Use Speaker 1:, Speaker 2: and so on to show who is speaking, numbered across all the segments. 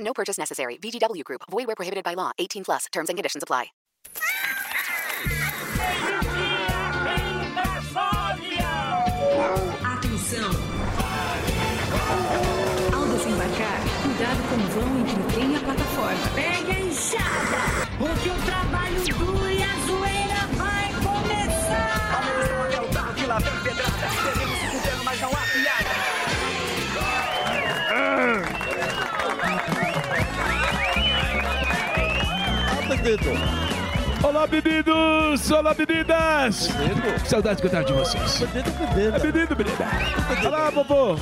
Speaker 1: No purchase necessary. VGW Group. Void where prohibited by law. 18 plus. Terms and conditions apply.
Speaker 2: Atenção! Ao desembarcar, cuidado com o vão entre o trem e a plataforma.
Speaker 3: Pega a enxada, porque o trabalho duro e a zoeira vai começar.
Speaker 4: É o carro que lá vem pedrada. Devemos se fudendo, mas não há piada.
Speaker 5: Olá, bebidos! Olá, bebidas! Saudades de contar de vocês. É bebido, bebida. Olá, vovô.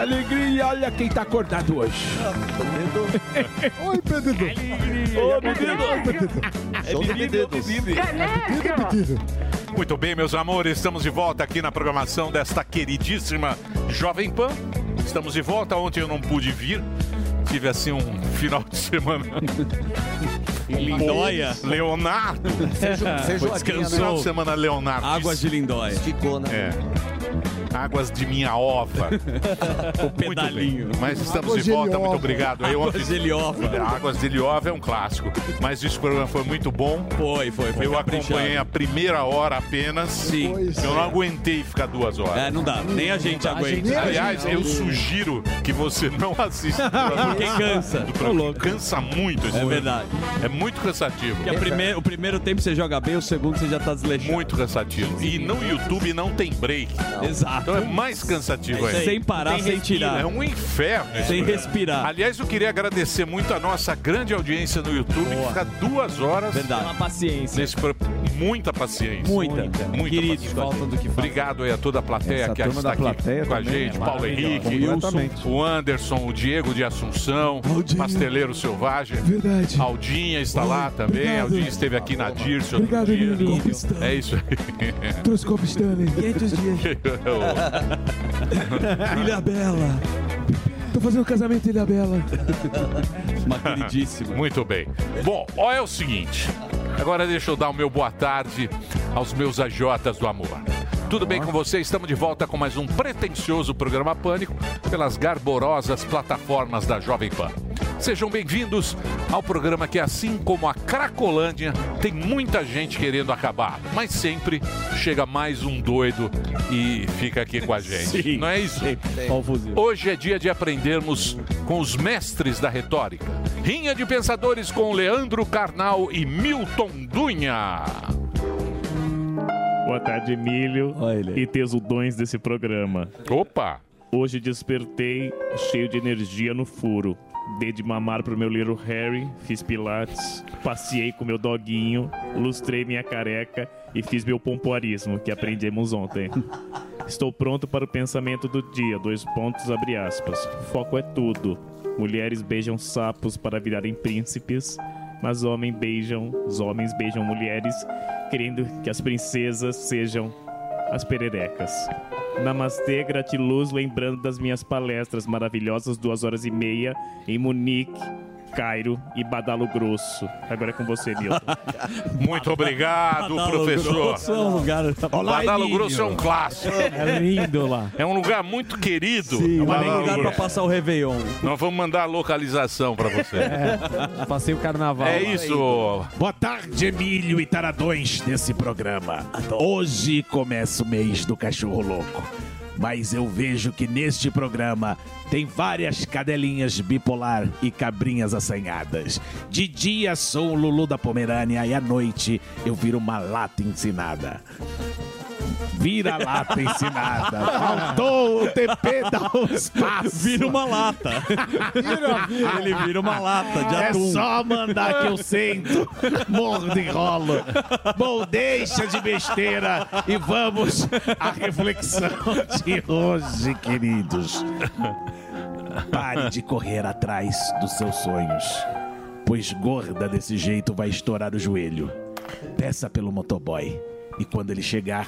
Speaker 5: Alegria, olha quem tá acordado hoje. Oi, bebido. Ô, bebido. É bebido, bebido.
Speaker 6: Muito bem, meus amores, estamos de volta aqui na programação desta queridíssima Jovem Pan. Estamos de volta. Ontem eu não pude vir. Tive assim um final de semana.
Speaker 7: Lindóia.
Speaker 6: Leonardo.
Speaker 7: Foi
Speaker 6: Descansou. Final de semana, Leonardo.
Speaker 7: Águas de Lindóia.
Speaker 6: É. Águas de minha ova.
Speaker 7: O pedalinho.
Speaker 6: Mas estamos de volta, muito obrigado. Aí ontem-
Speaker 7: Águas de Liova.
Speaker 6: Águas de Liova é um clássico. Mas esse programa foi muito bom.
Speaker 7: Foi, foi, foi.
Speaker 6: Eu
Speaker 7: caprichado.
Speaker 6: acompanhei a primeira hora apenas.
Speaker 7: Sim.
Speaker 6: Eu não aguentei ficar duas horas.
Speaker 7: É, não dá. Nem a gente aguenta.
Speaker 6: Aliás, eu sugiro que você não assista.
Speaker 7: Porque cansa.
Speaker 6: Do programa. Cansa muito esse
Speaker 7: É
Speaker 6: programa.
Speaker 7: verdade.
Speaker 6: É muito cansativo.
Speaker 7: Porque a prime- o primeiro tempo você joga bem, o segundo você já tá desleixado.
Speaker 6: Muito cansativo. E no YouTube não tem break.
Speaker 7: Exato.
Speaker 6: Então é mais cansativo ainda.
Speaker 7: Sem parar, sem tirar.
Speaker 6: É um inferno. esse
Speaker 7: Sem
Speaker 6: programa.
Speaker 7: respirar.
Speaker 6: Aliás, eu queria agradecer muito a nossa grande audiência no YouTube, que fica duas horas
Speaker 7: Verdade.
Speaker 8: paciência.
Speaker 6: nesse pro- muita paciência.
Speaker 7: Muita.
Speaker 6: Muita
Speaker 7: Queridos,
Speaker 6: paciência.
Speaker 8: Faltam do que falta.
Speaker 6: Obrigado aí a toda a plateia
Speaker 8: Essa
Speaker 6: que
Speaker 8: turma
Speaker 6: está
Speaker 8: da
Speaker 6: aqui
Speaker 8: plateia
Speaker 6: com a
Speaker 8: também
Speaker 6: gente,
Speaker 8: é
Speaker 6: Paulo
Speaker 8: maravilhosa.
Speaker 6: Henrique,
Speaker 8: Completamente.
Speaker 6: o Anderson, o Diego de Assunção,
Speaker 5: Ô, Diego.
Speaker 6: Pasteleiro Selvagem,
Speaker 5: Verdade.
Speaker 6: Aldinha está lá também,
Speaker 5: obrigado.
Speaker 6: Aldinha esteve aqui na Dirce outro
Speaker 5: Obrigado,
Speaker 6: dia.
Speaker 5: Lili. Conquistando.
Speaker 6: É isso aí.
Speaker 5: Trouxe copo Stanley. 500 dias. Ilha Bela. Tô fazendo casamento em Ilha Bela.
Speaker 7: Uma queridíssima.
Speaker 6: Muito bem. Bom, ó, é o seguinte. Agora deixa eu dar o meu boa tarde aos meus agiotas do amor. Tudo bem com vocês? Estamos de volta com mais um pretensioso programa Pânico pelas garborosas plataformas da Jovem Pan. Sejam bem-vindos ao programa que, assim como a Cracolândia, tem muita gente querendo acabar, mas sempre chega mais um doido e fica aqui com a gente.
Speaker 7: Sim.
Speaker 6: Não é isso?
Speaker 7: Qual o fuzil?
Speaker 6: Hoje é dia de aprendermos com os mestres da retórica. Rinha de Pensadores com Leandro Carnal e Milton Dunha.
Speaker 9: Boa tarde, Emílio
Speaker 7: Olha ele aí.
Speaker 9: e tesudões desse programa.
Speaker 6: Opa!
Speaker 9: Hoje despertei cheio de energia no furo. Dei de mamar pro meu little Harry, fiz pilates, passei com meu doguinho, lustrei minha careca e fiz meu pompoarismo, que aprendemos ontem. Estou pronto para o pensamento do dia, dois pontos, abre aspas. Foco é tudo. Mulheres beijam sapos para virarem príncipes, mas homens beijam, os homens beijam mulheres, querendo que as princesas sejam as pererecas. Namastê, gratiluz, lembrando das minhas palestras maravilhosas, duas horas e meia, em Munique, Cairo e Badalo Grosso. Agora é com você, Milton.
Speaker 6: Muito obrigado, professor.
Speaker 7: Grosso é um lugar.
Speaker 6: Badalo Grosso é um clássico.
Speaker 8: É lindo lá.
Speaker 6: É um lugar muito querido.
Speaker 8: Sim,
Speaker 7: Mas nem
Speaker 6: Badalo
Speaker 7: lugar pra
Speaker 6: Grosso.
Speaker 7: passar o Réveillon.
Speaker 6: Nós vamos mandar a localização para você.
Speaker 8: Passei o carnaval.
Speaker 6: É isso.
Speaker 9: Boa tarde, Emílio e taradões desse programa. Hoje começa o mês do cachorro louco. Mas eu vejo que neste programa tem várias cadelinhas bipolar e cabrinhas assanhadas. De dia sou o Lulu da Pomerânia e à noite eu viro uma lata ensinada. Vira lata ensinada. Faltou o TP da Ospaço.
Speaker 7: Vira uma lata. Ele vira uma lata de
Speaker 9: É
Speaker 7: atum.
Speaker 9: só mandar que eu sento, mordo e rolo. Bom, deixa de besteira e vamos à reflexão de hoje, queridos.
Speaker 10: Pare de correr atrás dos seus sonhos, pois gorda desse jeito vai estourar o joelho. Peça pelo motoboy e quando ele chegar,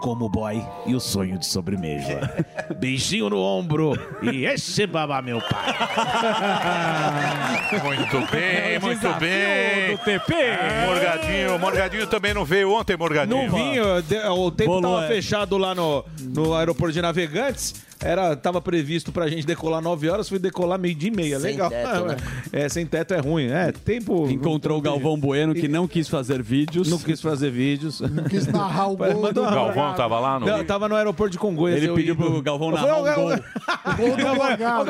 Speaker 10: como o boy e o sonho de sobremesa. Beijinho no ombro e esse babá meu pai.
Speaker 6: Muito bem,
Speaker 10: É o
Speaker 6: muito
Speaker 10: desafio
Speaker 6: bem.
Speaker 10: do TP.
Speaker 6: É, Morgadinho, Morgadinho também não veio ontem, Morgadinho.
Speaker 11: Não vinha, o tempo
Speaker 6: Bolou,
Speaker 11: tava
Speaker 6: é.
Speaker 11: fechado lá no, no aeroporto de navegantes. Era, tava previsto pra gente decolar 9 horas, fui decolar meio dia e meia.
Speaker 12: Sem
Speaker 11: Legal.
Speaker 12: teto, né?
Speaker 11: É, sem teto é ruim, é. Tempo.
Speaker 8: Encontrou o Galvão Bueno, que não quis fazer vídeos. Não
Speaker 11: quis fazer vídeos. Não
Speaker 8: quis narrar o
Speaker 11: Mas mandou uma-
Speaker 6: tava lá
Speaker 11: Não, tava no aeroporto de Congonhas.
Speaker 8: Ele
Speaker 11: eu
Speaker 8: pediu
Speaker 11: indo.
Speaker 8: pro Galvão
Speaker 11: Eu
Speaker 8: narrar
Speaker 11: falei,
Speaker 8: um
Speaker 11: "Ô, Gal- Ô, Galvão, ô,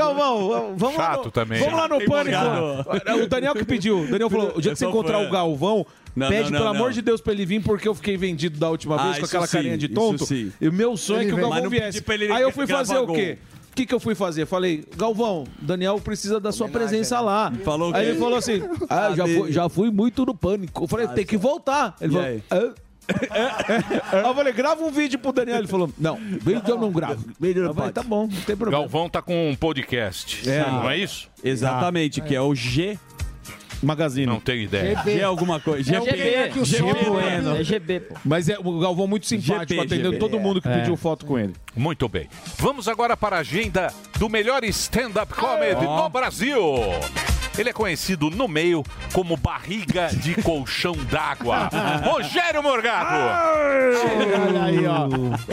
Speaker 11: Galvão, vamos lá.
Speaker 6: Chato
Speaker 11: no-
Speaker 6: também.
Speaker 11: Vamos lá no
Speaker 6: Bem
Speaker 11: pânico.
Speaker 6: molhado.
Speaker 11: O Daniel que pediu. O Daniel falou: o dia
Speaker 6: Eu
Speaker 11: que você
Speaker 6: sou
Speaker 8: um
Speaker 11: encontrar
Speaker 6: fã.
Speaker 11: o Galvão.
Speaker 6: Não,
Speaker 11: Pede,
Speaker 6: não, não,
Speaker 11: pelo amor
Speaker 6: não.
Speaker 11: de Deus, pra ele vir, porque eu fiquei vendido da última
Speaker 8: Ah,
Speaker 11: vez com
Speaker 8: isso
Speaker 11: aquela
Speaker 8: sim,
Speaker 11: carinha de
Speaker 8: isso
Speaker 11: tonto.
Speaker 8: sim.
Speaker 11: E o meu sonho
Speaker 8: Ele
Speaker 11: é que o
Speaker 8: vem. Mas
Speaker 11: Galvão
Speaker 8: não
Speaker 11: viesse.
Speaker 8: pedi pra ele
Speaker 11: Aí eu fui
Speaker 8: gravar
Speaker 11: fazer o
Speaker 8: gol.
Speaker 11: quê? O que, que eu fui fazer? Falei, Galvão, Daniel precisa da sua presença lá.
Speaker 8: Falou
Speaker 11: aí
Speaker 8: que-
Speaker 11: ele falou assim: ah, já,
Speaker 8: Cadê?
Speaker 11: fui, já fui muito no pânico. Eu falei,
Speaker 8: Ah,
Speaker 11: tem que voltar. Ele
Speaker 8: E
Speaker 11: falou,
Speaker 8: aí?
Speaker 11: "Hã?" Aí eu falei, grava um vídeo pro Daniel. Ele falou, não, vídeo eu não gravo. Vídeo eu não falei, tá bom, não tem problema.
Speaker 6: Galvão tá com um podcast,
Speaker 11: É.
Speaker 6: não é isso? Ah.
Speaker 8: Exatamente, que é o G.
Speaker 11: Magazine.
Speaker 6: Não tenho ideia.
Speaker 8: G alguma coisa.
Speaker 11: É o
Speaker 8: GP.
Speaker 11: que o
Speaker 8: G
Speaker 11: G
Speaker 8: Bueno.
Speaker 11: Bueno. É
Speaker 13: GB, pô.
Speaker 11: Mas é o Galvão muito simpático,
Speaker 6: GP,
Speaker 11: atendendo
Speaker 6: GP.
Speaker 11: todo mundo que
Speaker 6: É.
Speaker 11: pediu foto com ele.
Speaker 6: Muito bem. Vamos agora para a agenda do melhor stand-up comedy
Speaker 11: Ó.
Speaker 6: do Brasil. Ele é conhecido no meio como barriga de colchão d'água. Rogério Morgado.
Speaker 11: Olha aí, ó.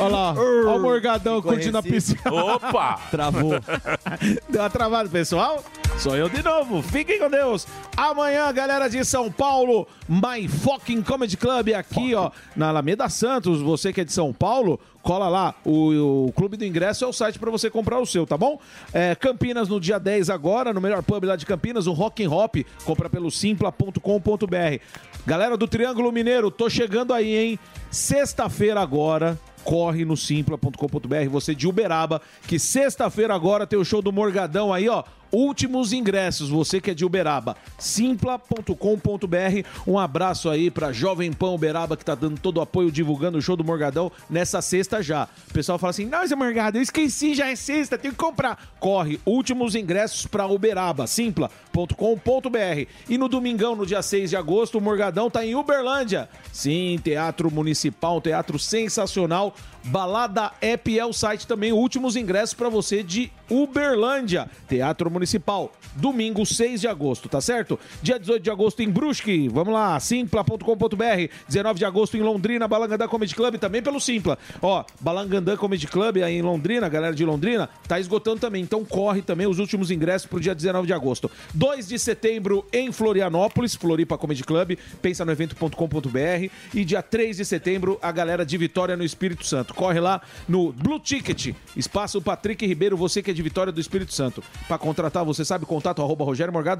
Speaker 11: Olha lá, olha o Morgadão curtindo a piscina.
Speaker 6: Opa!
Speaker 11: Travou. Deu uma travada, pessoal. Sou eu de novo. Fiquem com Deus. Amanhã, galera de São Paulo, My Fucking Comedy Club aqui, ó, na Alameda Santos. Você que é de São Paulo, cola lá. O, o Clube do Ingresso é o site pra você comprar o seu, tá bom? É, Campinas no dia 10 agora, no melhor pub lá de Campinas, o Rock and Hop. Compra pelo simpla.com.br. Galera do Triângulo Mineiro, tô chegando aí, hein? Sexta-feira agora, corre no simpla.com.br, você de Uberaba, que sexta-feira agora tem o show do Morgadão aí, ó. Últimos ingressos, você que é de Uberaba, simpla.com.br. Um abraço aí pra Jovem Pan Uberaba que tá dando todo o apoio divulgando o show do Morgadão nessa sexta já. O pessoal fala assim: "Nossa, Morgado, eu esqueci, já é sexta, tenho que comprar". Corre, últimos ingressos pra Uberaba, simpla.com.br. E no domingão, no dia 6 de agosto, o Morgadão tá em Uberlândia. Sim, Teatro Municipal, um teatro sensacional. Balada App é o site também. Últimos ingressos pra você de Uberlândia, Teatro Municipal. Domingo, 6 de agosto, tá certo? Dia 18 de agosto em Brusque, vamos lá, simpla.com.br. 19 de agosto em Londrina, Balangandã Comedy Club, também pelo Simpla. Ó, Balangandã Comedy Club aí em Londrina, galera de Londrina, tá esgotando também. Então corre também os últimos ingressos pro dia 19 de agosto. 2 de setembro em Florianópolis, Floripa Comedy Club, pensa no evento.com.br. E dia 3 de setembro, a galera de Vitória no Espírito Santo. Corre lá no Blue Ticket, espaço Patrick Ribeiro, você que é de Vitória do Espírito Santo. Pra contratar, você sabe, contato arroba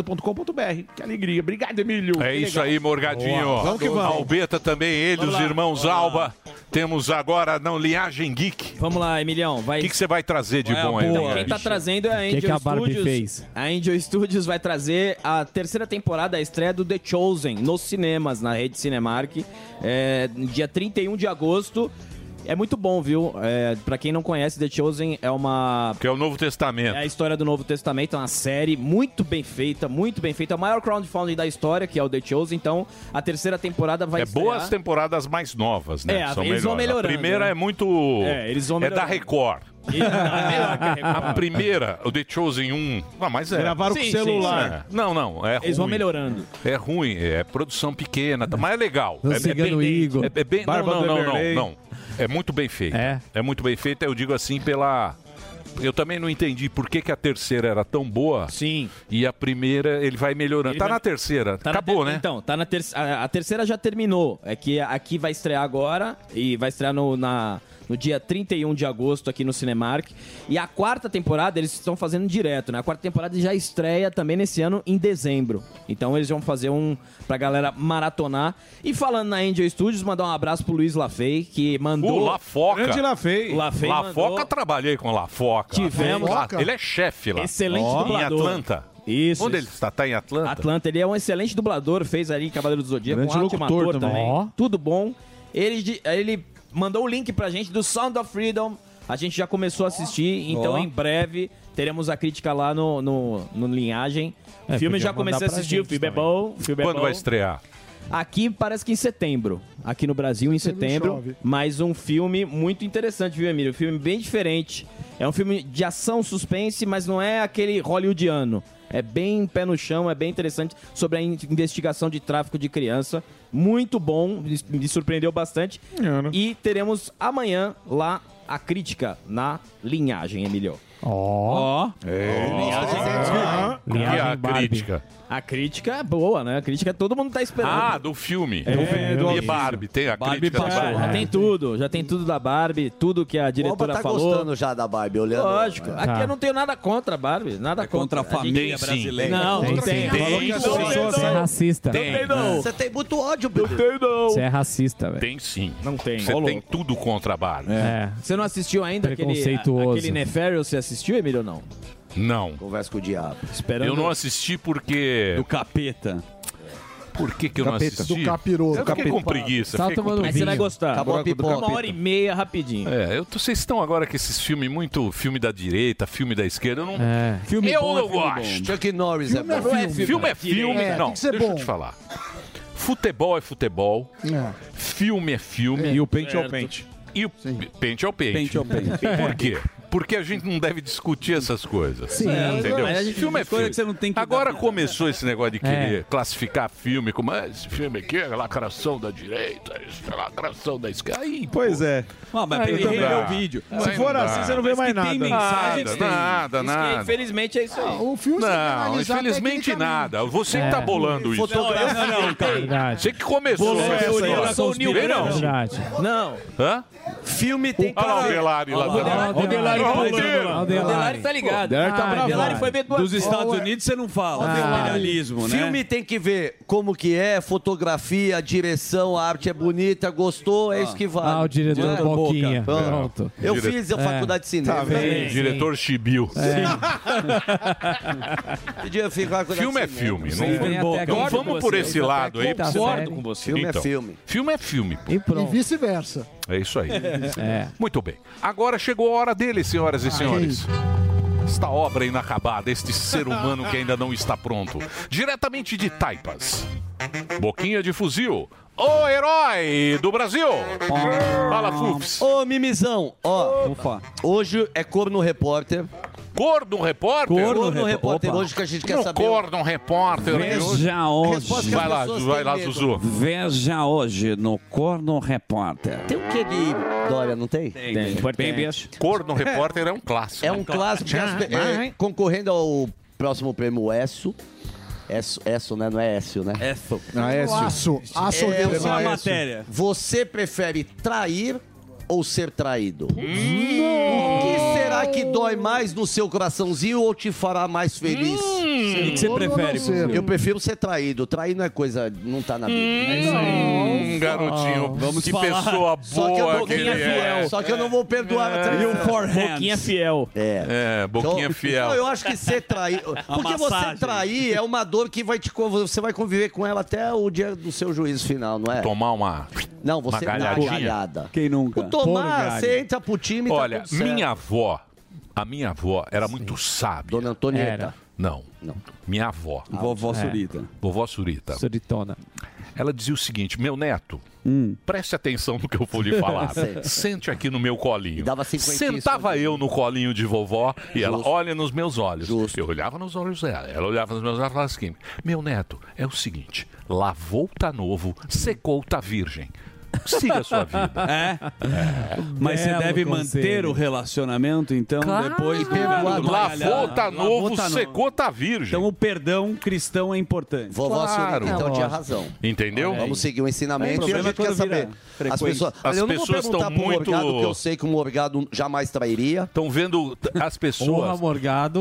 Speaker 11: rogeriomorgado.com.br. Que alegria. Obrigado, Emílio.
Speaker 6: É
Speaker 11: Que
Speaker 6: isso
Speaker 11: legal.
Speaker 6: aí, Morgadinho.
Speaker 11: Boa. Vamos que vamos.
Speaker 6: Albeta também, ele, os irmãos Alba. Temos agora, não, Linhagem Geek.
Speaker 13: Vamos lá, Emilhão. O
Speaker 6: que que você vai trazer de
Speaker 13: Qual
Speaker 6: bom
Speaker 13: é a
Speaker 6: aí?
Speaker 13: boa? Quem tá
Speaker 6: Linhagem?
Speaker 13: trazendo é a
Speaker 8: Que
Speaker 13: Angel
Speaker 8: que a Barbie
Speaker 13: Studios.
Speaker 8: fez?
Speaker 13: A Angel Studios vai trazer a terceira temporada, a estreia do The Chosen, nos cinemas, na rede Cinemark, é, dia 31 de agosto. É muito bom, viu? É, pra quem não conhece, The Chosen é uma.
Speaker 6: Que é o Novo Testamento.
Speaker 13: É a história do Novo Testamento, é uma série muito bem feita, muito bem feita. A maior crowdfunding da história, que é o The Chosen. Então, a terceira temporada vai
Speaker 6: É boas
Speaker 13: estrear.
Speaker 6: temporadas mais novas, né?
Speaker 13: É,
Speaker 6: que
Speaker 13: eles vão
Speaker 6: melhores.
Speaker 13: melhorando,
Speaker 6: A primeira
Speaker 13: né?
Speaker 6: é muito.
Speaker 13: É, eles vão
Speaker 6: É da
Speaker 13: melhorando.
Speaker 6: Record.
Speaker 13: É melhor que a Record.
Speaker 6: A primeira, o The Chosen 1. Não, mas é.
Speaker 13: Gravaram com Sim, celular. sim, sim.
Speaker 6: É. Não, não. É
Speaker 13: Eles vão
Speaker 6: ruim.
Speaker 13: melhorando.
Speaker 6: É ruim, é produção pequena, tá, mas é legal.
Speaker 8: O
Speaker 6: é, é
Speaker 8: Cigano
Speaker 6: bem,
Speaker 8: Igor.
Speaker 6: É, é bem, não,
Speaker 8: Barba
Speaker 6: não,
Speaker 8: do
Speaker 6: não, não,
Speaker 8: Everley.
Speaker 6: não. É muito bem feito. É. muito bem feito, eu digo assim, pela. Eu também não entendi por que, que a terceira era tão boa.
Speaker 13: Sim.
Speaker 6: E a primeira, ele vai melhorando.
Speaker 13: Ele
Speaker 6: tá
Speaker 13: vai-
Speaker 6: na terceira.
Speaker 13: Tá na
Speaker 6: Acabou,
Speaker 13: ter-
Speaker 6: né?
Speaker 13: Então, tá na ter... a, a terceira já terminou. É que aqui vai estrear agora e vai estrear no, na, no dia 31 de agosto aqui no Cinemark. E a quarta temporada eles estão fazendo direto, né? A quarta temporada já estreia também nesse ano em dezembro. Então eles vão fazer um pra galera maratonar. E falando na Angel Studios, mandar um abraço pro Luiz Lafei, que mandou...
Speaker 6: O Lafoca.
Speaker 13: O Lafei
Speaker 6: Lafoca,
Speaker 13: mandou-
Speaker 6: trabalhei com Lafoca.
Speaker 13: Tivemos-
Speaker 6: Lafoca? Ele é chefe lá.
Speaker 13: Excelente
Speaker 6: Em
Speaker 13: dublador.
Speaker 6: Atlanta.
Speaker 13: Isso,
Speaker 6: Onde
Speaker 13: isso.
Speaker 6: ele está? Tá em Atlanta?
Speaker 13: Atlanta, ele é um excelente dublador, fez ali Cavaleiro do Zodíaco,
Speaker 6: Grande
Speaker 13: um ótimo
Speaker 6: locutor
Speaker 13: ator também.
Speaker 6: também. Ó.
Speaker 13: Tudo bom. Ele, de- ele mandou o link pra gente do Sound of Freedom, A gente já começou a assistir, então
Speaker 12: Ó.
Speaker 13: em breve teremos a crítica lá no, no, no Linhagem.
Speaker 6: É,
Speaker 13: O filme
Speaker 6: podia
Speaker 13: já
Speaker 6: mandar
Speaker 13: comecei a
Speaker 6: pra
Speaker 13: assistir, o
Speaker 6: gente
Speaker 13: filme é bom. o filme é
Speaker 6: Quando
Speaker 13: bom.
Speaker 6: vai estrear?
Speaker 13: Aqui parece que em setembro. Aqui no Brasil, em setembro.
Speaker 6: chove.
Speaker 13: Mas um filme muito interessante, viu, Emílio? Um filme bem diferente. É um filme de ação suspense, mas não é aquele hollywoodiano. É bem pé no chão, é bem interessante sobre a in- investigação de tráfico de criança. Muito bom, me- me surpreendeu bastante. E teremos amanhã lá a crítica na linhagem, Emílio.
Speaker 7: Ó.
Speaker 6: Ó. E a crítica?
Speaker 13: A crítica é boa, né? A crítica todo mundo tá esperando.
Speaker 6: Ah, do filme.
Speaker 13: É, do filme.
Speaker 6: e Barbie, tem a
Speaker 13: Barbie
Speaker 6: crítica
Speaker 13: passou. né?
Speaker 6: da Barbie.
Speaker 13: Já tem tudo, já tem tudo da Barbie, tudo que a diretora
Speaker 14: tá
Speaker 13: falou.
Speaker 14: gostando já da Barbie, olhando.
Speaker 13: Lógico.
Speaker 14: É.
Speaker 13: Aqui eu não tenho nada contra a Barbie, nada Tá. É contra. a
Speaker 14: família brasileira.
Speaker 13: Não,
Speaker 14: Tem
Speaker 13: não
Speaker 14: sim.
Speaker 13: tem.
Speaker 14: Tem,
Speaker 13: Falou que as
Speaker 14: sim.
Speaker 13: pessoas
Speaker 14: Você é
Speaker 13: são-
Speaker 15: racista.
Speaker 13: Não tem, não.
Speaker 14: Você tem muito ódio, Bidu.
Speaker 15: Você é racista, velho.
Speaker 6: Tem sim.
Speaker 13: Não tem.
Speaker 6: Você
Speaker 13: Ô, louco.
Speaker 6: tem tudo contra a Barbie.
Speaker 15: É.
Speaker 13: Você não assistiu ainda aquele,
Speaker 15: Preconceituoso.
Speaker 13: aquele Nefarious? Você assistiu, Emílio, ou não?
Speaker 6: Não.
Speaker 14: Conversa com o diabo.
Speaker 13: Esperando.
Speaker 6: Eu não assisti porque... Do capeta. Por que que eu
Speaker 13: Capeta.
Speaker 6: não assisti?
Speaker 13: Do capiroto.
Speaker 6: Eu fiquei
Speaker 13: Capeta.
Speaker 6: com preguiça.
Speaker 13: Tá
Speaker 6: fiquei com
Speaker 13: tomando
Speaker 6: preguiça.
Speaker 13: Mas você vai vinho. gostar. Acabou a Agora com o do pipoca. Uma hora e meia, rapidinho.
Speaker 6: É, eu tô- vocês estão agora com esses filmes muito... Filme da direita, filme da esquerda. Eu não...
Speaker 15: É.
Speaker 14: Filme
Speaker 6: eu
Speaker 14: bom é
Speaker 6: não
Speaker 14: filme bom.
Speaker 6: gosto.
Speaker 14: Chuck Norris é Filme é bom.
Speaker 6: Filme é
Speaker 14: filme.
Speaker 6: filme. é filme.
Speaker 14: É,
Speaker 6: não,
Speaker 14: tem que ser
Speaker 6: deixa eu
Speaker 14: bom.
Speaker 6: te falar. Futebol é futebol. Filme é filme.
Speaker 8: E o pente é o pente.
Speaker 6: E o pente é o pente.
Speaker 8: Pente é o pente.
Speaker 6: Por quê? Porque a gente não deve discutir essas coisas.
Speaker 8: Sim.
Speaker 6: É, entendeu?
Speaker 8: Mas a gente-
Speaker 6: filme é
Speaker 8: coisa
Speaker 6: filme.
Speaker 8: que você não tem que
Speaker 6: Agora começou esse negócio de querer
Speaker 8: É.
Speaker 6: classificar filme como "Ah, esse filme aqui é lacração da direita, isso é lacração da esquerda. Aí,
Speaker 11: Pois é.
Speaker 6: Ah, mas
Speaker 11: Aí
Speaker 6: ele
Speaker 11: não
Speaker 6: revê
Speaker 11: dá.
Speaker 6: o vídeo.
Speaker 11: Se
Speaker 6: Aí
Speaker 11: for
Speaker 6: não
Speaker 11: assim,
Speaker 6: dá.
Speaker 11: você não vê
Speaker 6: Mas
Speaker 11: mais
Speaker 6: que
Speaker 11: nada.
Speaker 6: tem mensagens, Nada, tem. nada, Isso que, nada.
Speaker 13: infelizmente é isso
Speaker 15: Ah,
Speaker 13: aí.
Speaker 11: o filme
Speaker 6: Não,
Speaker 13: é
Speaker 6: infelizmente nada. Você que tá bolando isso.
Speaker 13: Fotografia.
Speaker 6: Não, não, cara.
Speaker 15: Verdade.
Speaker 6: Você que começou. é
Speaker 15: Bolou
Speaker 6: essa
Speaker 15: essa
Speaker 6: história.
Speaker 15: teoria da
Speaker 6: Vê não.
Speaker 15: conspiração. Verdade.
Speaker 13: Não.
Speaker 6: Hã?
Speaker 13: Filme tem
Speaker 6: Olha lá o Delari lá.
Speaker 15: Olha o Delari
Speaker 6: Olha
Speaker 15: falando,
Speaker 6: Delari.
Speaker 15: olha o Delari.
Speaker 13: O Delari tá ligado.
Speaker 15: O Delari tá
Speaker 13: Ah,
Speaker 15: bravo.
Speaker 13: o Delari foi ver
Speaker 8: Dos Estados Unidos você não fala.
Speaker 11: um
Speaker 14: Ah,
Speaker 8: Imperialismo, né?
Speaker 14: Filme tem que ver como que é, fotografia, direção, a arte é bonita, gostou, é isso que vale.
Speaker 15: Ah, o diretor
Speaker 14: Não é?
Speaker 15: Boquinha.
Speaker 14: Pronto.
Speaker 15: Pronto.
Speaker 14: Eu
Speaker 15: Dire-
Speaker 14: fiz a
Speaker 15: É.
Speaker 14: faculdade de cinema.
Speaker 15: Tá vendo? Sim. É.
Speaker 6: Diretor Chibiu.
Speaker 14: Podia ficar com
Speaker 6: Filme é
Speaker 14: cinema.
Speaker 6: filme.
Speaker 14: Sim,
Speaker 6: Não,
Speaker 14: vem
Speaker 6: não
Speaker 14: até
Speaker 6: vamos
Speaker 14: concordo com
Speaker 6: por
Speaker 14: você.
Speaker 6: esse
Speaker 14: Eu
Speaker 6: lado
Speaker 14: até
Speaker 6: aí. porque- tá
Speaker 14: concordo com você. Filme é
Speaker 6: Então,
Speaker 14: filme.
Speaker 6: Filme é filme, pô.
Speaker 16: E vice-versa.
Speaker 6: É isso aí.
Speaker 15: É.
Speaker 6: Muito bem.
Speaker 11: Ah,
Speaker 6: Agora chegou a hora dele, senhoras e senhores. Esta obra inacabada, este ser humano que ainda não está pronto. Diretamente de Taipas. Boquinha de fuzil. O herói do Brasil.
Speaker 14: Ah.
Speaker 6: Fala, Fufs.
Speaker 14: Ô, Mimizão, ó. Hoje é Corno Repórter.
Speaker 6: Corno um Repórter?
Speaker 14: Corno, Repórter. Hoje que a gente quer
Speaker 6: No
Speaker 14: saber.
Speaker 6: Corno um Repórter. né?
Speaker 8: Veja hoje.
Speaker 14: Resposta que as Vai lá, pessoas vai têm lá, medo. Zuzu.
Speaker 8: Veja hoje no Corno Repórter.
Speaker 14: Tem o que de Dória, não tem?
Speaker 8: Tem. Tem. Tem, bicho.
Speaker 6: Corno Repórter é um clássico.
Speaker 14: É um clássico. que as- é, concorrendo ao próximo prêmio ESSO. ESSO, ESSO né? Não é Écio, né? ESSO.
Speaker 16: Não, Écio. Aço. Aço
Speaker 14: é,
Speaker 16: mesmo.
Speaker 14: uma
Speaker 16: Écio.
Speaker 14: matéria. Você prefere trair ou ser
Speaker 6: Hum.
Speaker 14: traído? O que será que dói mais no seu coraçãozinho ou te fará mais feliz?
Speaker 6: Hum.
Speaker 8: O que você Ou prefere, não ser.
Speaker 14: Eu prefiro ser traído. Trair não é coisa... Não tá na
Speaker 3: né?
Speaker 14: Bíblia.
Speaker 6: Hum, garotinho.
Speaker 14: Vamos
Speaker 6: que
Speaker 14: falar.
Speaker 6: pessoa
Speaker 14: Só que eu
Speaker 6: boa
Speaker 14: vou-
Speaker 6: que ele
Speaker 14: Boquinha
Speaker 6: é.
Speaker 14: fiel. Só que eu não vou perdoar a
Speaker 6: É.
Speaker 14: traição. E o forehand.
Speaker 13: Boquinha fiel.
Speaker 6: É, boquinha
Speaker 14: Então,
Speaker 6: fiel.
Speaker 14: não, eu acho que ser trair. Porque você
Speaker 6: massagem.
Speaker 14: trair é uma dor que vai te con- você vai conviver com ela até o dia do seu juízo final, não é?
Speaker 6: Tomar uma.
Speaker 14: Não, você
Speaker 6: uma
Speaker 14: dá uma galhada.
Speaker 8: Quem nunca?
Speaker 14: O tomar, você entra pro time e tá
Speaker 6: Olha,
Speaker 14: tudo certo.
Speaker 6: minha avó, a minha avó era muito sábia.
Speaker 14: Dona Antonieta. Era.
Speaker 6: Não. Não. Minha avó.
Speaker 8: Vovó É. Surita.
Speaker 6: Vovó Surita.
Speaker 15: Suritona.
Speaker 6: Ela dizia o seguinte, meu neto, preste atenção no que eu vou lhe falar.
Speaker 8: Sei.
Speaker 6: Sente aqui no meu colinho.
Speaker 8: dava 50
Speaker 6: Sentava eu no colinho de vovó e ela olha nos meus olhos. Eu olhava nos olhos dela, ela olhava nos meus olhos e falava assim, meu neto, é o seguinte, lavou tá novo, secou tá virgem. Siga a sua vida.
Speaker 8: É? Mas você
Speaker 6: Belo
Speaker 8: deve manter
Speaker 6: conselho.
Speaker 8: o relacionamento, então,
Speaker 6: Claro.
Speaker 8: depois do
Speaker 6: Lavou,
Speaker 8: do gargalhada.
Speaker 6: tá novo, secou, tá virgem.
Speaker 8: Então o perdão cristão é importante.
Speaker 14: Vovó Surita, então, tinha razão.
Speaker 6: Entendeu?
Speaker 8: Olha aí.
Speaker 14: Vamos seguir o
Speaker 8: É, o
Speaker 14: ensinamento. e a
Speaker 8: problema
Speaker 14: gente
Speaker 8: é quando
Speaker 14: quer saber.
Speaker 8: vira
Speaker 14: As
Speaker 8: frequente.
Speaker 14: pessoas,
Speaker 6: As
Speaker 14: Olha, eu não vou
Speaker 6: pessoas
Speaker 14: perguntar
Speaker 6: tão
Speaker 14: pro
Speaker 6: muito-
Speaker 14: Morgado, que eu sei que o Morgado jamais trairia.
Speaker 6: Estão vendo t- as pessoas.
Speaker 14: Honra,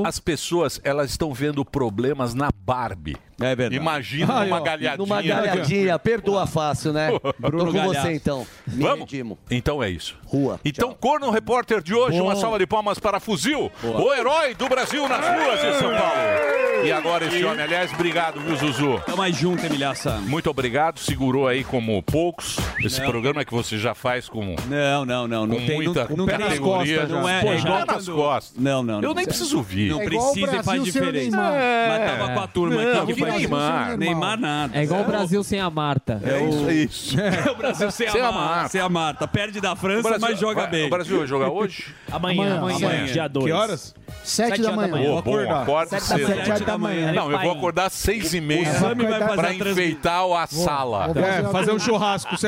Speaker 6: As pessoas, elas estão vendo problemas na Barbie.
Speaker 8: É verdade.
Speaker 6: Imagina
Speaker 14: Aí,
Speaker 6: uma
Speaker 14: ó,
Speaker 6: galhadinha.
Speaker 14: Numa galhadinha, perdoa fácil, né? Tô com
Speaker 6: Galhardo.
Speaker 14: você então. Me
Speaker 6: Vamos?
Speaker 14: redimo.
Speaker 6: Então é isso.
Speaker 14: Rua.
Speaker 6: Então, Corno Repórter de hoje,
Speaker 14: Boa.
Speaker 6: uma salva de palmas para Fuzil,
Speaker 14: Boa.
Speaker 11: Ah.
Speaker 6: o herói do Brasil nas ruas de São Paulo. E agora esse homem. Aliás, obrigado, viu, Zuzu? Tamo mais junto, Emilhaça. Muito obrigado. Segurou aí como poucos esse
Speaker 8: Não.
Speaker 6: programa que você já faz com.
Speaker 8: Não, não, não. Não
Speaker 6: Com
Speaker 8: tem,
Speaker 6: muita-
Speaker 8: não, não
Speaker 6: com
Speaker 8: tem
Speaker 6: pé nas
Speaker 8: categoria.
Speaker 6: costas,
Speaker 8: não
Speaker 6: né?
Speaker 8: é,
Speaker 6: Pô,
Speaker 8: é,
Speaker 6: igual
Speaker 8: já-
Speaker 6: nas costas.
Speaker 8: Não, não, não.
Speaker 6: Eu nem preciso ouvir.
Speaker 8: Não
Speaker 6: É igual o
Speaker 8: precisa e faz
Speaker 6: Brasil sem o
Speaker 8: diferença.
Speaker 6: Neymar.
Speaker 8: Mas tava com a turma
Speaker 6: É. Não,
Speaker 8: aqui.
Speaker 6: que Neymar.
Speaker 8: Neymar nada.
Speaker 15: É igual o
Speaker 8: Zero.
Speaker 15: Brasil sem a Marta.
Speaker 8: É o- É o Brasil sem,
Speaker 15: Sem
Speaker 8: a,
Speaker 15: a
Speaker 8: Marta. Sem é a Marta. Perde da França,
Speaker 6: O Brasil-
Speaker 8: mas joga
Speaker 6: vai-
Speaker 8: bem.
Speaker 6: o Brasil vai jogar hoje?
Speaker 15: Amanhã, amanhã, dia dois.
Speaker 11: Que horas?
Speaker 16: Sete
Speaker 15: da manhã.
Speaker 6: Ô,
Speaker 15: Vou
Speaker 6: bom,
Speaker 15: acordar.
Speaker 6: acorda
Speaker 15: Sete da-
Speaker 6: cedo.
Speaker 15: sete horas da manhã.
Speaker 6: Não, eu vou acordar às seis e meia
Speaker 8: O Sami vai fazer
Speaker 6: pra
Speaker 8: a transmi-
Speaker 6: enfeitar a sala.
Speaker 8: É,
Speaker 15: É,
Speaker 8: um
Speaker 15: um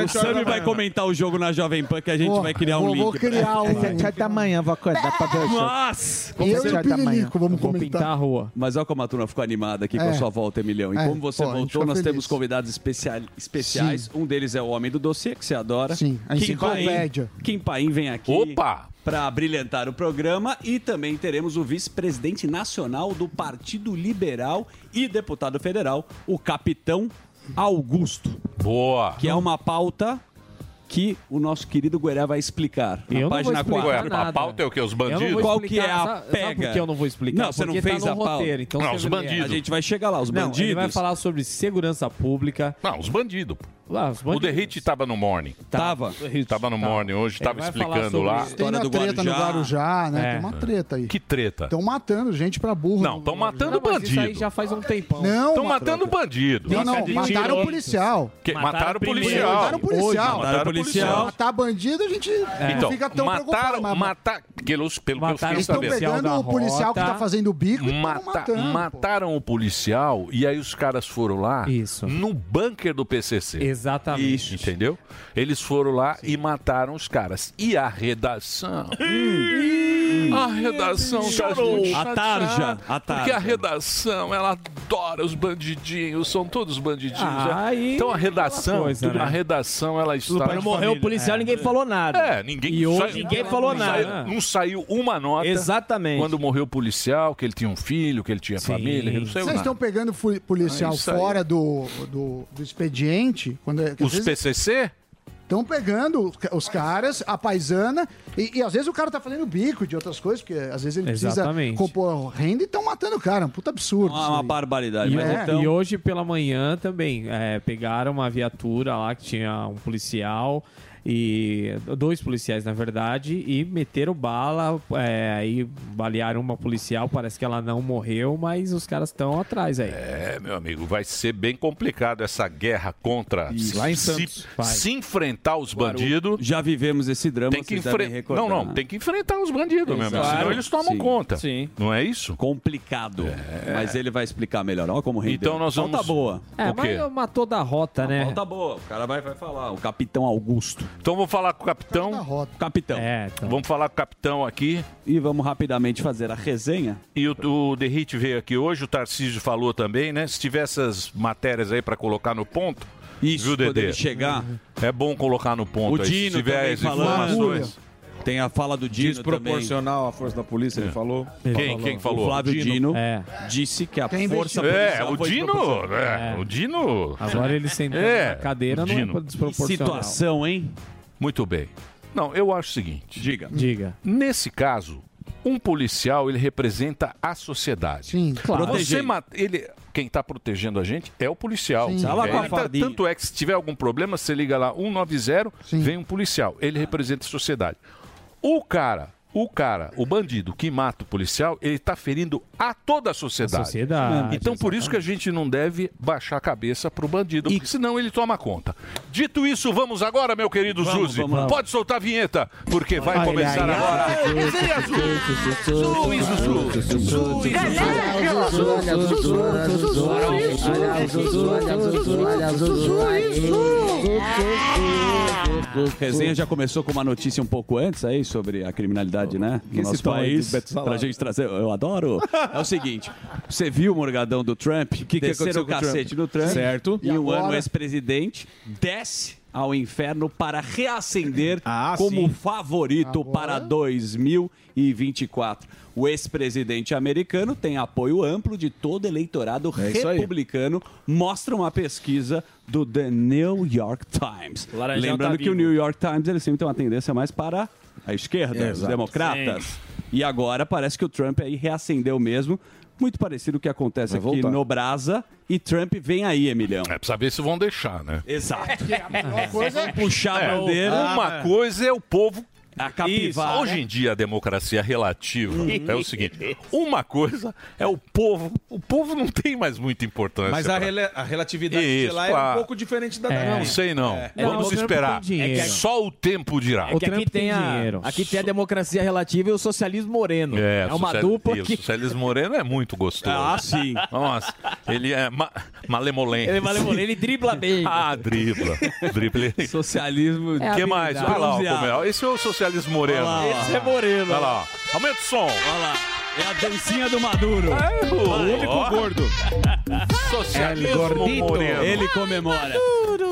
Speaker 8: O Sami vai comentar o jogo na Jovem Pan que a gente vai criar um
Speaker 16: vou,
Speaker 8: link.
Speaker 16: Vou
Speaker 11: é
Speaker 16: criar um.
Speaker 8: da manhã, vou acordar pra ver
Speaker 16: o jogo.
Speaker 8: Nossa!
Speaker 16: Eu e o Pirilico, vamos comentar.
Speaker 8: a rua. Mas olha como a turma ficou animada aqui com
Speaker 16: É.
Speaker 8: a sua volta, Emilhão. E
Speaker 16: É,
Speaker 8: como você
Speaker 16: pô, a gente
Speaker 8: voltou,
Speaker 16: ficou
Speaker 8: nós
Speaker 16: feliz.
Speaker 8: temos convidados especial- especiais.
Speaker 16: Sim.
Speaker 8: Um deles é o Homem do Dossiê, que você adora.
Speaker 16: Sim, a
Speaker 8: Kim Paim.
Speaker 16: enciclopédia.
Speaker 8: Kim Paim vem aqui Opa! para brilhantar o programa. E também teremos o vice-presidente nacional do Partido Liberal e deputado federal, o Capitão Augusto.
Speaker 6: Boa!
Speaker 8: Que é uma pauta que o nosso querido Gueré vai explicar. na
Speaker 6: Eu não vou
Speaker 8: página
Speaker 6: explicar
Speaker 8: 4.
Speaker 6: nada. A pauta é o quê? Os bandidos? Eu não vou
Speaker 8: Qual que é
Speaker 6: explicar,
Speaker 8: a
Speaker 6: sabe- sabe
Speaker 8: pega?
Speaker 6: por que eu não vou explicar?
Speaker 8: Não, você não
Speaker 15: Porque tá
Speaker 8: fez
Speaker 15: no
Speaker 8: a pauta.
Speaker 15: roteiro, então você vai ler.
Speaker 8: A gente vai chegar lá, os
Speaker 15: Não,
Speaker 8: bandidos.
Speaker 15: Ele vai falar sobre segurança pública.
Speaker 6: Não, os bandidos. Tá.
Speaker 15: Ah, os
Speaker 6: O
Speaker 15: bandidos.
Speaker 6: Derrite tava no morning.
Speaker 8: Tava.
Speaker 6: Tava no morning hoje,
Speaker 15: Ele
Speaker 6: tava
Speaker 15: vai falar
Speaker 6: explicando
Speaker 15: sobre
Speaker 6: lá.
Speaker 15: isso. Tem
Speaker 16: Tem uma treta no Guarujá, né?
Speaker 6: É.
Speaker 16: Tem uma treta aí.
Speaker 6: Que treta?
Speaker 16: Estão matando gente pra burro.
Speaker 6: Não, estão matando
Speaker 16: mas isso
Speaker 6: bandido.
Speaker 16: aí
Speaker 15: já faz um tempão.
Speaker 16: Não,
Speaker 6: Estão
Speaker 16: mas-
Speaker 6: matando bandido.
Speaker 16: Não, não, mataram o policial.
Speaker 6: Que- Mataram o policial.
Speaker 16: Mataram o policial.
Speaker 6: Hoje, mataram o policial.
Speaker 16: Matar bandido, a gente não
Speaker 6: Então,
Speaker 16: fica tão
Speaker 6: mataram,
Speaker 16: preocupado. mas-
Speaker 6: matar, pelos, pelo que eu
Speaker 16: Eles
Speaker 6: fiquei
Speaker 16: estão
Speaker 6: sabendo.
Speaker 16: pegando o policial que tá fazendo o bico e
Speaker 6: Mata-
Speaker 16: estão matando.
Speaker 6: Tá, mataram o policial e aí os caras foram lá no bunker do PCC.
Speaker 15: Exatamente.
Speaker 6: Entendeu? Eles foram lá e mataram os caras. E a redação? a redação tá
Speaker 3: Chorou.
Speaker 6: muito
Speaker 3: A
Speaker 6: chateada,
Speaker 3: tarja, a
Speaker 6: Porque
Speaker 3: tarja.
Speaker 6: a redação, ela adora os bandidinhos, são todos bandidinhos.
Speaker 15: Ah,
Speaker 6: né?
Speaker 15: aí
Speaker 6: então a redação,
Speaker 15: aquela coisa,
Speaker 6: tudo-
Speaker 15: né?
Speaker 6: a redação, ela está...
Speaker 15: Quando morreu o policial, ninguém falou nada.
Speaker 6: É, ninguém
Speaker 15: E hoje
Speaker 6: saiu-
Speaker 15: ninguém falou
Speaker 6: não
Speaker 15: nada.
Speaker 6: saiu- não saiu uma nota. Exatamente. Quando morreu o policial, que ele tinha um filho, que ele tinha família, que não saiu
Speaker 16: Vocês
Speaker 6: nada.
Speaker 16: estão pegando fu- policial
Speaker 6: Ah, isso aí.
Speaker 16: fora do, do, do expediente? Quando, é,
Speaker 6: Os PCC?
Speaker 16: Estão pegando os ca- os caras, a paisana, e, e às vezes o cara tá fazendo bico de outras coisas, porque às vezes ele
Speaker 15: Exatamente.
Speaker 16: precisa compor renda e estão matando o cara. Um puta
Speaker 15: É
Speaker 16: absurdo.
Speaker 8: Uma, uma barbaridade.
Speaker 15: E,
Speaker 8: mas
Speaker 15: o-
Speaker 8: então-
Speaker 15: e hoje pela manhã também é, pegaram uma viatura lá que tinha um policial e dois policiais na verdade e meteram bala é, aí balearam uma policial parece que ela não morreu mas os caras estão atrás aí
Speaker 6: É, meu amigo, vai ser bem complicado essa guerra contra
Speaker 8: Isso.
Speaker 6: se-
Speaker 8: Lá em Santos.
Speaker 6: se,
Speaker 8: Vai.
Speaker 6: se enfrentar os bandidos.
Speaker 8: Já vivemos esse drama,
Speaker 6: Tem que
Speaker 8: vocês devem
Speaker 6: enfre-
Speaker 8: recordar.
Speaker 6: Não, não, tem que enfrentar os bandidos, meu amigo.
Speaker 8: Exato.
Speaker 6: Senão eles tomam
Speaker 8: Sim.
Speaker 6: conta.
Speaker 8: Sim.
Speaker 6: Não é isso? É.
Speaker 8: Complicado. Mas ele vai explicar melhor. Olha como rendeu.
Speaker 6: Então nós
Speaker 8: Pauta
Speaker 6: vamos-
Speaker 8: boa.
Speaker 15: é mas matou da rota né
Speaker 8: Pauta boa. O cara vai, vai falar. O capitão Augusto.
Speaker 6: Então vou falar com o capitão.
Speaker 8: Capitão.
Speaker 15: É, então.
Speaker 6: Vamos falar com o capitão aqui.
Speaker 8: E vamos rapidamente fazer a resenha.
Speaker 6: E o, o The Hit veio aqui hoje, o Tarcísio falou também, né? Se tiver essas matérias aí pra colocar no ponto.
Speaker 8: Isso,
Speaker 6: viu,
Speaker 8: quando
Speaker 6: Dedê?
Speaker 8: ele chegar.
Speaker 6: É bom colocar no ponto
Speaker 8: O
Speaker 6: aí.
Speaker 8: Dino
Speaker 6: se tiver
Speaker 8: também
Speaker 6: as
Speaker 8: falando.
Speaker 6: informações.
Speaker 8: Tem a fala do Dino
Speaker 11: Desproporcional à força da polícia, É. ele falou.
Speaker 6: Quem- quem falou?
Speaker 8: O Flávio
Speaker 6: Dino.
Speaker 8: Dino,
Speaker 15: É.
Speaker 8: disse que a
Speaker 11: Quem
Speaker 8: força
Speaker 11: investiu?
Speaker 6: É,
Speaker 8: policial
Speaker 6: o
Speaker 8: foi
Speaker 6: Dino.
Speaker 8: desproporcional.
Speaker 6: É, o Dino.
Speaker 15: Agora ele sentando na cadeira,
Speaker 6: o
Speaker 15: não é
Speaker 6: Dino.
Speaker 15: pra- desproporcional. Que situação,
Speaker 8: hein?
Speaker 6: Muito bem. Não, eu acho o seguinte.
Speaker 8: Diga.
Speaker 15: Diga.
Speaker 6: Nesse caso, um policial, ele representa a sociedade. Sim,
Speaker 8: claro.
Speaker 6: Você
Speaker 8: Proteger.
Speaker 6: mata, ele, quem tá protegendo a gente é o policial.
Speaker 8: Sim. Tá lá com a
Speaker 6: Ele tá-
Speaker 8: fardinha.
Speaker 6: tanto é que se tiver algum problema, você liga lá 190, vem um policial. Ele representa a sociedade. O cara, o cara, o bandido que mata o policial, ele tá ferindo a toda a sociedade.
Speaker 15: A sociedade,
Speaker 6: então por isso que a gente não deve baixar a cabeça pro bandido, porque senão ele toma conta. Dito isso, vamos agora, meu querido
Speaker 3: Vamos,
Speaker 6: Zuzi.
Speaker 3: vamos lá.
Speaker 6: Pode soltar a vinheta, porque vai
Speaker 3: Olha
Speaker 6: começar
Speaker 3: aí.
Speaker 6: agora. a Resenha Azul. Zui, Zuzu.
Speaker 3: Ah!
Speaker 8: A resenha já começou com uma notícia um pouco antes aí sobre a criminalidade, né?
Speaker 11: Esse
Speaker 8: No nosso
Speaker 11: tal aí
Speaker 8: país.
Speaker 11: do Beto Salário.
Speaker 8: Pra gente trazer. Eu adoro. É o seguinte: você viu o morgadão do Trump? O
Speaker 11: que aconteceu
Speaker 8: o
Speaker 11: com o
Speaker 8: cacete
Speaker 11: Trump?
Speaker 8: no Trump.
Speaker 11: Certo.
Speaker 8: E,
Speaker 11: E
Speaker 8: o
Speaker 11: agora?
Speaker 8: ano ex-presidente desce ao inferno para reacender como
Speaker 11: Ah, sim.
Speaker 8: favorito para 2024. O ex-presidente americano tem apoio amplo de todo eleitorado
Speaker 11: É isso aí.
Speaker 8: republicano, mostra uma pesquisa do The New York Times.
Speaker 11: Laranjal
Speaker 8: Lembrando
Speaker 11: tá
Speaker 8: que o
Speaker 11: vivo.
Speaker 8: New York Times ele sempre tem uma tendência mais para a esquerda, os
Speaker 11: Exato.
Speaker 8: democratas. E agora parece que o Trump aí reacendeu mesmo. muito parecido com o que acontece
Speaker 6: Vai
Speaker 8: aqui
Speaker 6: voltar.
Speaker 8: no Brasa. E Trump vem aí, Emilhão.
Speaker 6: É pra saber se vão deixar, né?
Speaker 8: Exato.
Speaker 6: melhor
Speaker 8: coisa é puxar a bandeira.
Speaker 6: Uma coisa é o povo.
Speaker 8: A capivara.
Speaker 6: Isso. Hoje em dia a democracia é relativa é o seguinte: uma coisa é o povo. O povo não tem mais muita importância.
Speaker 11: Mas a,
Speaker 6: pra-
Speaker 11: rela- é, a relatividade de
Speaker 6: Isso,
Speaker 11: lá é um
Speaker 6: claro.
Speaker 11: pouco diferente da
Speaker 6: É,
Speaker 11: daqui.
Speaker 6: Não sei não.
Speaker 11: É.
Speaker 6: Vamos
Speaker 11: Não, o
Speaker 6: esperar.
Speaker 11: Trump tem dinheiro.
Speaker 6: É que Só o tempo dirá.
Speaker 13: É que aqui tem, a, aqui tem a democracia relativa e o socialismo moreno. É, uma
Speaker 6: Suceli-
Speaker 13: dupla
Speaker 6: isso,
Speaker 13: que.
Speaker 6: O Celis Moreno é muito gostoso. Ah,
Speaker 8: sim.
Speaker 6: Nossa, ele é ma malemolente.
Speaker 13: Ele é malemolente, ele dribla bem.
Speaker 6: ah, dribla. dribla.
Speaker 8: Socialismo.
Speaker 6: O que mais? Olha lá, ó, como é.
Speaker 8: Bronzeado.
Speaker 6: Ó, Esse é o socialismo moreno.
Speaker 8: Olha lá, ó. Esse é moreno.
Speaker 6: Olha lá. ó. Aumenta o som.
Speaker 8: Olha lá. É a dancinha do Maduro.
Speaker 6: o
Speaker 8: único gordo.
Speaker 6: Socialismo moreno.
Speaker 8: É,
Speaker 6: Ah, é
Speaker 8: Ele é comemora.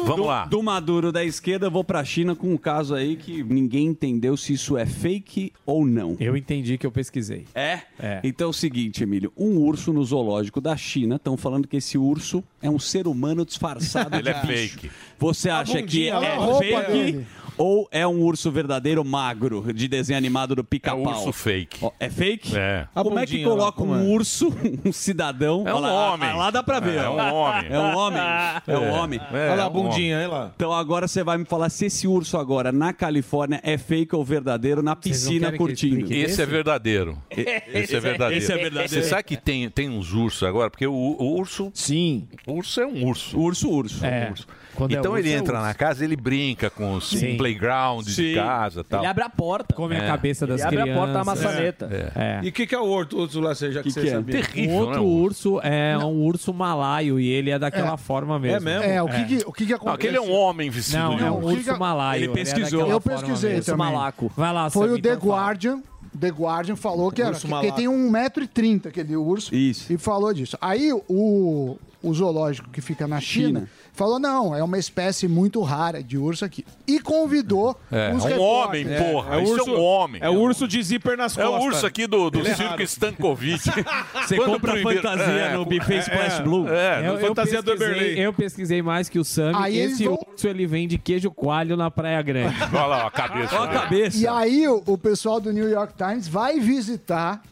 Speaker 6: Vamos
Speaker 8: do,
Speaker 6: lá.
Speaker 8: Do Maduro da esquerda, eu vou pra China com um caso aí que ninguém entendeu se isso é fake ou não.
Speaker 15: Eu entendi que eu pesquisei.
Speaker 8: É?
Speaker 15: É.
Speaker 8: Então é o seguinte, Emílio. Um urso no zoológico da China. Estão falando que esse urso é um ser humano disfarçado
Speaker 6: Ele
Speaker 8: de
Speaker 6: é
Speaker 8: bicho.
Speaker 6: fake.
Speaker 8: Você acha que
Speaker 6: bundinha,
Speaker 8: é
Speaker 6: a roupa
Speaker 8: fake
Speaker 6: dele.
Speaker 8: ou é um urso verdairo magro de desenho animado do pica-pau?
Speaker 6: É urso fake.
Speaker 8: É fake?
Speaker 6: É.
Speaker 8: Como é que coloca um urso, um cidadão?
Speaker 6: É um
Speaker 8: Olha lá, ah,
Speaker 6: homem.
Speaker 8: Lá dá pra ver.
Speaker 6: É
Speaker 8: ó.
Speaker 6: um homem.
Speaker 8: É um homem. É
Speaker 6: É.
Speaker 8: um homem.
Speaker 6: É, Olha lá a é um bundinha, homem. olha lá.
Speaker 8: Então agora você vai me falar se esse urso agora na Califórnia é fake ou verdadeiro na
Speaker 6: Vocês não
Speaker 8: piscina
Speaker 6: querem que eu
Speaker 8: curtindo.
Speaker 6: explique Esse é verdadeiro.
Speaker 8: E-
Speaker 6: Esse é verdadeiro.
Speaker 8: Esse é verdadeiro.
Speaker 6: Você sabe que tem, tem uns ursos agora? Porque o, o urso.
Speaker 13: Sim.
Speaker 6: Urso é um urso.
Speaker 8: Urso, urso.
Speaker 6: É.
Speaker 15: Quando é
Speaker 6: então
Speaker 15: urso,
Speaker 6: ele
Speaker 15: é
Speaker 6: entra
Speaker 15: urso.
Speaker 6: na casa, ele brinca com os
Speaker 15: Sim.
Speaker 6: playgrounds de
Speaker 15: Sim.
Speaker 6: casa
Speaker 11: Tá.
Speaker 6: e tal.
Speaker 13: Ele abre a porta.
Speaker 15: Come
Speaker 6: É.
Speaker 15: a cabeça das
Speaker 13: abre a
Speaker 15: crianças.
Speaker 13: porta da maçaneta.
Speaker 15: É.
Speaker 11: E o que, que é o outro, outro lá, você- já que, é? né, você sabia?
Speaker 15: um outro urso é um urso malaio e ele é daquela
Speaker 11: É.
Speaker 15: forma mesmo.
Speaker 11: É mesmo? É, o que que- o que que acontece? Não, aquele é um
Speaker 6: homem vestido
Speaker 15: Não,
Speaker 6: de
Speaker 15: é um
Speaker 6: urso. O que
Speaker 15: urso
Speaker 6: que-
Speaker 15: malaio.
Speaker 6: Ele
Speaker 15: é
Speaker 6: pesquisou.
Speaker 15: daquela
Speaker 6: Eu
Speaker 15: forma
Speaker 6: pesquisei
Speaker 15: mesmo.
Speaker 6: também.
Speaker 15: Urso malaco. Vai lá,
Speaker 16: Foi
Speaker 15: Sammy,
Speaker 16: o The
Speaker 15: então fala.
Speaker 16: Guardian. The Guardian falou que era
Speaker 15: Urso
Speaker 16: que
Speaker 15: malaco.
Speaker 16: tem 1,30m aquele urso.
Speaker 8: Isso.
Speaker 16: E falou disso. Aí o, o zoológico que fica na China,
Speaker 8: China.
Speaker 16: falou: não, é uma espécie muito rara de urso aqui. E convidou
Speaker 6: É,
Speaker 16: os
Speaker 6: é um homem,
Speaker 16: repórteres.
Speaker 6: porra. Isso é um homem.
Speaker 11: É o urso de zíper nas
Speaker 6: É
Speaker 11: costas.
Speaker 6: o urso aqui do, do
Speaker 11: Ele é
Speaker 6: circo
Speaker 11: raro.
Speaker 6: Stankovic.
Speaker 11: Você
Speaker 6: Quando
Speaker 11: compra
Speaker 6: proibiram-
Speaker 11: fantasia no buffet Splash Blue.
Speaker 6: É,
Speaker 15: Eu,
Speaker 6: no
Speaker 15: eu
Speaker 6: fantasia do
Speaker 15: pesquisei-
Speaker 6: Eberlei.
Speaker 15: Eu pesquisei mais que o Sammy.
Speaker 16: Aí eles
Speaker 15: Esse
Speaker 16: vão-
Speaker 15: urso ele vende queijo coalho na Praia Grande.
Speaker 6: Olha lá, ó, a cabeça. né? dele.
Speaker 16: E aí o, o pessoal do New York Times vai visitar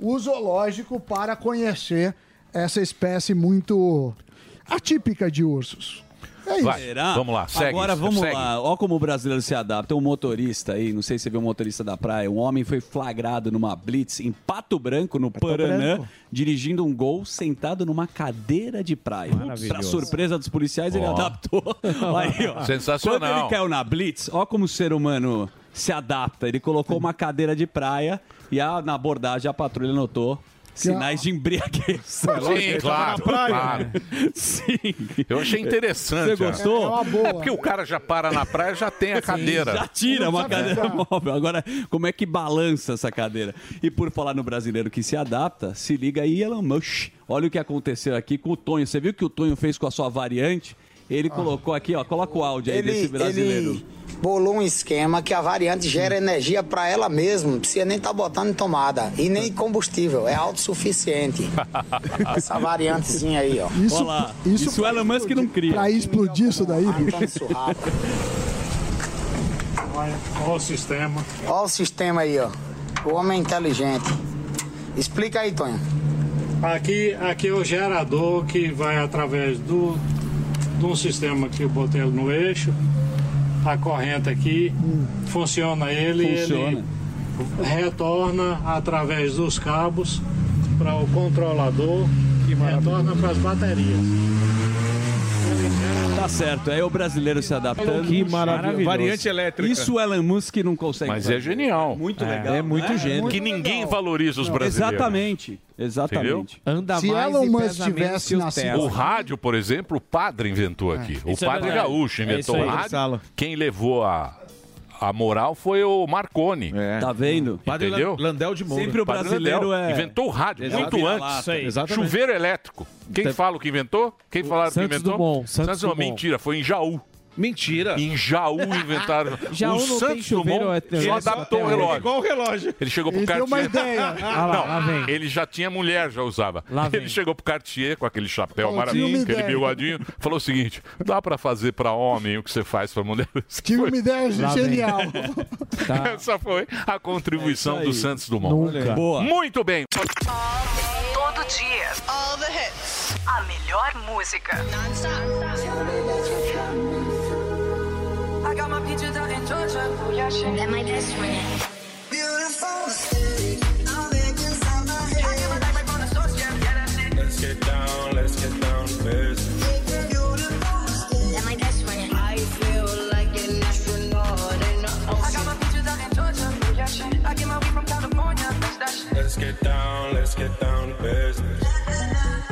Speaker 16: o zoológico para conhecer essa espécie muito atípica de ursos. É isso.
Speaker 8: Será?
Speaker 6: Vamos lá, segue,
Speaker 8: Agora
Speaker 6: segue.
Speaker 8: vamos lá. Olha como o brasileiro se adapta. Um motorista aí, não sei se você viu um motorista da praia. Um homem foi flagrado numa blitz em Pato Branco, no Paraná,
Speaker 11: Branco.
Speaker 8: dirigindo um gol sentado numa cadeira de praia. Pra surpresa dos policiais, ele
Speaker 6: Ó.
Speaker 8: adaptou. Aí, ó.
Speaker 6: Sensacional.
Speaker 8: Quando ele caiu na blitz, olha como o ser humano se adapta. Ele colocou uma cadeira de praia e a- na abordagem a patrulha notou sinais de embriaguez.
Speaker 6: Sim, claro, claro.
Speaker 8: Sim.
Speaker 6: Eu achei interessante.
Speaker 8: Você
Speaker 6: ó.
Speaker 8: gostou?
Speaker 6: É porque o cara já para na praia já tem a cadeira.
Speaker 8: Já tira uma cadeira móvel. Agora, como é que balança essa cadeira? E por falar no brasileiro que se adapta, se liga aí, Elon Musk. Olha o que aconteceu aqui com o Tonho. Você viu o que o Tonho fez com a sua variante? Ele
Speaker 16: Ah.
Speaker 8: colocou aqui, ó. Coloca o áudio aí desse brasileiro.
Speaker 12: ele bolou um esquema que a variante gera energia para ela mesma, não precisa nem estar botando em tomada e nem combustível, é autossuficiente. Essa variantezinha aí, ó.
Speaker 16: Isso, isso,
Speaker 12: isso o Elon Musk não cria.
Speaker 16: Pra explodir isso daí.
Speaker 12: Ah, tá Olha o sistema. Olha o sistema aí, ó. O homem é inteligente. Explica aí, Tonho.
Speaker 17: Aqui, aqui é o gerador que vai através do, de um sistema que eu botei no eixo, a corrente aqui, funciona ele, e
Speaker 8: Funciona.
Speaker 17: ele retorna através dos cabos para o controlador e retorna para as baterias.
Speaker 8: Tá certo, é o brasileiro se adaptando.
Speaker 11: Que maravilhoso. Variante elétrica.
Speaker 8: Isso o Elon Musk não consegue.
Speaker 6: Mas
Speaker 8: fazer.
Speaker 6: é genial.
Speaker 8: Muito
Speaker 6: É.
Speaker 8: legal.
Speaker 6: É muito
Speaker 8: né?
Speaker 6: gênio. Que ninguém valoriza os brasileiros.
Speaker 8: Exatamente. Exatamente.
Speaker 15: Anda
Speaker 16: Se mais Elon e Musk pesa menos tivesse que os nascido- Tesla.
Speaker 6: O rádio, por exemplo, o padre inventou aqui. O
Speaker 15: Isso é
Speaker 6: padre
Speaker 15: verdade.
Speaker 6: gaúcho
Speaker 15: É
Speaker 6: inventou
Speaker 15: isso
Speaker 6: o
Speaker 15: aí,
Speaker 6: rádio.
Speaker 15: Gonçalo.
Speaker 6: Quem levou a, a moral foi o Marconi.
Speaker 8: Tá vendo?
Speaker 11: Padre
Speaker 6: Entendeu?
Speaker 11: Lan- Landel de Moura.
Speaker 8: Sempre o
Speaker 6: Padre
Speaker 8: brasileiro
Speaker 6: Landel
Speaker 8: é-
Speaker 6: Inventou o rádio,
Speaker 11: Exato.
Speaker 6: muito
Speaker 11: Vira-lata.
Speaker 6: antes.
Speaker 11: Isso aí. Exatamente.
Speaker 6: Chuveiro elétrico. Quem fala o que inventou? Quem falaram que
Speaker 11: Santos
Speaker 6: inventou?
Speaker 11: Dumont, Santos Dumont.
Speaker 6: Mentira, foi em Jaú.
Speaker 11: Mentira.
Speaker 6: Em Jaú inventaram.
Speaker 11: Jaú
Speaker 6: É. o
Speaker 11: não tem
Speaker 6: Santos
Speaker 11: chuveiro,
Speaker 6: Dumont
Speaker 11: é-
Speaker 6: só
Speaker 11: é-
Speaker 6: adaptou
Speaker 11: é-
Speaker 6: o relógio.
Speaker 11: igual o relógio.
Speaker 6: Ele chegou pro
Speaker 11: Ele deu
Speaker 6: Cartier.
Speaker 11: uma ideia. Ah lá,
Speaker 6: Não,
Speaker 11: lá vem.
Speaker 6: ele já tinha mulher, já usava. ele chegou pro Cartier com aquele chapéu
Speaker 16: Pô, tinha
Speaker 6: maravilhoso,
Speaker 16: uma
Speaker 6: aquele
Speaker 16: ideia.
Speaker 6: bigodinho. Falou o seguinte: dá pra fazer pra homem o que você faz pra mulher? Essa
Speaker 16: Tive
Speaker 6: foi-
Speaker 16: uma ideia
Speaker 6: Lá vem.
Speaker 16: genial. Tá.
Speaker 6: Essa foi a contribuição do Santos Dumont.
Speaker 16: É Nunca.
Speaker 6: Boa. Muito bem.
Speaker 3: Todo do dia. All the hits. A melhor música. I got my peaches out in Georgia. Oh, yeah, shit. That my best friend. Beautiful state. All that just on my head. Can't get my back back on the source, yeah. Yeah, that's it.
Speaker 18: Let's get down, let's get down to business.
Speaker 3: Beautiful state. That my best friend. I feel like an astronaut in a I got my peaches out in Georgia. Oh, yeah, shit. I get my weed from California. That's that shit.
Speaker 18: Let's get down, let's get down to business.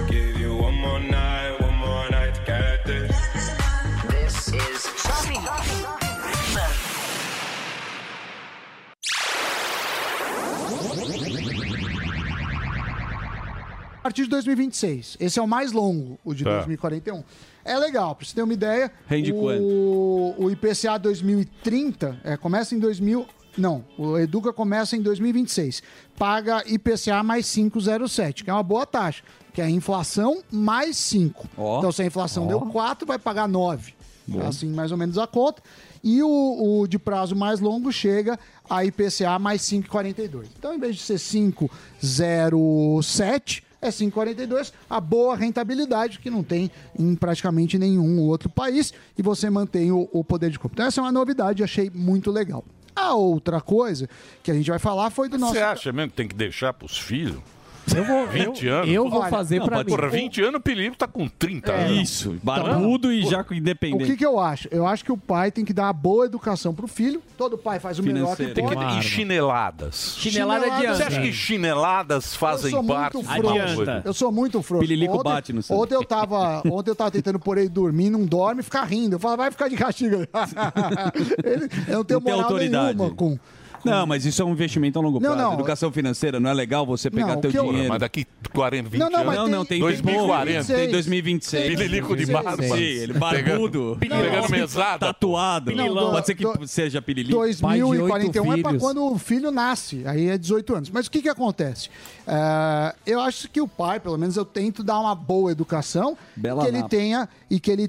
Speaker 18: Give you one more night, one more night to get this.
Speaker 3: This is Shopping.
Speaker 16: A partir de 2026. Esse é o mais longo, o de
Speaker 8: Tá.
Speaker 16: 2041. É legal, pra você ter uma ideia.
Speaker 8: Rende
Speaker 16: o, o IPCA 2030 é, começa em 2000. Não, o Educa começa em 2026. Paga IPCA mais 5,07, que é uma boa taxa, que é a inflação mais 5.
Speaker 8: Ó.
Speaker 16: Então, se a inflação
Speaker 8: Ó.
Speaker 16: deu 4, vai pagar 9.
Speaker 8: Bom.
Speaker 16: Assim, mais ou menos a conta. E o, o de prazo mais longo chega a IPCA mais 5,42. Então, em vez de ser 5,07, é 5,42. A boa rentabilidade que não tem em praticamente nenhum outro país. E você mantém o, o poder de compra. Então, essa é uma novidade, achei muito legal. A outra coisa que a gente vai falar foi do nosso.
Speaker 6: Você acha mesmo que tem que deixar pros filhos?
Speaker 16: Eu vou-
Speaker 6: 20
Speaker 16: eu-
Speaker 6: anos?
Speaker 16: eu vou Olha, fazer não, pra pode- mim.
Speaker 6: Porra, 20 anos o Felipe tá com 30
Speaker 16: É.
Speaker 6: anos.
Speaker 16: Isso, barbudo
Speaker 8: e já com
Speaker 16: O que, que eu acho? Eu acho que o pai tem que dar a boa educação pro filho. Todo pai faz o melhor que
Speaker 6: Tem
Speaker 16: pode.
Speaker 6: que... E chineladas.
Speaker 16: Chinelada
Speaker 6: Chineladas-
Speaker 16: adianta.
Speaker 6: Você acha que chineladas fazem parte do
Speaker 16: frouxo. Eu sou muito frouxo.
Speaker 8: Pililico
Speaker 16: ontem,
Speaker 8: bate no sangue.
Speaker 16: ontem eu tava, ontem eu tava tentando pôr ele dormir, não dorme, ficar rindo. Eu falo, vai ficar de castigo. ele, eu não
Speaker 8: Não tem
Speaker 16: tenho moral
Speaker 8: autoridade.
Speaker 16: nenhuma com...
Speaker 8: Não, mas isso é um investimento a longo
Speaker 16: Não,
Speaker 8: prazo.
Speaker 16: não.
Speaker 8: Educação financeira não é legal você pegar
Speaker 16: Não, o
Speaker 8: teu
Speaker 16: que eu-
Speaker 8: dinheiro.
Speaker 16: Mas
Speaker 6: daqui 40, 20
Speaker 8: não, não,
Speaker 6: anos.
Speaker 8: Mas não, não, tem
Speaker 6: 2040.
Speaker 8: Tem 2026.
Speaker 6: Pililico de barba.
Speaker 8: Sim, ele barbudo.
Speaker 6: Pegando- pegando mesada.
Speaker 8: Tatuado.
Speaker 16: Não, do-
Speaker 8: Pode ser que
Speaker 16: do-
Speaker 8: seja pililico.
Speaker 16: 2041 é para um é quando o filho nasce, aí é 18 anos. Mas o que, que acontece? Ah, eu acho que o pai, pelo menos eu tento dar uma boa educação
Speaker 8: Bela
Speaker 16: e que ele
Speaker 8: napa.
Speaker 16: tenha e que ele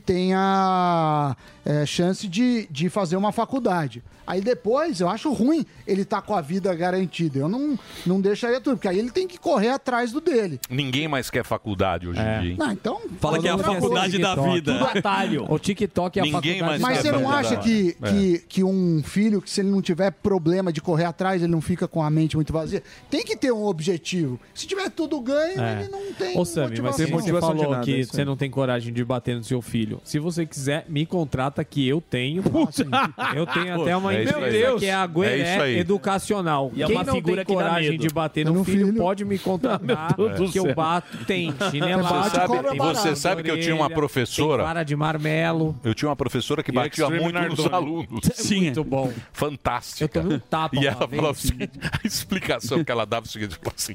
Speaker 16: tenha eh, chance de, de fazer uma faculdade. Aí depois eu acho ruim ele estar com a vida garantida. Eu não, não deixaria tudo, porque aí ele tem que correr atrás do dele.
Speaker 6: Ninguém mais quer faculdade hoje em dia. hein?
Speaker 16: Não, assim, então.
Speaker 6: É. Fala que é a
Speaker 16: outra
Speaker 6: faculdade
Speaker 16: coisa.
Speaker 6: da vida. Tudo atalho.
Speaker 15: O TikTok é a
Speaker 6: Ninguém
Speaker 15: faculdade.
Speaker 16: Mas
Speaker 6: quer
Speaker 16: você não
Speaker 6: faculdade.
Speaker 16: acha que,
Speaker 6: É.
Speaker 16: que, que um filho, que se ele não tiver problema de correr atrás, ele não fica com a mente muito vazia? Tem que ter um objetivo. Se tiver tudo ganho,
Speaker 15: É.
Speaker 16: ele não tem
Speaker 15: Ô, Sammy, mas
Speaker 16: motivação.
Speaker 15: você falou
Speaker 16: de
Speaker 15: que
Speaker 16: nada,
Speaker 15: você não tem coragem de bater no seu filho. Se você quiser, me contrata que eu tenho. eu tenho até uma
Speaker 5: É isso
Speaker 15: empresa
Speaker 5: aí. Meu
Speaker 15: que é a
Speaker 5: Deus. É isso
Speaker 15: Gueré
Speaker 5: aí.
Speaker 15: Educacional.
Speaker 5: E é
Speaker 15: Quem
Speaker 5: uma
Speaker 15: não
Speaker 5: figura que
Speaker 15: tem
Speaker 5: dá
Speaker 15: coragem
Speaker 5: medo.
Speaker 15: de bater no,
Speaker 5: No
Speaker 15: filho,
Speaker 5: filho.
Speaker 15: pode me contratar
Speaker 5: Meu Deus do
Speaker 15: que eu
Speaker 5: céu.
Speaker 15: bato. Tem chinelada.
Speaker 6: Você sabe- e você sabe que eu tinha uma professora.
Speaker 15: Cara de marmelo.
Speaker 6: Eu tinha uma professora que
Speaker 15: E
Speaker 6: batia
Speaker 15: Extreme
Speaker 6: muito nos
Speaker 15: Nardone.
Speaker 6: alunos.
Speaker 15: Sim. Muito bom.
Speaker 6: Fantástica.
Speaker 15: Eu tomei um tapa
Speaker 6: E
Speaker 15: uma
Speaker 6: ela
Speaker 15: vez.
Speaker 6: falava o seguinte: a explicação que ela dava é o seguinte, falou assim.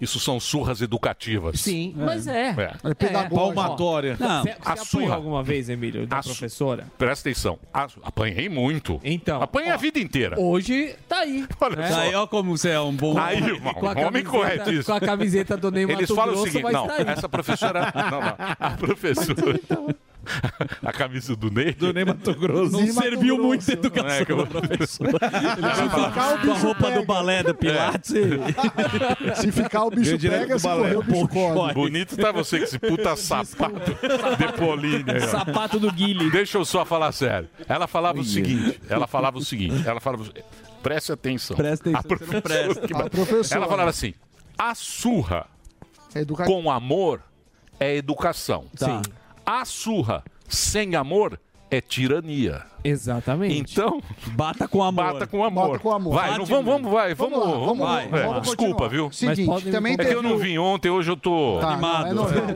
Speaker 6: Isso são surras educativas.
Speaker 15: Sim, mas é. É pedagógico. Palmatória. Não, você- você
Speaker 6: a
Speaker 15: apanhou
Speaker 6: surra.
Speaker 15: alguma vez, Emílio, da professora?
Speaker 6: Presta atenção. A- apanhei muito. Então. Apanhei a vida inteira.
Speaker 15: Hoje tá aí.
Speaker 6: Olha
Speaker 15: né?
Speaker 6: só.
Speaker 8: Aí, ó, como você é um bom
Speaker 6: Aí, irmão,
Speaker 15: Com a
Speaker 6: homem
Speaker 15: camiseta-
Speaker 6: corretíssimo.
Speaker 15: com a camiseta do Ney
Speaker 6: Eles
Speaker 15: Mato
Speaker 6: falam o
Speaker 15: Grosso,
Speaker 6: seguinte,
Speaker 15: vai
Speaker 6: não,
Speaker 15: sair.
Speaker 6: essa professora... Não, não, a professora... A camisa do Ney. Do Ney Mato Grosso.
Speaker 8: Não serviu muito de
Speaker 6: educação é, que eu... professor.
Speaker 8: Com a roupa do balé do Pilates.
Speaker 16: É. Se ficar, o bicho
Speaker 6: Veio direto
Speaker 16: pega,
Speaker 6: do
Speaker 16: se
Speaker 6: balé.
Speaker 16: correr, o bicho corre.
Speaker 6: Bonito tá você com esse puta sapato de Pauline. aí, ó.
Speaker 15: Sapato do Guile.
Speaker 6: Deixa eu só falar sério. Ela falava o seguinte, ela falava o seguinte, ela falava... o- Preste atenção. Presta atenção, a
Speaker 8: presta.
Speaker 6: que-
Speaker 8: A professora.
Speaker 6: Ela falava assim, a surra
Speaker 16: É educa-
Speaker 6: com amor é educação.
Speaker 16: Tá. Sim.
Speaker 6: A surra sem amor é tirania.
Speaker 15: Exatamente.
Speaker 6: Então,
Speaker 8: bata com amor.
Speaker 6: Bata com amor.
Speaker 16: Bata com amor.
Speaker 6: Vai,
Speaker 16: Bate
Speaker 6: não, vamos, vamos, vai, vamos,
Speaker 16: Vamos lá,
Speaker 6: vamos,
Speaker 16: vamos-
Speaker 6: vai.
Speaker 16: vamos
Speaker 6: É, Desculpa,
Speaker 16: continuar.
Speaker 6: viu?
Speaker 16: Seguinte, Mas pode- também
Speaker 6: é que eu
Speaker 16: teve
Speaker 6: não
Speaker 16: o-
Speaker 6: vim ontem, hoje eu tô
Speaker 16: Tá,
Speaker 6: animado.
Speaker 16: é normal.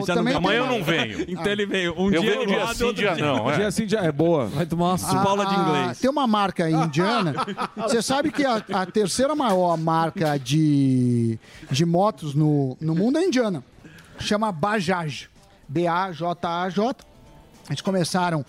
Speaker 16: O- também Ah.
Speaker 6: Amanhã eu
Speaker 16: teve-
Speaker 6: não venho.
Speaker 8: tá Então ele veio um
Speaker 6: eu
Speaker 8: dia
Speaker 6: venho dia
Speaker 8: animado,
Speaker 6: sim,
Speaker 8: outro
Speaker 6: dia
Speaker 8: dia-
Speaker 6: não. É.
Speaker 8: Dia
Speaker 11: sim, dia é boa.
Speaker 15: Vai tomar uma
Speaker 16: Ah, Tem uma marca indiana. Você sabe que a, a terceira maior marca de, de motos no, no mundo é indiana. Chama Bajaj. B-A-J-A-J. Eles começaram.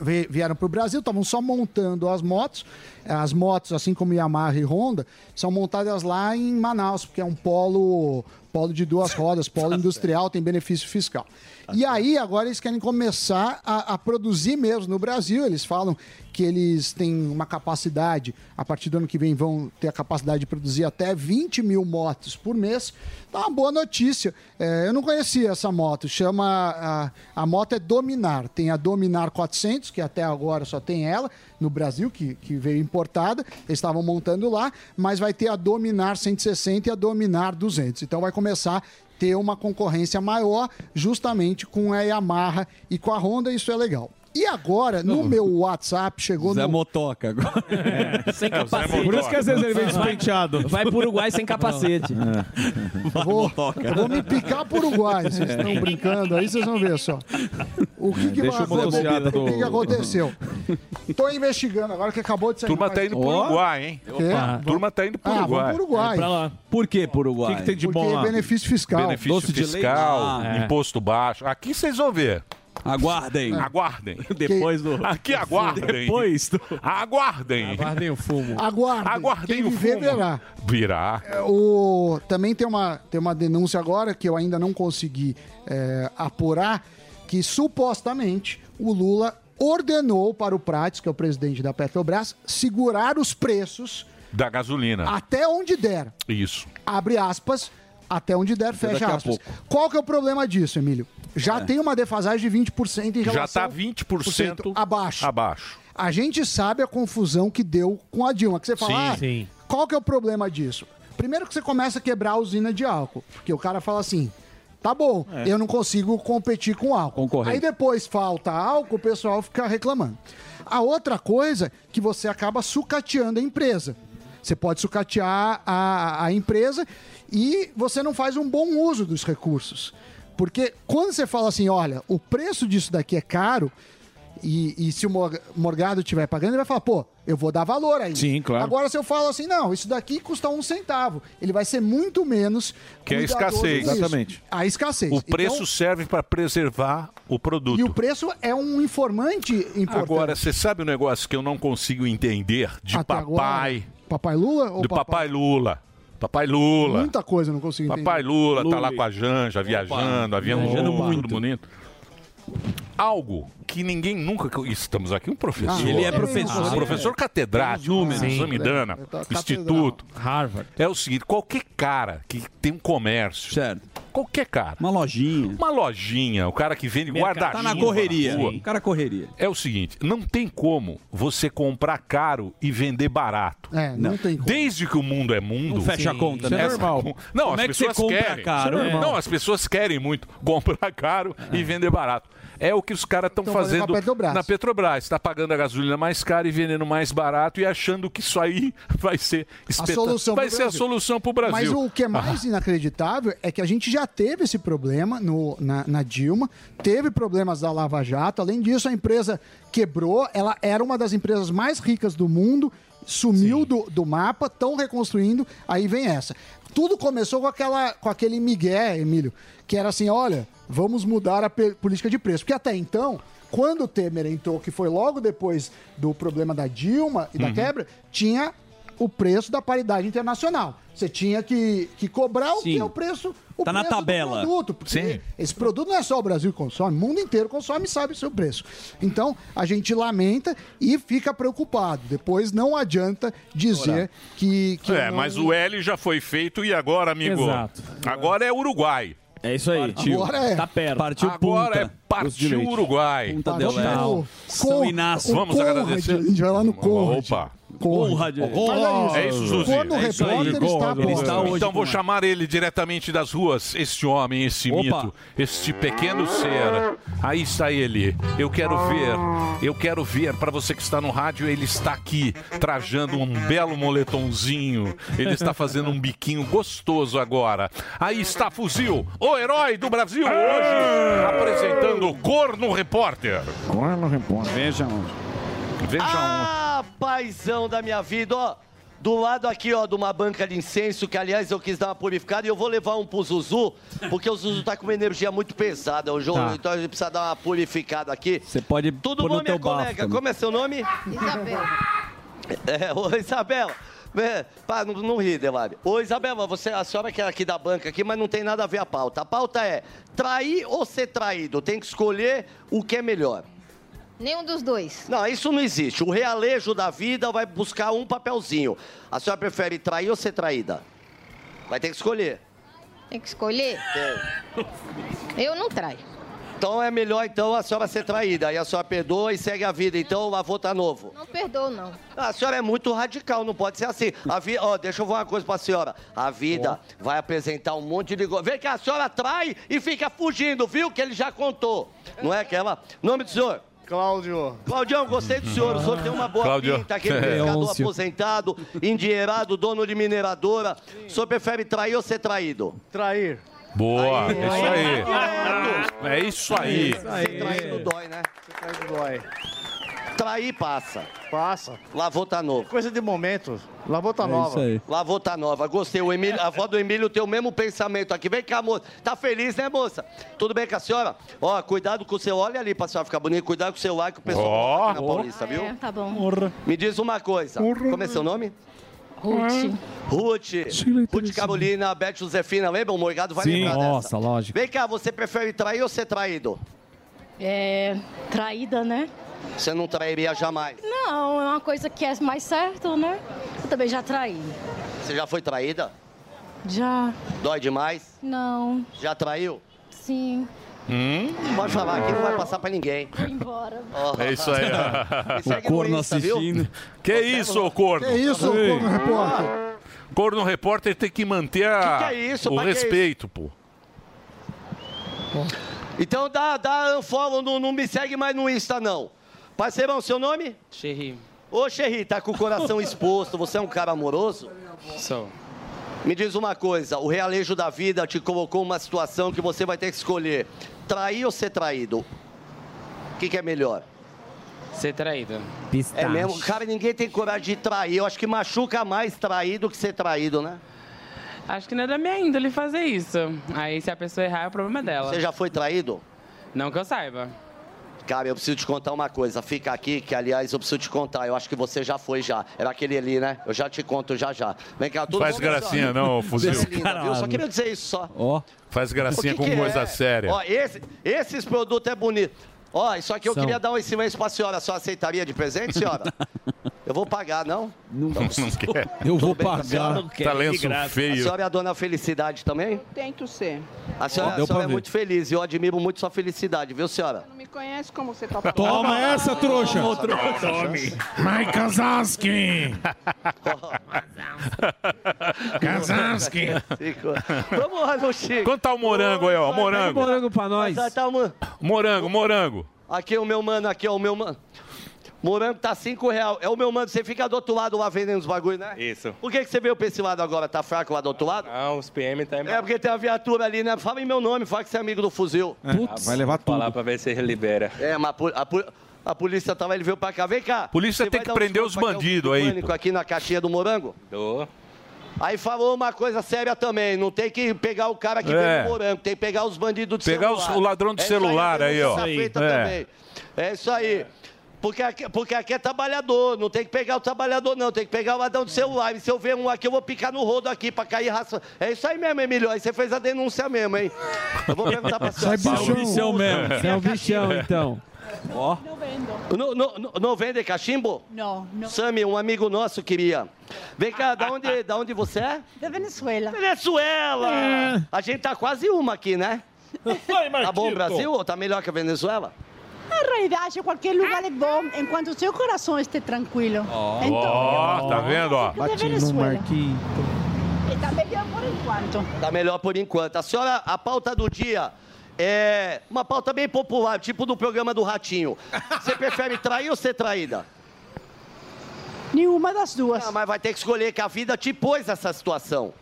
Speaker 16: vi- Vieram para o Brasil, estavam só montando as motos. As motos, assim como Yamaha e Honda, são montadas lá em Manaus, porque é um polo Polo de duas rodas, polo industrial, tem benefício fiscal. E aí, agora eles querem começar a, a produzir mesmo no Brasil. Eles falam que eles têm uma capacidade, a partir do ano que vem vão ter a capacidade de produzir até 20 mil motos por mês. Então, uma boa notícia. É, eu não conhecia essa moto, chama. A, a moto é Dominar. Tem a Dominar 400, que até agora só tem ela no Brasil, que, que veio importada. Eles estavam montando lá, mas vai ter a Dominar 160 e a Dominar 200. Então, vai começar a ter uma concorrência maior justamente com a Yamaha e com a Honda, isso é legal. E agora, no meu WhatsApp, chegou
Speaker 8: Zé
Speaker 16: no
Speaker 8: Motoca agora. É,
Speaker 16: Sem
Speaker 8: o Zé
Speaker 16: capacete.
Speaker 8: Motoca.
Speaker 16: Por isso que às vezes ele vem despenteado.
Speaker 13: Vai pro Uruguai sem capacete.
Speaker 6: É.
Speaker 8: Vai, Motoca.
Speaker 16: Vou me picar por Uruguai, vocês estão brincando aí, vocês vão ver só. O
Speaker 6: É,
Speaker 16: que, que,
Speaker 11: deixa
Speaker 16: vai-
Speaker 11: o motocicleta
Speaker 16: o que
Speaker 11: do-
Speaker 16: que aconteceu? Tô investigando agora que acabou de sair.
Speaker 6: Turma
Speaker 16: mas-
Speaker 6: tá indo pro
Speaker 16: Ó.
Speaker 6: Uruguai, hein?
Speaker 16: Quê?
Speaker 6: Opa. Turma tá indo pro
Speaker 16: Ah, vamos
Speaker 6: Uruguai.
Speaker 16: pro Uruguai.
Speaker 6: É, pra lá.
Speaker 8: Por que por Uruguai?
Speaker 6: O que que tem de
Speaker 16: Porque
Speaker 6: bom lá?
Speaker 16: benefício fiscal.
Speaker 6: Benefício fiscal, imposto baixo. Aqui vocês vão ver.
Speaker 8: Ah, é. Aguardem.
Speaker 6: Aguardem.
Speaker 8: Depois do-
Speaker 6: Aqui aguardem.
Speaker 8: Depois do...
Speaker 6: Aguardem.
Speaker 15: Aguardem o fumo.
Speaker 16: Aguardem.
Speaker 6: Aguardem
Speaker 16: Quem
Speaker 6: o
Speaker 16: viver,
Speaker 6: fumo.
Speaker 16: verá.
Speaker 6: Virá.
Speaker 16: É, o- Também tem uma, tem uma denúncia agora que eu ainda não consegui é, apurar, que supostamente o Lula ordenou para o Prates, que é o presidente da Petrobras, segurar os preços
Speaker 6: Da gasolina.
Speaker 16: até onde der.
Speaker 6: Isso.
Speaker 16: Abre aspas, até onde der, fecha
Speaker 6: daqui a
Speaker 16: aspas.
Speaker 6: pouco. É.
Speaker 16: Qual que é o problema disso, Emílio? Já tem uma defasagem de 20% em
Speaker 6: Já
Speaker 16: relação
Speaker 6: tá 20%
Speaker 16: abaixo.
Speaker 6: abaixo.
Speaker 16: A gente sabe a confusão que deu com a Dilma. Que você fala,
Speaker 6: Sim,
Speaker 16: ah,
Speaker 6: sim.
Speaker 16: qual que é o problema disso? Primeiro que você começa a quebrar a usina de álcool. Porque o cara fala assim, tá bom,
Speaker 8: É.
Speaker 16: eu não consigo competir com álcool.
Speaker 8: Concorrente.
Speaker 16: Aí depois falta álcool, o pessoal fica reclamando. A outra coisa que você acaba sucateando a empresa. Você pode sucatear a, a empresa e você não faz um bom uso dos recursos. Porque quando você fala assim, olha, o preço disso daqui é caro, e, e se o Mor- Morgado estiver pagando, ele vai falar, pô, eu vou dar valor aí.
Speaker 11: Sim, claro.
Speaker 16: Agora, se eu falo assim, não, isso daqui custa um centavo, ele vai ser muito menos.
Speaker 6: Que é a
Speaker 16: cuidadoso
Speaker 6: escassez.
Speaker 16: disso.
Speaker 6: Exatamente.
Speaker 16: A escassez.
Speaker 6: O preço
Speaker 16: Então,
Speaker 6: serve para preservar o produto.
Speaker 16: e o preço é um informante importante.
Speaker 6: Agora, você sabe um negócio que eu não consigo entender de
Speaker 16: Até
Speaker 6: papai,
Speaker 16: agora, papai Lula ou
Speaker 6: do papai, Lula. Papai Lula.
Speaker 16: Muita coisa eu não consigo entender.
Speaker 6: Papai Lula, tá lá com a Janja, viajando, avião
Speaker 16: Viajando
Speaker 6: novo,
Speaker 16: muito.
Speaker 6: tudo bonito. Algo que ninguém nunca. Estamos aqui, um professor.
Speaker 8: Ah, ele é professor.
Speaker 6: Ah,
Speaker 8: Ele
Speaker 6: professor
Speaker 8: é.
Speaker 6: catedrático,
Speaker 8: números. Sim.
Speaker 6: examidana,
Speaker 8: Ele tá
Speaker 6: instituto. Harvard. É o seguinte: qualquer cara que tem um comércio. Qualquer cara.
Speaker 8: Uma lojinha.
Speaker 6: Uma lojinha, o cara que vende guarda
Speaker 8: Tá na correria.
Speaker 6: rua.
Speaker 8: O cara correria.
Speaker 6: É o seguinte, não tem como você comprar caro e vender barato.
Speaker 16: É, não, tem como.
Speaker 6: Desde que o mundo é mundo.
Speaker 8: Não fecha a conta, né?
Speaker 6: essa-
Speaker 8: Isso é normal.
Speaker 6: Não,
Speaker 8: Como
Speaker 6: as
Speaker 8: é que você
Speaker 6: pessoas
Speaker 8: compra
Speaker 6: querem.
Speaker 8: caro? Isso é normal.
Speaker 6: Não, as pessoas querem muito comprar caro e vender barato. É o que os caras estão
Speaker 16: Tão fazendo
Speaker 6: fazendo
Speaker 16: com a Então Petrobras.
Speaker 6: na Petrobras. Está pagando a gasolina mais cara e vendendo mais barato e achando que isso aí vai ser espetacular.
Speaker 16: solução
Speaker 6: Vai
Speaker 16: pro
Speaker 6: ser a
Speaker 16: Brasil.
Speaker 6: solução para o Brasil.
Speaker 16: Mas o que é mais inacreditável é que a gente já teve esse problema no- na, na Dilma, teve problemas da Lava Jato. Além disso, a empresa quebrou, ela era uma das empresas mais ricas do mundo, sumiu do, do mapa, estão reconstruindo, aí vem essa. Tudo começou com, aquela, com aquele migué, Emílio, que era assim, olha, vamos mudar a pe- política de preço. Porque até então, quando o Temer entrou, que foi logo depois do problema da Dilma e da quebra, tinha o preço da paridade internacional. Você tinha que, que cobrar o que é o preço. O
Speaker 8: Tá na
Speaker 16: preço do
Speaker 8: tabela.
Speaker 16: produto, porque Esse produto não é só o Brasil que consome, o mundo inteiro consome e sabe o seu preço. Então, a gente lamenta e fica preocupado. Depois não adianta dizer que, que
Speaker 6: É,
Speaker 16: não-
Speaker 6: mas o L já foi feito e agora, amigo?
Speaker 16: Exato.
Speaker 6: Agora é Uruguai.
Speaker 13: É isso aí.
Speaker 8: Partiu. Agora é. Tá perto. Partiu
Speaker 6: Agora
Speaker 8: punta.
Speaker 6: é partiu
Speaker 8: direitos.
Speaker 6: Uruguai.
Speaker 8: Punta del Vamos Este. dar o- São
Speaker 16: Con-
Speaker 8: Inácio.
Speaker 16: o
Speaker 6: Vamos
Speaker 16: Tá tipo Conrad,
Speaker 6: agradecer.
Speaker 16: A gente vai lá no Conrad.
Speaker 6: Opa.
Speaker 16: Conrad. Faz aí
Speaker 6: É isso,
Speaker 16: isso.
Speaker 6: Zuzi.
Speaker 16: Quando o
Speaker 6: É isso aí.
Speaker 16: repórter está
Speaker 6: Ele
Speaker 16: bom.
Speaker 6: está hoje então vou chamar ele diretamente das ruas. Este homem, esse
Speaker 16: Opa.
Speaker 6: mito, este pequeno ser. Aí está ele. Eu quero ver. Eu quero ver. Para você que está no rádio, ele está aqui trajando um belo moletomzinho. Ele está fazendo um biquinho gostoso agora. Aí está Fuzil, o herói do Brasil hoje, apresentando o Corno Repórter.
Speaker 7: Corno Repórter. Veja onde.
Speaker 6: Veja
Speaker 8: um.
Speaker 14: Ah, paizão da minha vida, ó. Do lado aqui, ó, de uma banca de incenso, que aliás eu quis dar uma purificada e eu vou levar um pro Zuzu, porque o Zuzu tá com uma energia muito pesada hoje,
Speaker 8: Tá.
Speaker 14: então a gente precisa dar uma purificada aqui.
Speaker 8: Você pode
Speaker 14: Tudo
Speaker 8: pôr
Speaker 14: bom,
Speaker 8: no teu
Speaker 14: minha
Speaker 8: bafo
Speaker 14: colega?
Speaker 19: Então,
Speaker 8: também.
Speaker 14: Como é seu nome?
Speaker 19: Isabel.
Speaker 14: É, ô Isabela, É, pá, não, não ri, Delari. Ô, Isabela, você, a senhora que é aqui da banca aqui, mas não tem nada a ver a pauta. A pauta é trair ou ser traído? Tem que escolher o que é melhor.
Speaker 19: Nenhum dos dois.
Speaker 14: Não, isso não existe. O realejo da vida vai buscar um papelzinho. A senhora prefere trair ou ser traída? Vai ter que escolher.
Speaker 19: Tem que escolher. Eu não traio.
Speaker 14: Então é melhor então a senhora ser traída. Aí a senhora perdoa e segue a vida. Então o avô tá novo.
Speaker 19: Não perdoo, não.
Speaker 14: Ah, A senhora é muito radical, não pode ser assim. A vi... ó, deixa eu falar uma coisa pra senhora. A vida vai apresentar um monte de coisa. Vem que a senhora trai e fica fugindo, viu? Que ele já contou. Não é aquela? Nome do senhor? Cláudio. Claudião, gostei do senhor. O senhor tem uma boa
Speaker 6: Cláudio.
Speaker 14: pinta, aquele
Speaker 6: É,
Speaker 14: pescador
Speaker 6: Leôncio.
Speaker 14: aposentado, endinheirado, dono de mineradora. O senhor prefere trair ou ser traído? Trair.
Speaker 6: Boa,
Speaker 14: Aí.
Speaker 6: é isso aí. É isso aí.
Speaker 14: Ser traído dói, né? Ser traído dói. Trair passa. Passa. Lavou tá novo. Coisa de momento. Lavou tá
Speaker 20: É nova. isso aí.
Speaker 14: Lavou tá nova. Gostei. O Emílio, a avó do Emílio tem o mesmo pensamento aqui. Vem cá, moça. Tá feliz, né, moça? Tudo bem com a senhora? Ó, cuidado com o seu. Olha ali pra senhora ficar bonita. Cuidado com o seu ar que o pessoal
Speaker 6: Ó.
Speaker 14: gosta aqui na Paulista, viu?
Speaker 19: É, tá bom.
Speaker 14: Me diz uma coisa. Como é seu nome?
Speaker 19: Ruth.
Speaker 15: Ah.
Speaker 14: Ruth. Ruth Carolina, Beth Josefina. Lembra? O Morgado vai
Speaker 15: Sim,
Speaker 14: lembrar
Speaker 15: nossa,
Speaker 14: dessa.
Speaker 15: lógico.
Speaker 14: Vem cá, você prefere trair ou ser traído?
Speaker 19: É. Traída, né?
Speaker 14: Você não trairia jamais.
Speaker 19: Não, é uma coisa que é mais certo, né? Eu também já traí.
Speaker 14: Você já foi traída?
Speaker 19: Já.
Speaker 14: Dói demais?
Speaker 19: Não.
Speaker 14: Já traiu?
Speaker 19: Sim.
Speaker 14: Pode falar, aqui não vai passar pra ninguém.
Speaker 19: Vou embora.
Speaker 6: É isso aí.
Speaker 14: Me segue no Insta, viu?
Speaker 6: Que isso, ô corno?
Speaker 14: Que isso, ô
Speaker 6: Ei.
Speaker 14: corno repórter?
Speaker 6: Corno repórter tem que manter a-
Speaker 14: Que que é isso,
Speaker 6: o
Speaker 14: pai, que é
Speaker 6: respeito, pô.
Speaker 14: Então dá, dá follow, não, não me segue mais no Insta, não. Parceirão, seu nome? Xerri. Ô, Xerri, tá com o coração exposto, você é um cara amoroso? Sou. Me diz uma coisa, o realejo da vida te colocou uma situação que você vai ter que escolher. Trair ou ser traído? O que, que é melhor?
Speaker 21: Ser traído.
Speaker 14: É mesmo? Cara, ninguém tem coragem de trair. Eu acho que machuca mais trair do que ser traído, né?
Speaker 21: Acho que não é da minha índole fazer isso. Aí se a pessoa errar, é o problema dela.
Speaker 14: Você já foi traído?
Speaker 21: Não que eu saiba.
Speaker 14: Cara, eu preciso te contar uma coisa. Fica aqui, que aliás eu preciso te contar. Eu acho que você já foi já. Era aquele ali, né? Eu já te conto já já. Vem cá, tudo
Speaker 6: Faz
Speaker 14: bom,
Speaker 6: gracinha
Speaker 14: pessoal?
Speaker 6: não, ô fuzil.
Speaker 14: Coisa linda, viu? Só queria dizer isso só.
Speaker 6: Ó. Faz gracinha
Speaker 14: O que
Speaker 6: com
Speaker 14: que
Speaker 6: coisa
Speaker 14: é?
Speaker 6: séria.
Speaker 14: Ó, esse- esses produtos é bonito. Ó, isso aqui eu
Speaker 6: São.
Speaker 14: queria dar um silêncio pra senhora. A senhora aceitaria de presente, senhora? eu vou pagar, não? Então,
Speaker 6: não, quer.
Speaker 14: Tudo bem com a senhora?
Speaker 6: Tá lenço
Speaker 14: A
Speaker 6: feio.
Speaker 14: senhora é a dona Felicidade também?
Speaker 22: Tento ser.
Speaker 14: A senhora,
Speaker 6: Ó,
Speaker 14: a
Speaker 6: deu
Speaker 14: senhora
Speaker 6: pra
Speaker 14: é
Speaker 6: ver.
Speaker 14: muito feliz e eu admiro muito sua felicidade, viu, senhora?
Speaker 22: Não me conhece como você tá falando.
Speaker 6: Toma essa, trouxa.
Speaker 22: Toma,
Speaker 6: Tome.
Speaker 22: Mike
Speaker 14: Kazaski!
Speaker 6: Kazaski.
Speaker 14: Vamos lá no Chico.
Speaker 6: Quanto tá o morango aí, ó? Morango.
Speaker 14: morango pra nós.
Speaker 6: Morango, morango.
Speaker 14: tá Aqui é o meu mano, aqui é o meu mano. Morango tá 5 real. É o meu mano, você fica do outro lado lá vendendo os bagulho, né?
Speaker 21: Isso.
Speaker 14: Por que, que você veio pra esse lado agora? Tá fraco lá do outro lado?
Speaker 21: Não, os PM tá
Speaker 14: É porque tem uma viatura ali, né? Fala em meu nome, fala que você é amigo do fuzil.
Speaker 21: Vai levar tudo. Ah, Falar pra ver se ele libera.
Speaker 14: É, mas a, pol- a pol- a polícia tava, ele veio pra cá. Vem cá.
Speaker 21: Polícia
Speaker 14: Você
Speaker 21: tem
Speaker 14: vai
Speaker 21: que
Speaker 14: dar um
Speaker 21: prender
Speaker 14: desconto
Speaker 21: os
Speaker 14: pra quem é o
Speaker 21: bandido aí.
Speaker 14: Pânico aqui na caixinha do morango?
Speaker 21: Dou.
Speaker 14: Aí falou uma coisa séria também, não tem que pegar o cara que
Speaker 6: É.
Speaker 14: veio do morango, tem que pegar os bandidos de
Speaker 6: Pegar os-
Speaker 14: celular.
Speaker 6: o ladrão de
Speaker 14: É isso
Speaker 6: celular aí, ó.
Speaker 14: denúncia feita
Speaker 6: É.
Speaker 14: também. É isso aí. Porque aqui, porque aqui é trabalhador, não tem que pegar o trabalhador, não, tem que pegar o ladrão de celular. E se eu ver um aqui, eu vou picar no rodo aqui pra cair raça. É isso aí mesmo, Emílio. Aí você fez a denúncia mesmo, hein? Eu vou perguntar pra senhora.
Speaker 15: Você é o bichão mesmo. Você é o bichão, então.
Speaker 14: Ó. Não, não, não- não vende cachimbo?
Speaker 22: Não, não.
Speaker 14: Sami, um amigo nosso queria. Vem cá, da onde, da onde você é?
Speaker 22: Da Venezuela.
Speaker 14: Venezuela!
Speaker 15: É.
Speaker 14: A gente tá quase uma aqui, né? tá bom o Brasil ou tá melhor que a Venezuela?
Speaker 22: Na realidade, qualquer lugar é bom enquanto o seu coração esteja tranquilo.
Speaker 6: Ó,
Speaker 22: Então,
Speaker 6: tá vendo, ó?
Speaker 22: Bate no Marquinhos. está melhor por enquanto.
Speaker 14: Tá melhor por enquanto. A senhora, a pauta do dia é uma pauta bem popular, tipo do programa do Ratinho. Você prefere trair ou ser traída?
Speaker 22: Nenhuma das duas.
Speaker 14: Ah, mas vai ter que escolher que a vida te pôs essa situação.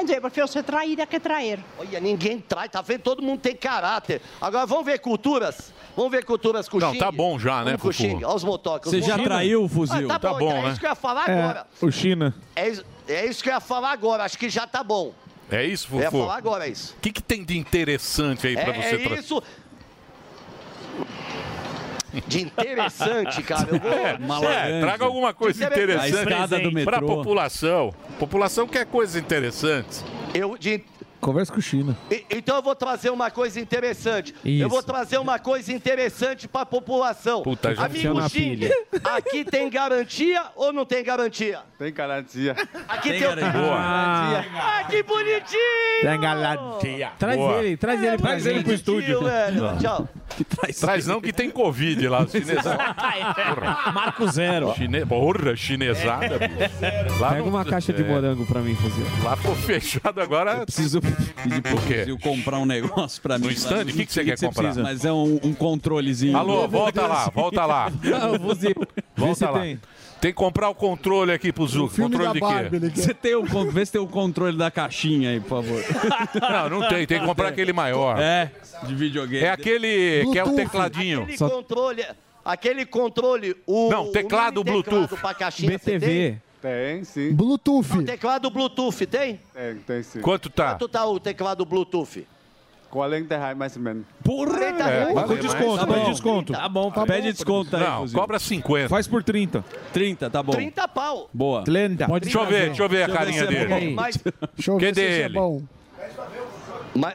Speaker 22: Então, eu prefiro ser traída que trair.
Speaker 14: Olha, ninguém trai, tá vendo? Todo mundo tem caráter. Agora, vamos ver culturas? Vamos ver culturas com
Speaker 6: Não, tá bom já, né,
Speaker 14: Vamos com
Speaker 6: Fufu?
Speaker 14: Xing. Olha os motocas.
Speaker 6: Você já traiu o fuzil?
Speaker 14: Ah, tá,
Speaker 6: Tá
Speaker 14: bom,
Speaker 6: bom,
Speaker 14: então É
Speaker 6: né?
Speaker 14: isso que eu ia falar agora.
Speaker 11: O China.
Speaker 14: É, isso- é isso que eu ia falar agora. Acho que já tá bom.
Speaker 6: É isso,
Speaker 14: Eu
Speaker 6: Fufu?
Speaker 14: ia falar agora é isso.
Speaker 6: O que, que tem de interessante aí
Speaker 14: É,
Speaker 6: pra você
Speaker 14: é
Speaker 6: trazer?
Speaker 14: isso. De interessante, cara. Eu vou...
Speaker 6: É, é, traga alguma coisa interessante para a população. A população quer coisas interessantes.
Speaker 14: Eu, de,
Speaker 11: Conversa com o China.
Speaker 14: E- Então eu vou trazer uma coisa interessante.
Speaker 11: Isso.
Speaker 14: Eu vou trazer uma coisa interessante pra população.
Speaker 23: Puta, já enfiou
Speaker 14: Amigo
Speaker 23: na
Speaker 14: Chile,
Speaker 23: pilha.
Speaker 14: aqui tem garantia ou não tem garantia?
Speaker 23: Tem garantia.
Speaker 14: Aqui
Speaker 23: Tem
Speaker 14: tem,
Speaker 23: garantia.
Speaker 14: o...
Speaker 23: Boa.
Speaker 14: Ah, que bonitinho!
Speaker 23: Tem garantia.
Speaker 14: Traz Boa. ele, traz
Speaker 8: É,
Speaker 14: ele pra
Speaker 6: traz
Speaker 14: gente.
Speaker 6: ele pro estúdio.
Speaker 14: Tio, velho, tchau.
Speaker 6: traz não, que tem Covid lá, os chinesão. Marco zero. Chine... Porra, chinesada.
Speaker 8: É.
Speaker 6: bicho. Lá
Speaker 15: Pega
Speaker 6: não-
Speaker 15: uma caixa de
Speaker 6: é.
Speaker 15: morango pra mim fazer.
Speaker 6: Lá ficou fechado agora.
Speaker 8: preciso pedir pro Brasil comprar um negócio pra mim.
Speaker 6: No stand? O que que você quer comprar?
Speaker 8: Mas é um, um controlezinho.
Speaker 6: Alô, volta lá, volta lá. Volta lá. Tem. que comprar o controle aqui pro Zuco. Controle de quê?
Speaker 8: Você tem o, con- vê se tem o controle da caixinha aí, por favor.
Speaker 6: Não, não tem. Tem que comprar aquele maior.
Speaker 8: É, de videogame.
Speaker 6: É aquele que é o tecladinho.
Speaker 14: Aquele controle, aquele controle, o
Speaker 6: Não, teclado
Speaker 14: o mini teclado
Speaker 6: Bluetooth.
Speaker 14: pra caixinha, você tem?
Speaker 23: Tem, sim.
Speaker 14: Não, teclado Bluetooth, tem?
Speaker 23: Tem, tem sim.
Speaker 6: Quanto tá?
Speaker 14: Quanto tá o teclado Bluetooth?
Speaker 23: 40 reais mais ou menos.
Speaker 8: Porra!
Speaker 14: Tá
Speaker 23: É, valeu, mas-
Speaker 11: desconto,
Speaker 23: tá
Speaker 11: pede
Speaker 23: bom.
Speaker 11: desconto.
Speaker 23: Tá bom, tá
Speaker 8: Pede
Speaker 23: bom.
Speaker 8: desconto aí,
Speaker 6: Não,
Speaker 8: inclusive.
Speaker 6: cobra 50.
Speaker 11: Faz por 30.
Speaker 8: 30, tá bom.
Speaker 14: 30 pau.
Speaker 8: Boa.
Speaker 11: Lenda.
Speaker 8: Pode
Speaker 6: deixa eu ver, deixa eu ver a carinha
Speaker 8: se é bom.
Speaker 6: dele.
Speaker 14: Mas-
Speaker 6: Deixa eu ver Cadê se isso é ele?
Speaker 16: bom.
Speaker 14: Mas...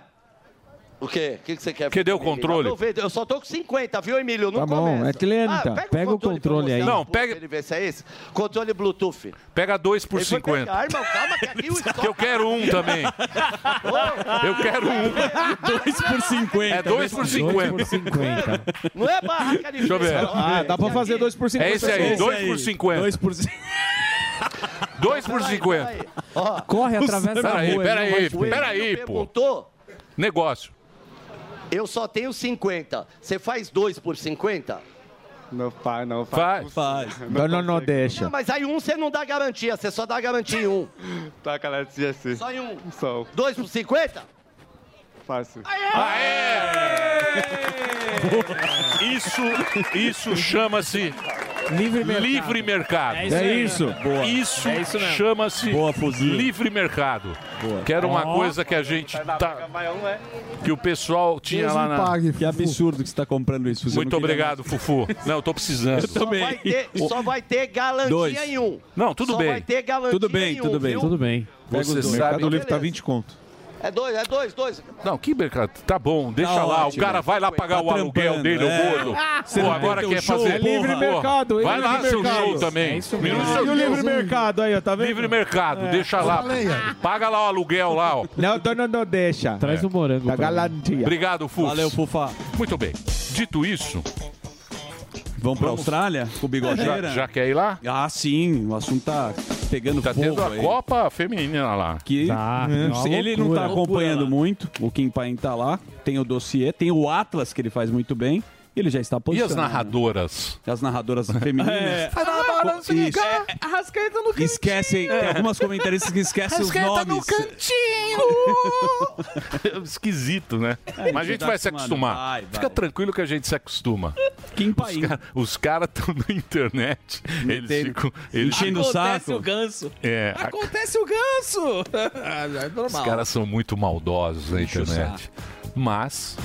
Speaker 14: O quê? O que, que você quer?
Speaker 6: Cadê o controle?
Speaker 14: Aproveita, Eu só tô com 50, viu, Emílio? Não
Speaker 6: Tá bom,
Speaker 14: começa.
Speaker 6: é
Speaker 15: Ah,
Speaker 6: 30. Pega o controle
Speaker 14: pra
Speaker 6: aí.
Speaker 14: mostrar
Speaker 6: Não,
Speaker 14: um pouco
Speaker 6: pega-
Speaker 14: pra Ele ver se é esse. Controle Bluetooth.
Speaker 6: Pega dois por
Speaker 14: Ele foi
Speaker 6: 50.
Speaker 14: pegar, irmão, calma, que aqui o estoque-
Speaker 6: Que eu quero um também. Eu quero um.
Speaker 8: Dois por 50.
Speaker 6: É dois
Speaker 11: né?
Speaker 6: por 50.
Speaker 14: Não é barraca de
Speaker 6: Deixa eu ver.
Speaker 11: Ah, dá pra fazer 2 por 50.
Speaker 6: É esse aí, 2 por 50. 2
Speaker 8: por
Speaker 6: 50.
Speaker 14: Corre,
Speaker 6: através
Speaker 14: atravessa
Speaker 6: Peraí,
Speaker 14: a rua, ele não
Speaker 6: peraí,
Speaker 14: vai te ver.
Speaker 6: peraí,
Speaker 14: Ele
Speaker 6: pô.
Speaker 14: perguntou.
Speaker 6: Negócio.
Speaker 14: Eu só tenho 50. Você faz dois por 50?
Speaker 23: Não faz, não
Speaker 6: faz.
Speaker 8: Faz.
Speaker 11: Não, não, não, deixa.
Speaker 14: Não, mas aí um você não dá garantia, você só dá garantia em um.
Speaker 23: Tá garantia sim.
Speaker 14: Só em um.
Speaker 23: Só.
Speaker 14: Dois por 50?
Speaker 23: Fácil.
Speaker 6: Isso, isso chama-se livre mercado.
Speaker 11: É isso É aí. isso. Boa.
Speaker 6: Isso,
Speaker 11: É isso mesmo.
Speaker 6: chama-se
Speaker 11: Boa, fuzil.
Speaker 6: livre mercado. Que era uma
Speaker 11: Ó.
Speaker 6: coisa que a gente tá, que o pessoal tinha
Speaker 8: Deus
Speaker 6: lá
Speaker 8: me
Speaker 6: na
Speaker 8: pague, que absurdo que você tá comprando isso. Fuzil.
Speaker 6: Muito
Speaker 8: Não queria
Speaker 6: obrigado, Fufu. Não, eu tô precisando.
Speaker 8: Eu também.
Speaker 14: Vai ter- só vai ter garantia
Speaker 8: Dois.
Speaker 14: em um.
Speaker 6: Não, tudo
Speaker 14: só
Speaker 6: bem.
Speaker 14: Vai ter garantia
Speaker 8: Tudo bem,
Speaker 14: em um,
Speaker 8: tudo bem,
Speaker 14: viu?
Speaker 8: tudo bem. Pega
Speaker 6: Você
Speaker 8: os dois.
Speaker 6: sabe-
Speaker 8: Mercado
Speaker 14: Livre tá
Speaker 6: 20
Speaker 11: conto.
Speaker 14: É dois, é dois, dois.
Speaker 6: Não, que mercado. Tá bom, deixa
Speaker 11: Tá
Speaker 6: lá.
Speaker 11: ótimo.
Speaker 6: o cara vai lá pagar
Speaker 11: Tá
Speaker 6: o aluguel
Speaker 11: trampando,
Speaker 6: dele, o
Speaker 11: é.
Speaker 6: gordo.
Speaker 11: Você
Speaker 6: Pô,
Speaker 11: não
Speaker 6: agora
Speaker 11: tem
Speaker 6: quer
Speaker 11: teu show?
Speaker 6: fazer.
Speaker 11: É livre
Speaker 6: Porra.
Speaker 11: mercado, é
Speaker 6: Vai
Speaker 11: livre
Speaker 6: lá, seu
Speaker 11: mercado.
Speaker 6: show também.
Speaker 11: É isso
Speaker 6: Minuto
Speaker 11: mesmo.
Speaker 6: seu
Speaker 11: E o
Speaker 6: show.
Speaker 11: livre mercado aí, ó, tá vendo?
Speaker 6: Livre mercado,
Speaker 11: É.
Speaker 6: deixa lá.
Speaker 11: Eu falei, ó.
Speaker 6: Paga lá o aluguel lá, ó.
Speaker 11: Não, não, não, não, deixa.
Speaker 8: É.
Speaker 6: Traz
Speaker 11: o morango. Da galantia.
Speaker 6: Obrigado, Fuf.
Speaker 11: Valeu,
Speaker 8: Fufa.
Speaker 6: Muito bem. Dito isso,
Speaker 8: Vamos pra Austrália com o Bigodeira?
Speaker 6: Já- já quer ir lá?
Speaker 8: Ah, sim. O assunto tá pegando
Speaker 6: tá
Speaker 8: fogo
Speaker 6: tendo a
Speaker 8: aí.
Speaker 6: Copa Feminina lá.
Speaker 8: Que
Speaker 6: Ah, é
Speaker 8: Hum, ele não tá acompanhando muito. O Kim Paim tá lá. Tem o dossiê. Tem o Atlas, que ele faz muito bem. Ele já está postando.
Speaker 6: as narradoras?
Speaker 8: As narradoras femininas.
Speaker 3: É.
Speaker 8: Isso.
Speaker 3: A rascaeta no cantinho.
Speaker 8: Esquecem, tem algumas comentaristas que esquecem os
Speaker 3: Rascaeta no
Speaker 8: nomes.
Speaker 3: cantinho.
Speaker 6: Esquisito, né?
Speaker 3: É,
Speaker 6: Mas a gente
Speaker 3: tá
Speaker 6: vai se
Speaker 3: acostumado.
Speaker 6: acostumar.
Speaker 3: Vai, vai.
Speaker 6: Fica tranquilo que a gente se acostuma.
Speaker 8: Quem
Speaker 6: Os ca- Os caras estão na internet. Eles ficam. Eles
Speaker 3: Enchendo o Acontece saco. o
Speaker 6: ganso. É. a-
Speaker 3: Acontece o ganso.
Speaker 15: Ah,
Speaker 3: É
Speaker 6: Os
Speaker 3: normal.
Speaker 6: caras são muito maldosos na internet. Mas.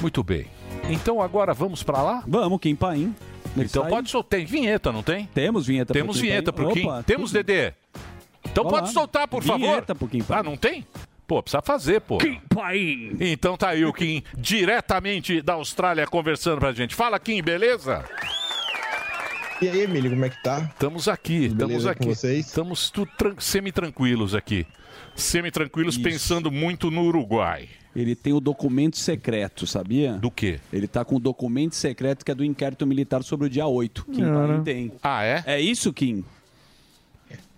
Speaker 6: Muito bem. Então agora vamos pra lá?
Speaker 8: Vamos, Kim Paim.
Speaker 6: Então pode soltar. Tem vinheta, não tem?
Speaker 8: Temos vinheta
Speaker 6: Temos
Speaker 8: pro Kim
Speaker 6: vinheta
Speaker 8: Paim.
Speaker 6: pro Kim.
Speaker 8: Opa,
Speaker 6: Temos Dedê. Então
Speaker 8: Olá.
Speaker 6: pode soltar, por favor.
Speaker 8: Vinheta pro Kim
Speaker 6: Ah, não tem? Pô, precisa fazer, pô. Kim Paim. Então tá aí o Kim, diretamente da Austrália, conversando pra gente. Fala, Kim, beleza?
Speaker 24: E aí, Emílio, como é que tá?
Speaker 6: Estamos aqui, estamos
Speaker 24: Beleza com
Speaker 6: aqui. Estamos tu- tran- semi-tranquilos aqui. Semi-tranquilos, pensando muito no Uruguai.
Speaker 8: Ele tem o documento secreto, sabia? Do
Speaker 6: quê?
Speaker 8: Ele tá com o documento secreto que é do inquérito militar sobre o dia 8. Kim
Speaker 24: Cara.
Speaker 8: Paim tem.
Speaker 6: Ah, é?
Speaker 8: É isso, Kim?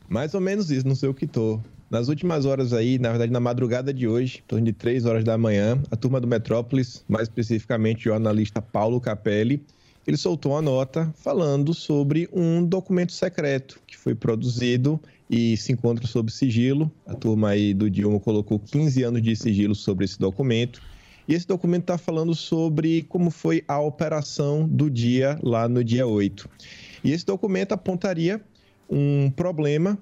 Speaker 24: Mais ou menos isso, não sei o que tô. Nas últimas horas aí, na verdade na madrugada de hoje, em torno de 3 horas da manhã, a turma do Metrópolis, mais especificamente o analista Paulo Capelli, ele soltou uma nota falando sobre um documento secreto que foi produzido e se encontra sob sigilo. A turma aí do Dilma colocou 15 anos de sigilo sobre esse documento. E esse documento está falando sobre como foi a operação do dia lá no dia 8. E esse documento apontaria um problema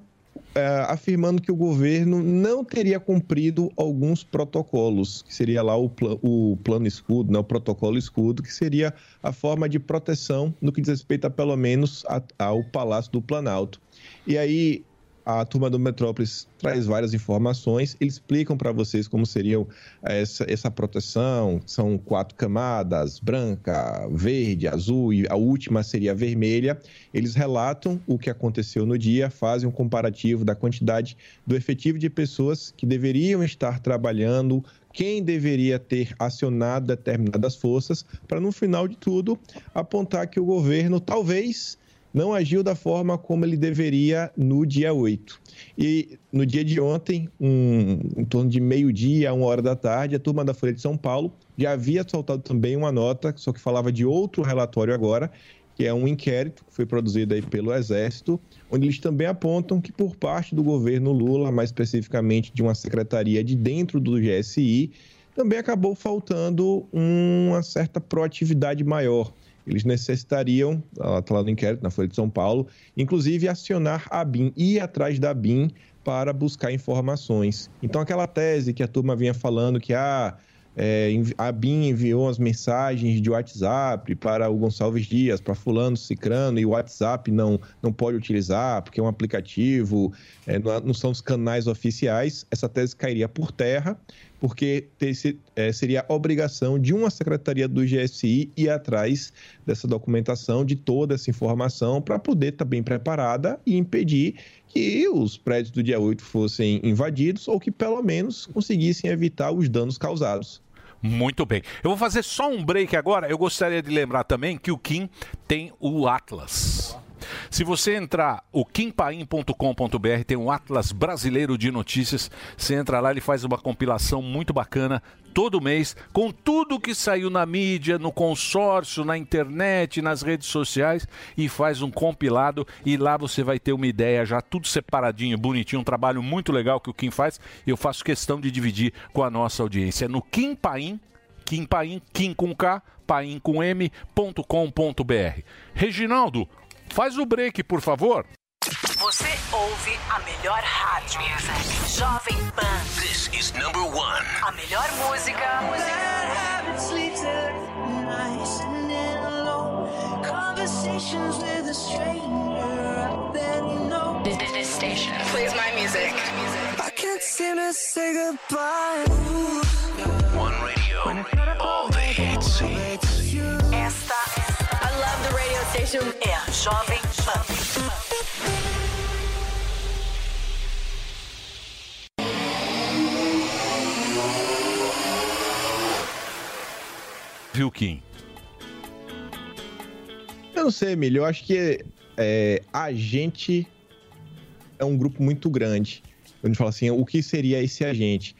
Speaker 24: eh, afirmando que o governo não teria cumprido alguns protocolos, que seria lá o, pla- o plano escudo, né, o protocolo escudo, que seria a forma de proteção no que diz respeito a, pelo menos a- ao Palácio do Planalto. E aí a turma do Metrópolis traz várias informações, eles explicam para vocês como seriam eh, essa, essa proteção, são quatro camadas, branca, verde, azul e a última seria vermelha. Eles relatam o que aconteceu no dia, fazem um comparativo da quantidade do efetivo de pessoas que deveriam estar trabalhando, quem deveria ter acionado determinadas forças, para no final de tudo apontar que o governo talvez não agiu da forma como ele deveria no dia 8. E no dia de ontem, um- em torno de meio-dia, uma hora da tarde, a turma da Folha de São Paulo já havia soltado também uma nota, só que falava de outro relatório agora, que é um inquérito que foi produzido aí pelo Exército, onde eles também apontam que por parte do governo Lula, mais especificamente de uma secretaria de dentro do GSI, também acabou faltando uma certa proatividade maior. Eles necessitariam, está lá no inquérito, na Folha de São Paulo, inclusive acionar a BIM, ir atrás da BIM para buscar informações. Então, aquela tese que a turma vinha falando que ah, é, envi- a BIM enviou as mensagens de WhatsApp para o Gonçalves Dias, para Fulano Cicrano, e o WhatsApp não, não pode utilizar porque é um aplicativo, é, não não são os canais oficiais, essa tese cairia por terra, porque ter se- é, seria obrigação de uma secretaria do GSI ir atrás dessa documentação, de toda essa informação, para poder estar bem preparada e impedir que os prédios do dia 8 fossem invadidos ou que pelo menos conseguissem evitar os danos causados.
Speaker 6: Muito bem. Eu vou fazer só um break agora. Eu gostaria de lembrar também que o Kim tem o Atlas. Se você entrar o kimpaim.com.br, tem um Atlas Brasileiro de Notícias. Você entra lá, ele faz uma compilação muito bacana todo mês, com tudo que saiu na mídia, no consórcio, na internet, nas redes sociais, e faz um compilado. E lá você vai ter uma ideia já, tudo separadinho, bonitinho. Um trabalho muito legal que o Kim faz. E eu faço questão de dividir com a nossa audiência. É no Kim Paim, Kim Paim, Kim com K, Paim com M, ponto com, ponto BR. Reginaldo, faz o break, por favor.
Speaker 3: Você ouve a melhor rádio. Jovem Pan. This is number one. A melhor música. This station plays my music. I can't seem to say goodbye. One radio, all the hits. Esta, I love the radio station. É a Jovem Pan.
Speaker 6: Viu, Kim?
Speaker 24: Eu não sei, Emílio, eu acho que é, a gente é um grupo muito grande. A gente fala assim, o que seria esse agente?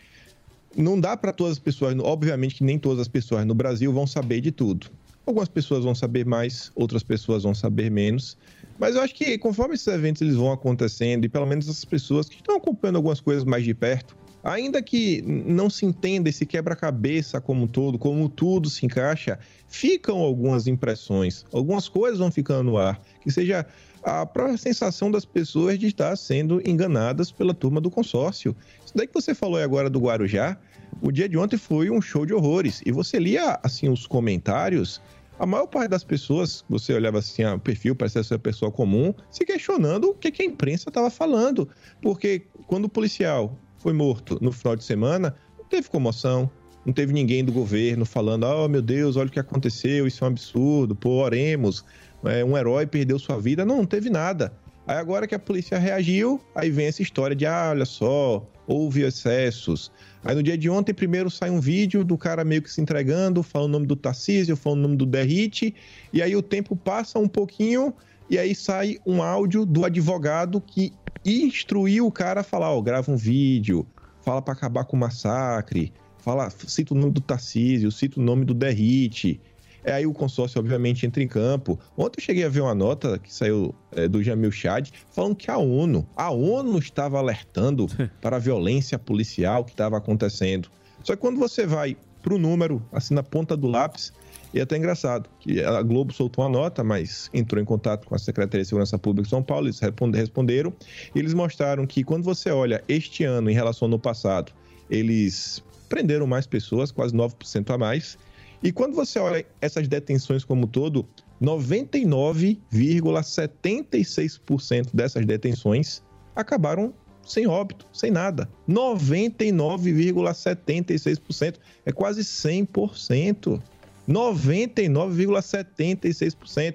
Speaker 24: Não dá para todas as pessoas, obviamente que nem todas as pessoas no Brasil vão saber de tudo. Algumas pessoas vão saber mais, outras pessoas vão saber menos. Mas eu acho que conforme esses eventos eles vão acontecendo, e pelo menos as pessoas que estão acompanhando algumas coisas mais de perto, ainda que não se entenda esse quebra-cabeça como um todo, como tudo se encaixa, ficam algumas impressões, algumas coisas vão ficando no ar, que seja a própria sensação das pessoas de estar sendo enganadas pela turma do consórcio. Isso daí que você falou aí agora do Guarujá, o dia de ontem foi um show de horrores, e você lia assim os comentários, a maior parte das pessoas, você olhava assim, ah, o perfil parecia ser uma pessoa comum, se questionando o que, que a imprensa estava falando. Porque quando o policial foi morto no final de semana, não teve comoção, não teve ninguém do governo falando, oh meu Deus, olha o que aconteceu, isso é um absurdo, pô, oremos, é, um herói perdeu sua vida. Não, não teve nada. Aí agora que a polícia reagiu, aí vem essa história de, ah, olha só, houve excessos. Aí no dia de ontem, primeiro sai um vídeo do cara meio que se entregando, falando o nome do Tarcísio, falando o nome do Derrite, e aí o tempo passa um pouquinho, e aí sai um áudio do advogado que instruiu o cara a falar, ó, grava um vídeo, fala pra acabar com o massacre, fala, cita o nome do Tarcísio, cita o nome do Derrite. É, aí o consórcio, obviamente, entra em campo. Ontem eu cheguei a ver uma nota que saiu é, do Jamil Chad falando que a ONU, a ONU estava alertando para a violência policial que estava acontecendo. Só que quando você vai pro número, assim na ponta do lápis. E é até engraçado, que a Globo soltou uma nota, mas entrou em contato com a Secretaria de Segurança Pública de São Paulo, eles responde- responderam, e eles mostraram que quando você olha este ano em relação ao ano passado, eles prenderam mais pessoas, quase 9% a mais, e quando você olha essas detenções como um todo, 99,76% dessas detenções acabaram sem óbito, sem nada. 99,76%. É quase 100%. 99,76%.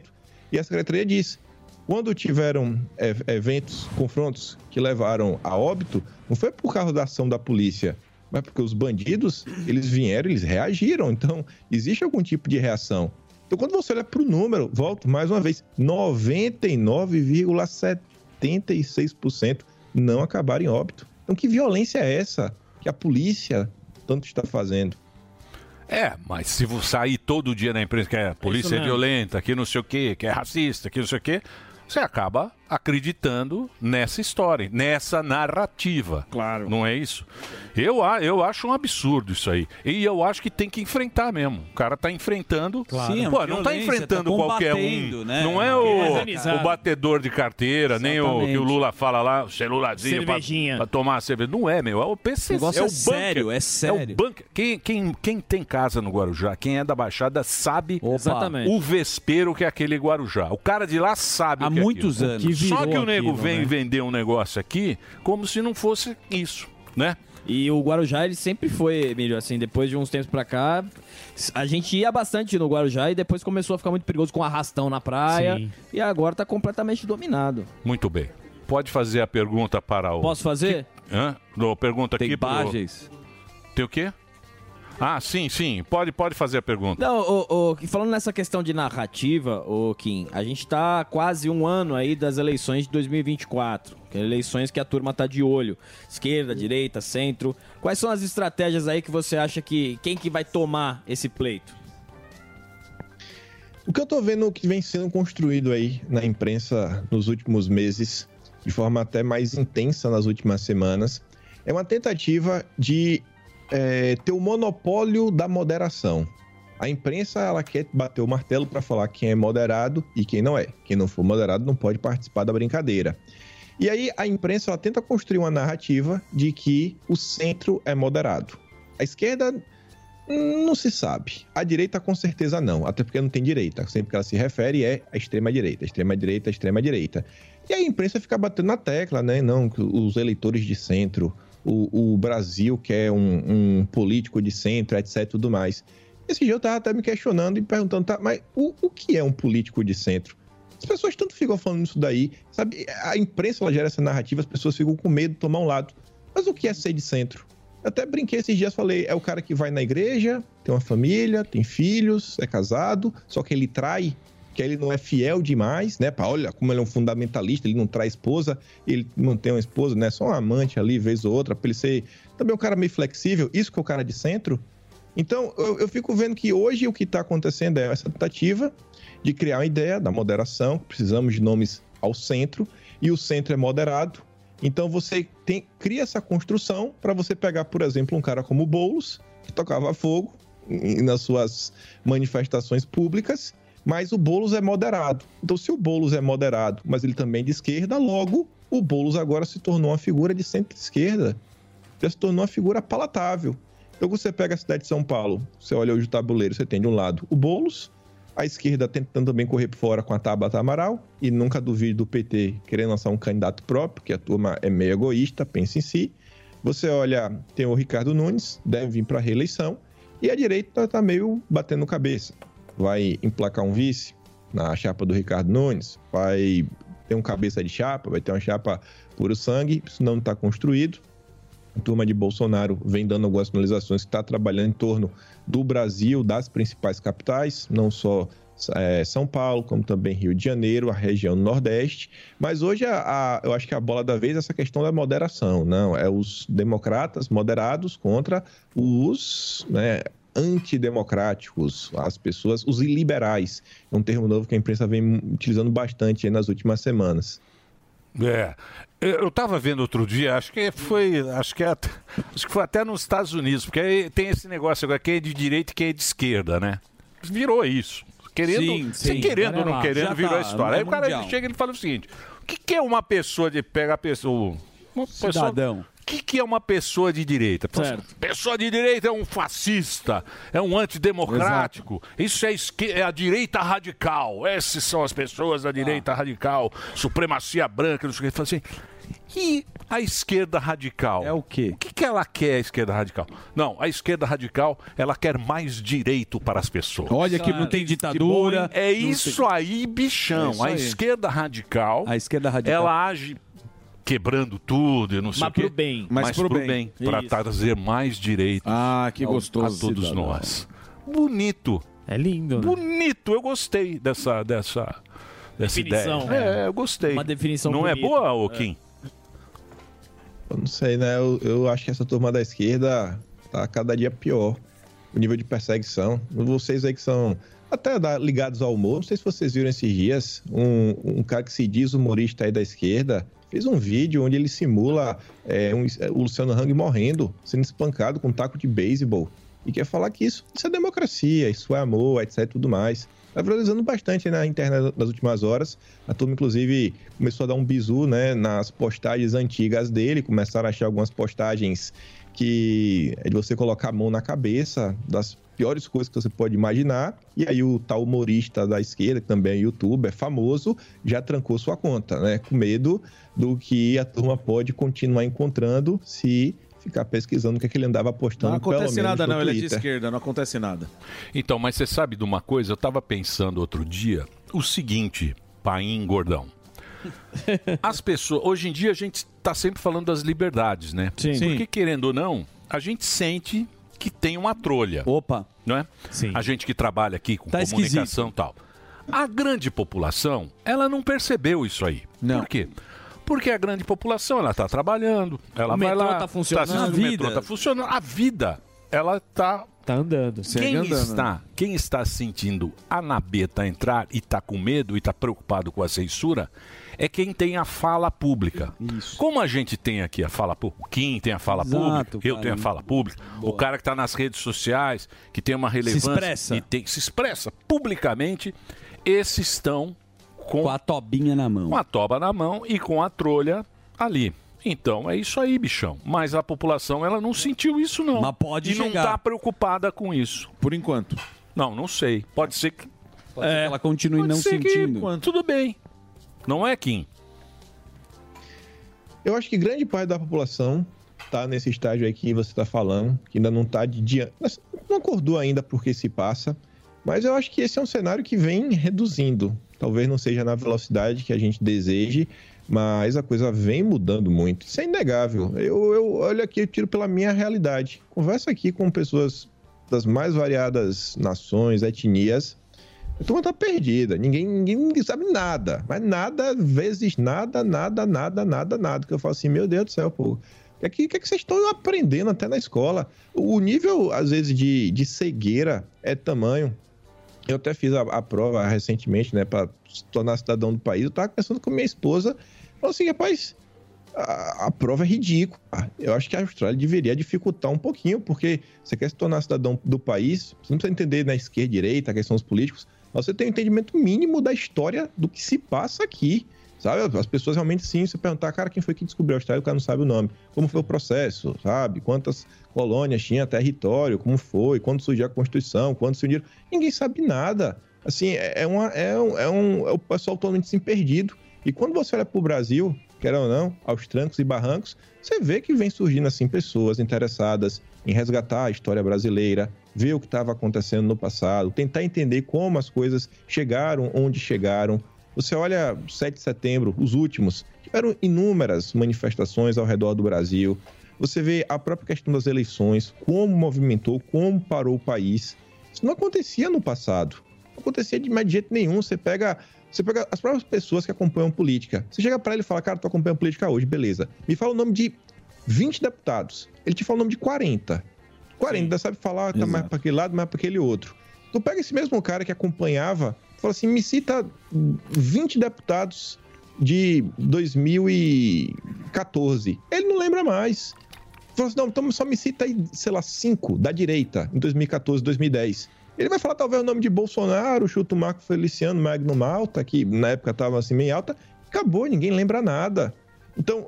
Speaker 24: E a secretaria diz: quando tiveram é, eventos, confrontos que levaram a óbito, não foi por causa da ação da polícia, mas porque os bandidos, eles vieram, eles reagiram. Então, existe algum tipo de reação. Então, quando você olha para o número, volto mais uma vez, 99,76% não acabaram em óbito. Então, que violência é essa que a polícia tanto está fazendo?
Speaker 6: É, mas se você sair todo dia na imprensa que a polícia é,
Speaker 24: mesmo.
Speaker 6: violenta, que não sei o quê, que é racista, que não sei o quê, você acaba acreditando nessa história, nessa narrativa. Claro. Não é isso? Eu, a- eu acho um absurdo isso aí. E eu acho que tem que enfrentar mesmo. O cara tá enfrentando.
Speaker 8: Claro. Sim, é uma
Speaker 6: Pô, não tá
Speaker 8: violência,
Speaker 6: enfrentando
Speaker 8: tá
Speaker 6: qualquer um.
Speaker 8: combatendo, né?
Speaker 6: Não é
Speaker 8: Quem é
Speaker 6: o,
Speaker 8: organizado.
Speaker 6: o batedor de carteira, nem o que o
Speaker 8: Exatamente.
Speaker 6: Lula fala lá, o celularzinho pra,
Speaker 8: Cervejinha.
Speaker 6: pra tomar a cerveja. Não é, meu. É o
Speaker 8: O
Speaker 6: PC.
Speaker 8: negócio
Speaker 6: é,
Speaker 8: é
Speaker 6: o
Speaker 8: sério,
Speaker 6: bunker.
Speaker 8: é sério.
Speaker 6: É o bunker. Quem, quem, quem tem casa no Guarujá, quem é da Baixada, sabe
Speaker 8: Exatamente.
Speaker 6: o vespeiro que é aquele Guarujá. O cara de lá sabe.
Speaker 8: Há
Speaker 6: o que é
Speaker 8: muitos
Speaker 6: aquilo.
Speaker 8: anos. Que virou
Speaker 6: Só que o nego
Speaker 8: aquilo,
Speaker 6: vem
Speaker 8: né?
Speaker 6: vender um negócio aqui como se não fosse isso, né?
Speaker 13: E o Guarujá, ele sempre foi, Emílio, assim, depois de uns tempos pra cá, a gente ia bastante no Guarujá e depois começou a ficar muito perigoso com arrastão na praia.
Speaker 6: Sim.
Speaker 13: E agora tá completamente dominado.
Speaker 6: Muito bem. Pode fazer a pergunta para o.
Speaker 13: Posso fazer?
Speaker 6: Hã? Não, pergunta
Speaker 13: Tem
Speaker 6: aqui pro-
Speaker 13: imagens?
Speaker 6: Tem o quê? Ah, sim, sim. Pode, pode fazer a pergunta.
Speaker 13: Não, o, o- falando nessa questão de narrativa, o Kim, a gente tá quase um ano aí das eleições de 2024. que é Eleições que a turma tá de olho. Esquerda, direita, centro. Quais são as estratégias aí que você acha que. Quem que vai tomar esse pleito?
Speaker 24: O que eu tô vendo que vem sendo construído aí na imprensa nos últimos meses, de forma até mais intensa nas últimas semanas, é uma tentativa de eh, ter o monopólio da moderação. A imprensa ela quer bater o martelo para falar quem é moderado e quem não é. Quem não for moderado não pode participar da brincadeira. E aí a imprensa ela tenta construir uma narrativa de que o centro é moderado. A esquerda Hum, Não se sabe. A direita, com certeza, não. Até porque não tem direita. Sempre que ela se refere é a extrema-direita, extrema-direita, extrema-direita. E aí a imprensa fica batendo na tecla, né? Não, que os eleitores de centro, o, o Brasil quer um, um político de centro, etc. e tudo mais. Esse dia eu tava até me questionando e perguntando, tá, mas o, o que é um político de centro? As pessoas tanto ficam falando isso daí, sabe? A imprensa ela gera essa narrativa, as pessoas ficam com medo de tomar um lado. Mas o que é ser de centro? Eu até brinquei esses dias, falei, é o cara que vai na igreja, tem uma família, tem filhos, é casado, só que ele trai, que ele não é fiel demais, né? Pra, olha como ele é um fundamentalista, ele não trai esposa, ele não tem uma esposa, né? Só um amante ali, vez ou outra, pra ele ser também é um cara meio flexível, isso que é o cara de centro. Então, eu, eu fico vendo que hoje o que está acontecendo é essa tentativa de criar uma ideia da moderação, precisamos de nomes ao centro, e o centro é moderado. Então, você tem- cria essa construção para você pegar, por exemplo, um cara como Boulos, que tocava fogo em- nas suas manifestações públicas, mas o Boulos é moderado. Então, se o Boulos é moderado, mas ele também é de esquerda, logo o Boulos agora se tornou uma figura de centro-esquerda já se tornou uma figura palatável. Então, quando você pega a cidade de São Paulo, você olha hoje o tabuleiro, você tem de um lado o Boulos, a esquerda tentando também correr por fora com a Tabata Amaral, e nunca duvide do PT querendo lançar um candidato próprio, que a turma é meio egoísta, pensa em si. Você olha, tem o Ricardo Nunes, deve vir para reeleição, e a direita está meio batendo cabeça. Vai emplacar um vice na chapa do Ricardo Nunes, vai ter um cabeça de chapa, vai ter uma chapa puro sangue, isso não está construído. A turma de Bolsonaro vem dando algumas sinalizações que está trabalhando em torno do Brasil, das principais capitais, não só eh, São Paulo, como também Rio de Janeiro, a região Nordeste. Mas hoje a- a- eu acho que a bola da vez é essa questão da moderação, não? É os democratas moderados contra os né, antidemocráticos, as pessoas, os iliberais. É um termo novo que a imprensa vem utilizando bastante aí nas últimas semanas.
Speaker 6: É. Eu estava vendo outro dia, acho que foi, acho que, é at- acho que foi até nos Estados Unidos, porque aí tem esse negócio agora, quem é de direita e quem é de esquerda, né? Virou isso. Querendo,
Speaker 3: Sim,
Speaker 6: você
Speaker 3: sim.
Speaker 6: querendo ou
Speaker 3: Olha
Speaker 6: não
Speaker 3: lá,
Speaker 6: querendo,
Speaker 3: já
Speaker 6: virou
Speaker 3: tá,
Speaker 6: a história. Aí
Speaker 3: é
Speaker 6: o cara
Speaker 3: mundial.
Speaker 6: chega e ele fala o seguinte: o que, que é uma pessoa de pega a pessoa. Uma pessoa-
Speaker 3: Cidadão.
Speaker 6: o que, que é uma pessoa de direita?
Speaker 3: Certo.
Speaker 6: Pessoa de direita é um fascista, é um antidemocrático. Isso é, esque- é a direita radical. Essas são as pessoas da direita
Speaker 8: Ah.
Speaker 6: radical, supremacia branca, não sei o que. Fala assim, e a esquerda radical? É o quê? O que, que ela quer, a esquerda radical? Não, a esquerda radical, ela quer mais direito para as pessoas.
Speaker 8: Olha que não tem ditadura.
Speaker 6: É isso aí, bichão.
Speaker 8: É isso
Speaker 6: a
Speaker 8: aí.
Speaker 6: esquerda radical.
Speaker 8: A esquerda radical.
Speaker 6: Ela age quebrando tudo e não sei
Speaker 8: Mas
Speaker 6: o quê.
Speaker 8: pro bem.
Speaker 6: Mas,
Speaker 8: Mas
Speaker 6: pro,
Speaker 8: pro
Speaker 6: bem.
Speaker 8: bem.
Speaker 6: Para
Speaker 8: Isso.
Speaker 6: trazer mais direitos
Speaker 8: Ah, que
Speaker 6: ao-
Speaker 8: gostoso,
Speaker 6: a todos
Speaker 8: cidadão.
Speaker 6: nós. Bonito.
Speaker 15: É lindo.
Speaker 6: Bonito. Eu gostei dessa, dessa, dessa
Speaker 15: Definição.
Speaker 6: ideia. É, eu gostei. Uma
Speaker 13: definição
Speaker 6: Não é
Speaker 13: bonita.
Speaker 6: boa, ô Kim?
Speaker 24: Eu não sei, né? Eu, eu acho que essa turma da esquerda tá cada dia pior. O nível de perseguição. Vocês aí que são até da- ligados ao humor, não sei se vocês viram esses dias, um, um cara que se diz humorista aí da esquerda fez um vídeo onde ele simula é, um- o Luciano Hang morrendo, sendo espancado com um taco de beisebol. E quer falar que isso, isso é democracia, isso é amor, etc e tudo mais. Tá viralizando bastante aí na internet nas últimas horas. A turma, inclusive, começou a dar um bizu né, nas postagens antigas dele, começaram a achar algumas postagens que é de você colocar a mão na cabeça das piores coisas que você pode imaginar. E aí o tal humorista da esquerda, que também é youtuber, famoso, já trancou sua conta, né? Com medo do que a turma pode continuar encontrando se ficar pesquisando o que, é que ele andava postando.
Speaker 11: Não
Speaker 24: pelo
Speaker 11: acontece
Speaker 24: menos
Speaker 11: nada,
Speaker 24: no
Speaker 11: não. Ele é de
Speaker 24: Twitter.
Speaker 11: esquerda, não acontece nada.
Speaker 6: Então, mas você sabe de uma coisa? Eu tava pensando outro dia o seguinte, Paim Gordão. As pessoas. Hoje em dia a gente tá sempre falando das liberdades, né? Sim. Porque, querendo ou não, a gente sente que tem uma trolha.
Speaker 8: Opa.
Speaker 6: Não é? Sim. A gente que trabalha aqui com
Speaker 8: Tá
Speaker 6: comunicação e tal. A grande população, ela não percebeu isso aí. Não. Por quê? Porque a grande população, ela tá trabalhando, ela
Speaker 3: O
Speaker 6: vai
Speaker 3: metrô
Speaker 6: lá,
Speaker 3: tá funcionando.
Speaker 6: assistindo,
Speaker 3: A
Speaker 6: o metrô
Speaker 3: vida.
Speaker 6: tá funcionando, a vida, ela tá
Speaker 15: Tá andando.
Speaker 6: quem está, quem está sentindo a nabeta entrar e está com medo e está preocupado com a censura é quem tem a fala pública. Como a gente tem aqui a fala pública, quem tem a fala
Speaker 3: Exato,
Speaker 6: pública, eu
Speaker 3: cara.
Speaker 6: tenho a fala pública, o cara que está nas redes sociais, que tem uma relevância
Speaker 8: expressa.
Speaker 6: e tem, se expressa publicamente, esses estão com,
Speaker 8: a tobinha na mão.
Speaker 6: Com a toba na mão e com a trolha ali. Então é isso aí, bichão. Mas a população ela não sentiu isso não.
Speaker 8: Mas pode
Speaker 6: e
Speaker 8: chegar.
Speaker 6: não tá está preocupada com isso.
Speaker 11: Por enquanto.
Speaker 6: Não, não sei. Pode ser que
Speaker 8: Pode ser que ela continue não sentindo.
Speaker 6: tudo bem. Não é, Kim?
Speaker 24: Eu acho que grande parte da população tá nesse estágio aí que você tá falando, que ainda não tá de dia, não acordou ainda por que se passa, mas eu acho que esse é um cenário que vem reduzindo. Talvez não seja na velocidade que a gente deseje, mas a coisa vem mudando muito. Isso é inegável. Eu, eu olho aqui, eu tiro pela minha realidade. Converso aqui com pessoas das mais variadas nações, etnias, a turma tá perdida. Ninguém, ninguém, ninguém sabe nada. Mas nada, vezes nada, nada, nada, nada, nada. Que eu falo assim, meu Deus do céu, pô. O que, é que, o que é que vocês estão aprendendo até na escola? O o nível, às vezes, de, de cegueira é tamanho. Eu até fiz a, a prova recentemente, né, para se tornar cidadão do país. Eu tava conversando com minha esposa. Falou assim, rapaz, a, a prova é ridícula. Eu acho que a Austrália deveria dificultar um pouquinho, porque você quer se tornar cidadão do país, você não precisa entender na esquerda, direita, a questão dos políticos, mas você tem um entendimento mínimo da história do que se passa aqui. Sabe? As pessoas realmente sim, você perguntar, cara, quem foi que descobriu a Austrália, o cara não sabe o nome. Como foi o processo, sabe? Quantas colônias tinha, território, como foi, quando surgiu a Constituição, quando se uniram. Ninguém sabe nada. Assim, é, é uma, é, um, é, um, é o pessoal totalmente assim, perdido. E quando você olha para o Brasil, quer ou não, aos trancos e barrancos, você vê que vem surgindo assim pessoas interessadas em resgatar a história brasileira, ver o que estava acontecendo no passado, tentar entender como as coisas chegaram onde chegaram. Você olha 7 de setembro, os últimos, tiveram inúmeras manifestações ao redor do Brasil. Você vê a própria questão das eleições, como movimentou, como parou o país. Isso não acontecia no passado. Não acontecia de, mais de jeito nenhum. Você pega, você pega as próprias pessoas que acompanham política. Você chega pra ele e fala, cara, tu acompanha política hoje, beleza. Me fala o nome de 20 deputados. Ele te fala o nome de 40. 40 ainda sabe falar, tá mais pra aquele lado, mais pra aquele outro. Então, Tu pega esse mesmo cara que acompanhava, fala assim, me cita 20 deputados de 2014. Ele não lembra mais. Falou assim, não, então só me cita aí, sei lá, cinco da direita, em 2014, 2010. Ele vai falar talvez o nome de Bolsonaro, chuta o Marco Feliciano, Magno Malta, que na época tava assim meio alta. Acabou, ninguém lembra nada. Então,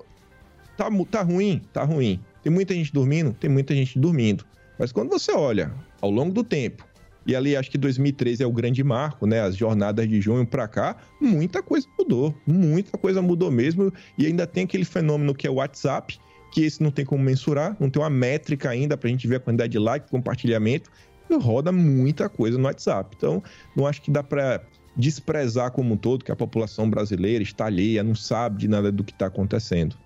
Speaker 24: tá, mu- tá ruim, tá ruim. Tem muita gente dormindo, tem muita gente dormindo. Mas quando você olha ao longo do tempo, e ali acho que 2013 é o grande marco, né? As jornadas de junho pra cá, muita coisa mudou, muita coisa mudou mesmo. E ainda tem aquele fenômeno que é o WhatsApp, que esse não tem como mensurar, não tem uma métrica ainda pra gente ver a quantidade de like, compartilhamento. E roda muita coisa no WhatsApp. Então, não acho que dá pra desprezar como um todo que a população brasileira está alheia, não sabe de nada do que está acontecendo.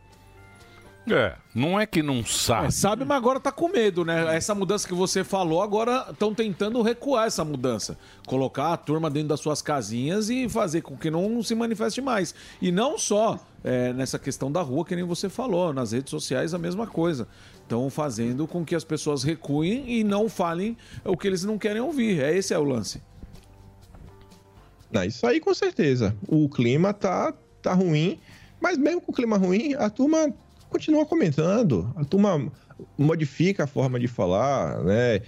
Speaker 6: É, não é que não sabe.
Speaker 11: Sabe, mas agora tá com medo, né? Essa mudança que você falou, agora estão tentando recuar essa mudança. Colocar a turma dentro das suas casinhas e fazer com que não se manifeste mais. E não só é, nessa questão da rua, que nem você falou, nas redes sociais a mesma coisa. Estão fazendo com que as pessoas recuem e não falem o que eles não querem ouvir. É esse é o lance.
Speaker 24: Não, isso aí com certeza. O clima tá, tá ruim, mas mesmo com o clima ruim, a turma continua comentando, a turma modifica a forma de falar, né?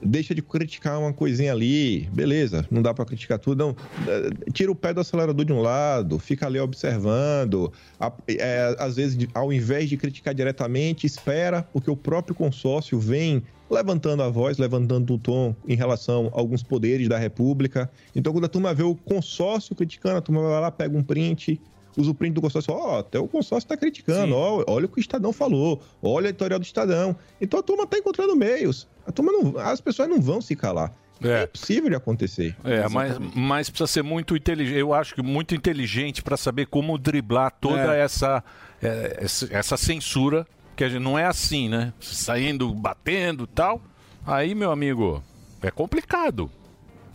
Speaker 24: Deixa de criticar uma coisinha ali, beleza, não dá pra criticar tudo, não. Eh, Tira o pé do acelerador de um lado, fica ali observando. A- eh, às vezes, de- ao invés de criticar diretamente, espera, porque o próprio consórcio vem levantando a voz, levantando o tom em relação a alguns poderes da República. Então, quando a turma vê o consórcio criticando, a turma vai lá, pega um print, usa o print do consórcio, ó, até o consórcio está criticando, ó, olha o que o Estadão falou, olha o editorial do Estadão. Então a turma está encontrando meios. A turma não, as pessoas não vão se calar. É, impossível de acontecer.
Speaker 6: É, mas, mas precisa ser muito inteligente. Eu acho que muito inteligente para saber como driblar toda
Speaker 24: É.
Speaker 6: essa, é, essa essa censura. Que a gente, não é assim, né? Saindo, batendo e tal. Aí, meu amigo, é complicado.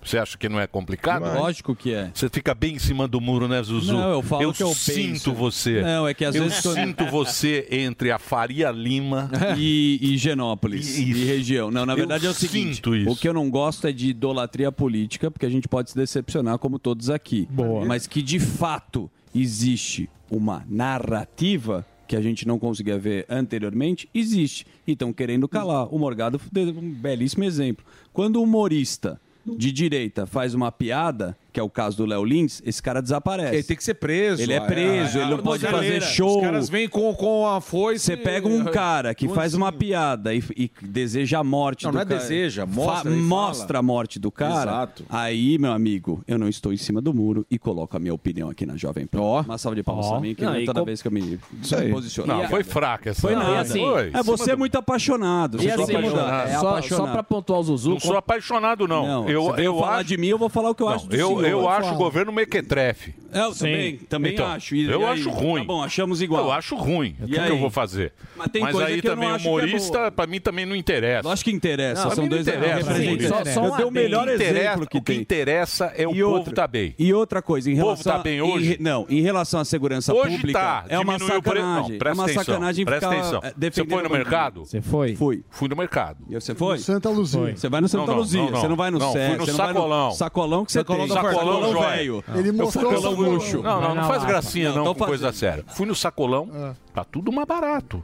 Speaker 6: Você acha que não é complicado?
Speaker 8: Demais. Lógico que é.
Speaker 6: Você fica bem em cima do muro, né, Zuzu?
Speaker 8: Não, eu falo que eu
Speaker 6: sinto
Speaker 8: penso.
Speaker 6: você.
Speaker 8: Não, é que às
Speaker 6: eu
Speaker 8: vezes quando-
Speaker 6: sinto você entre a Faria Lima
Speaker 8: e, e Genópolis e, região. Não, na
Speaker 6: Eu
Speaker 8: verdade é o seguinte:
Speaker 6: sinto isso.
Speaker 8: o que eu não gosto é de idolatria política, porque a gente pode se decepcionar como todos aqui. Boa. Mas que de fato existe uma narrativa que a gente não conseguia ver anteriormente, existe. E estão querendo calar. O Morgado deu um belíssimo exemplo. Quando o humorista de direita faz uma piada, que é o caso do Léo Lins, esse cara desaparece.
Speaker 11: Ele tem que ser preso.
Speaker 8: Ele é preso, ele não pode fazer show.
Speaker 11: Os caras vêm com, com a foice.
Speaker 8: Você pega um cara que faz uma piada e, e deseja a morte
Speaker 11: Não,
Speaker 8: do
Speaker 11: não é
Speaker 8: cara.
Speaker 11: deseja, mostra e fala.
Speaker 8: mostra a morte do cara.
Speaker 11: Exato.
Speaker 8: Aí, meu amigo, eu não estou em cima do muro e coloco a minha opinião aqui na Jovem Pan. Uma salva de palmas
Speaker 15: Ó.
Speaker 8: pra mim, que
Speaker 15: Não,
Speaker 8: não, é
Speaker 15: e
Speaker 8: toda
Speaker 15: com-
Speaker 8: vez que eu me
Speaker 15: Isso aí.
Speaker 8: posiciono.
Speaker 15: Não,
Speaker 8: Obrigado.
Speaker 6: foi fraca essa-
Speaker 8: Foi
Speaker 6: Não,
Speaker 8: nada.
Speaker 6: assim,
Speaker 8: é, você é muito apaixonado.
Speaker 6: E
Speaker 8: Você
Speaker 6: assim,
Speaker 8: é apaixonado.
Speaker 6: mudar.
Speaker 8: É
Speaker 6: Só- só
Speaker 8: apaixonado.
Speaker 6: pra pontuar os Zuzu, Não sou como- apaixonado, não. Eu-
Speaker 8: você veio
Speaker 6: eu
Speaker 8: falar
Speaker 6: acho-
Speaker 8: de mim, eu vou falar o que eu acho do
Speaker 6: eu,
Speaker 8: senhor.
Speaker 6: eu acho
Speaker 8: Fala.
Speaker 6: o governo mequetrefe.
Speaker 8: Eu também, também
Speaker 6: Então,
Speaker 8: acho. E-
Speaker 6: eu
Speaker 8: e aí?
Speaker 6: acho ruim.
Speaker 8: Tá bom, achamos igual.
Speaker 6: Eu acho ruim. É
Speaker 8: E
Speaker 6: tudo que
Speaker 8: aí?
Speaker 6: eu vou fazer.
Speaker 8: Mas tem coisa
Speaker 6: aí
Speaker 8: que eu
Speaker 6: também
Speaker 8: não acho que é
Speaker 6: humorista,
Speaker 8: boa.
Speaker 6: pra mim também não interessa.
Speaker 8: Acho que interessa.
Speaker 6: Não, pra
Speaker 8: São
Speaker 6: mim não
Speaker 8: dois
Speaker 6: interessa.
Speaker 8: não,
Speaker 6: Sim,
Speaker 8: representa-
Speaker 6: só- só
Speaker 8: Eu
Speaker 6: um
Speaker 8: dei o melhor
Speaker 6: adendo.
Speaker 8: exemplo que
Speaker 6: O que
Speaker 8: tem.
Speaker 6: interessa é o
Speaker 8: E
Speaker 6: povo
Speaker 8: outra-
Speaker 6: tá bem.
Speaker 8: E outra coisa, em
Speaker 6: O povo
Speaker 8: relação
Speaker 6: tá bem
Speaker 8: em
Speaker 6: hoje?
Speaker 8: re- não, em relação à segurança
Speaker 6: Hoje
Speaker 8: pública,
Speaker 6: tá.
Speaker 8: é uma
Speaker 6: diminuiu o preço. Não,
Speaker 8: sacanagem. é
Speaker 6: presta
Speaker 8: uma
Speaker 6: atenção,
Speaker 8: sacanagem
Speaker 6: presta
Speaker 8: ficar
Speaker 6: atenção.
Speaker 8: eh,
Speaker 6: Você
Speaker 8: defendendo
Speaker 6: foi no
Speaker 8: o governo.
Speaker 6: mercado? Você
Speaker 15: foi?
Speaker 8: Fui.
Speaker 6: Fui no mercado.
Speaker 8: E você foi?
Speaker 16: Santa Luzia.
Speaker 8: Foi. Você vai no Santa
Speaker 6: Não, não,
Speaker 8: Luzia,
Speaker 6: não, não.
Speaker 8: você não vai no
Speaker 6: Não, fui
Speaker 8: Sé,
Speaker 6: no
Speaker 8: você não vai no-
Speaker 6: sacolão.
Speaker 8: sacolão que você
Speaker 6: Sacolão
Speaker 8: tem.
Speaker 6: da Farfã. Sacolão joia.
Speaker 8: velho.
Speaker 6: Ele
Speaker 8: o
Speaker 6: mostrou o
Speaker 8: sacolão
Speaker 6: sacolão.
Speaker 8: murcho.
Speaker 6: Não, não, não faz gracinha não,
Speaker 8: tô
Speaker 6: com coisa
Speaker 8: fazendo.
Speaker 6: séria. Fui no sacolão, tá tudo mais barato.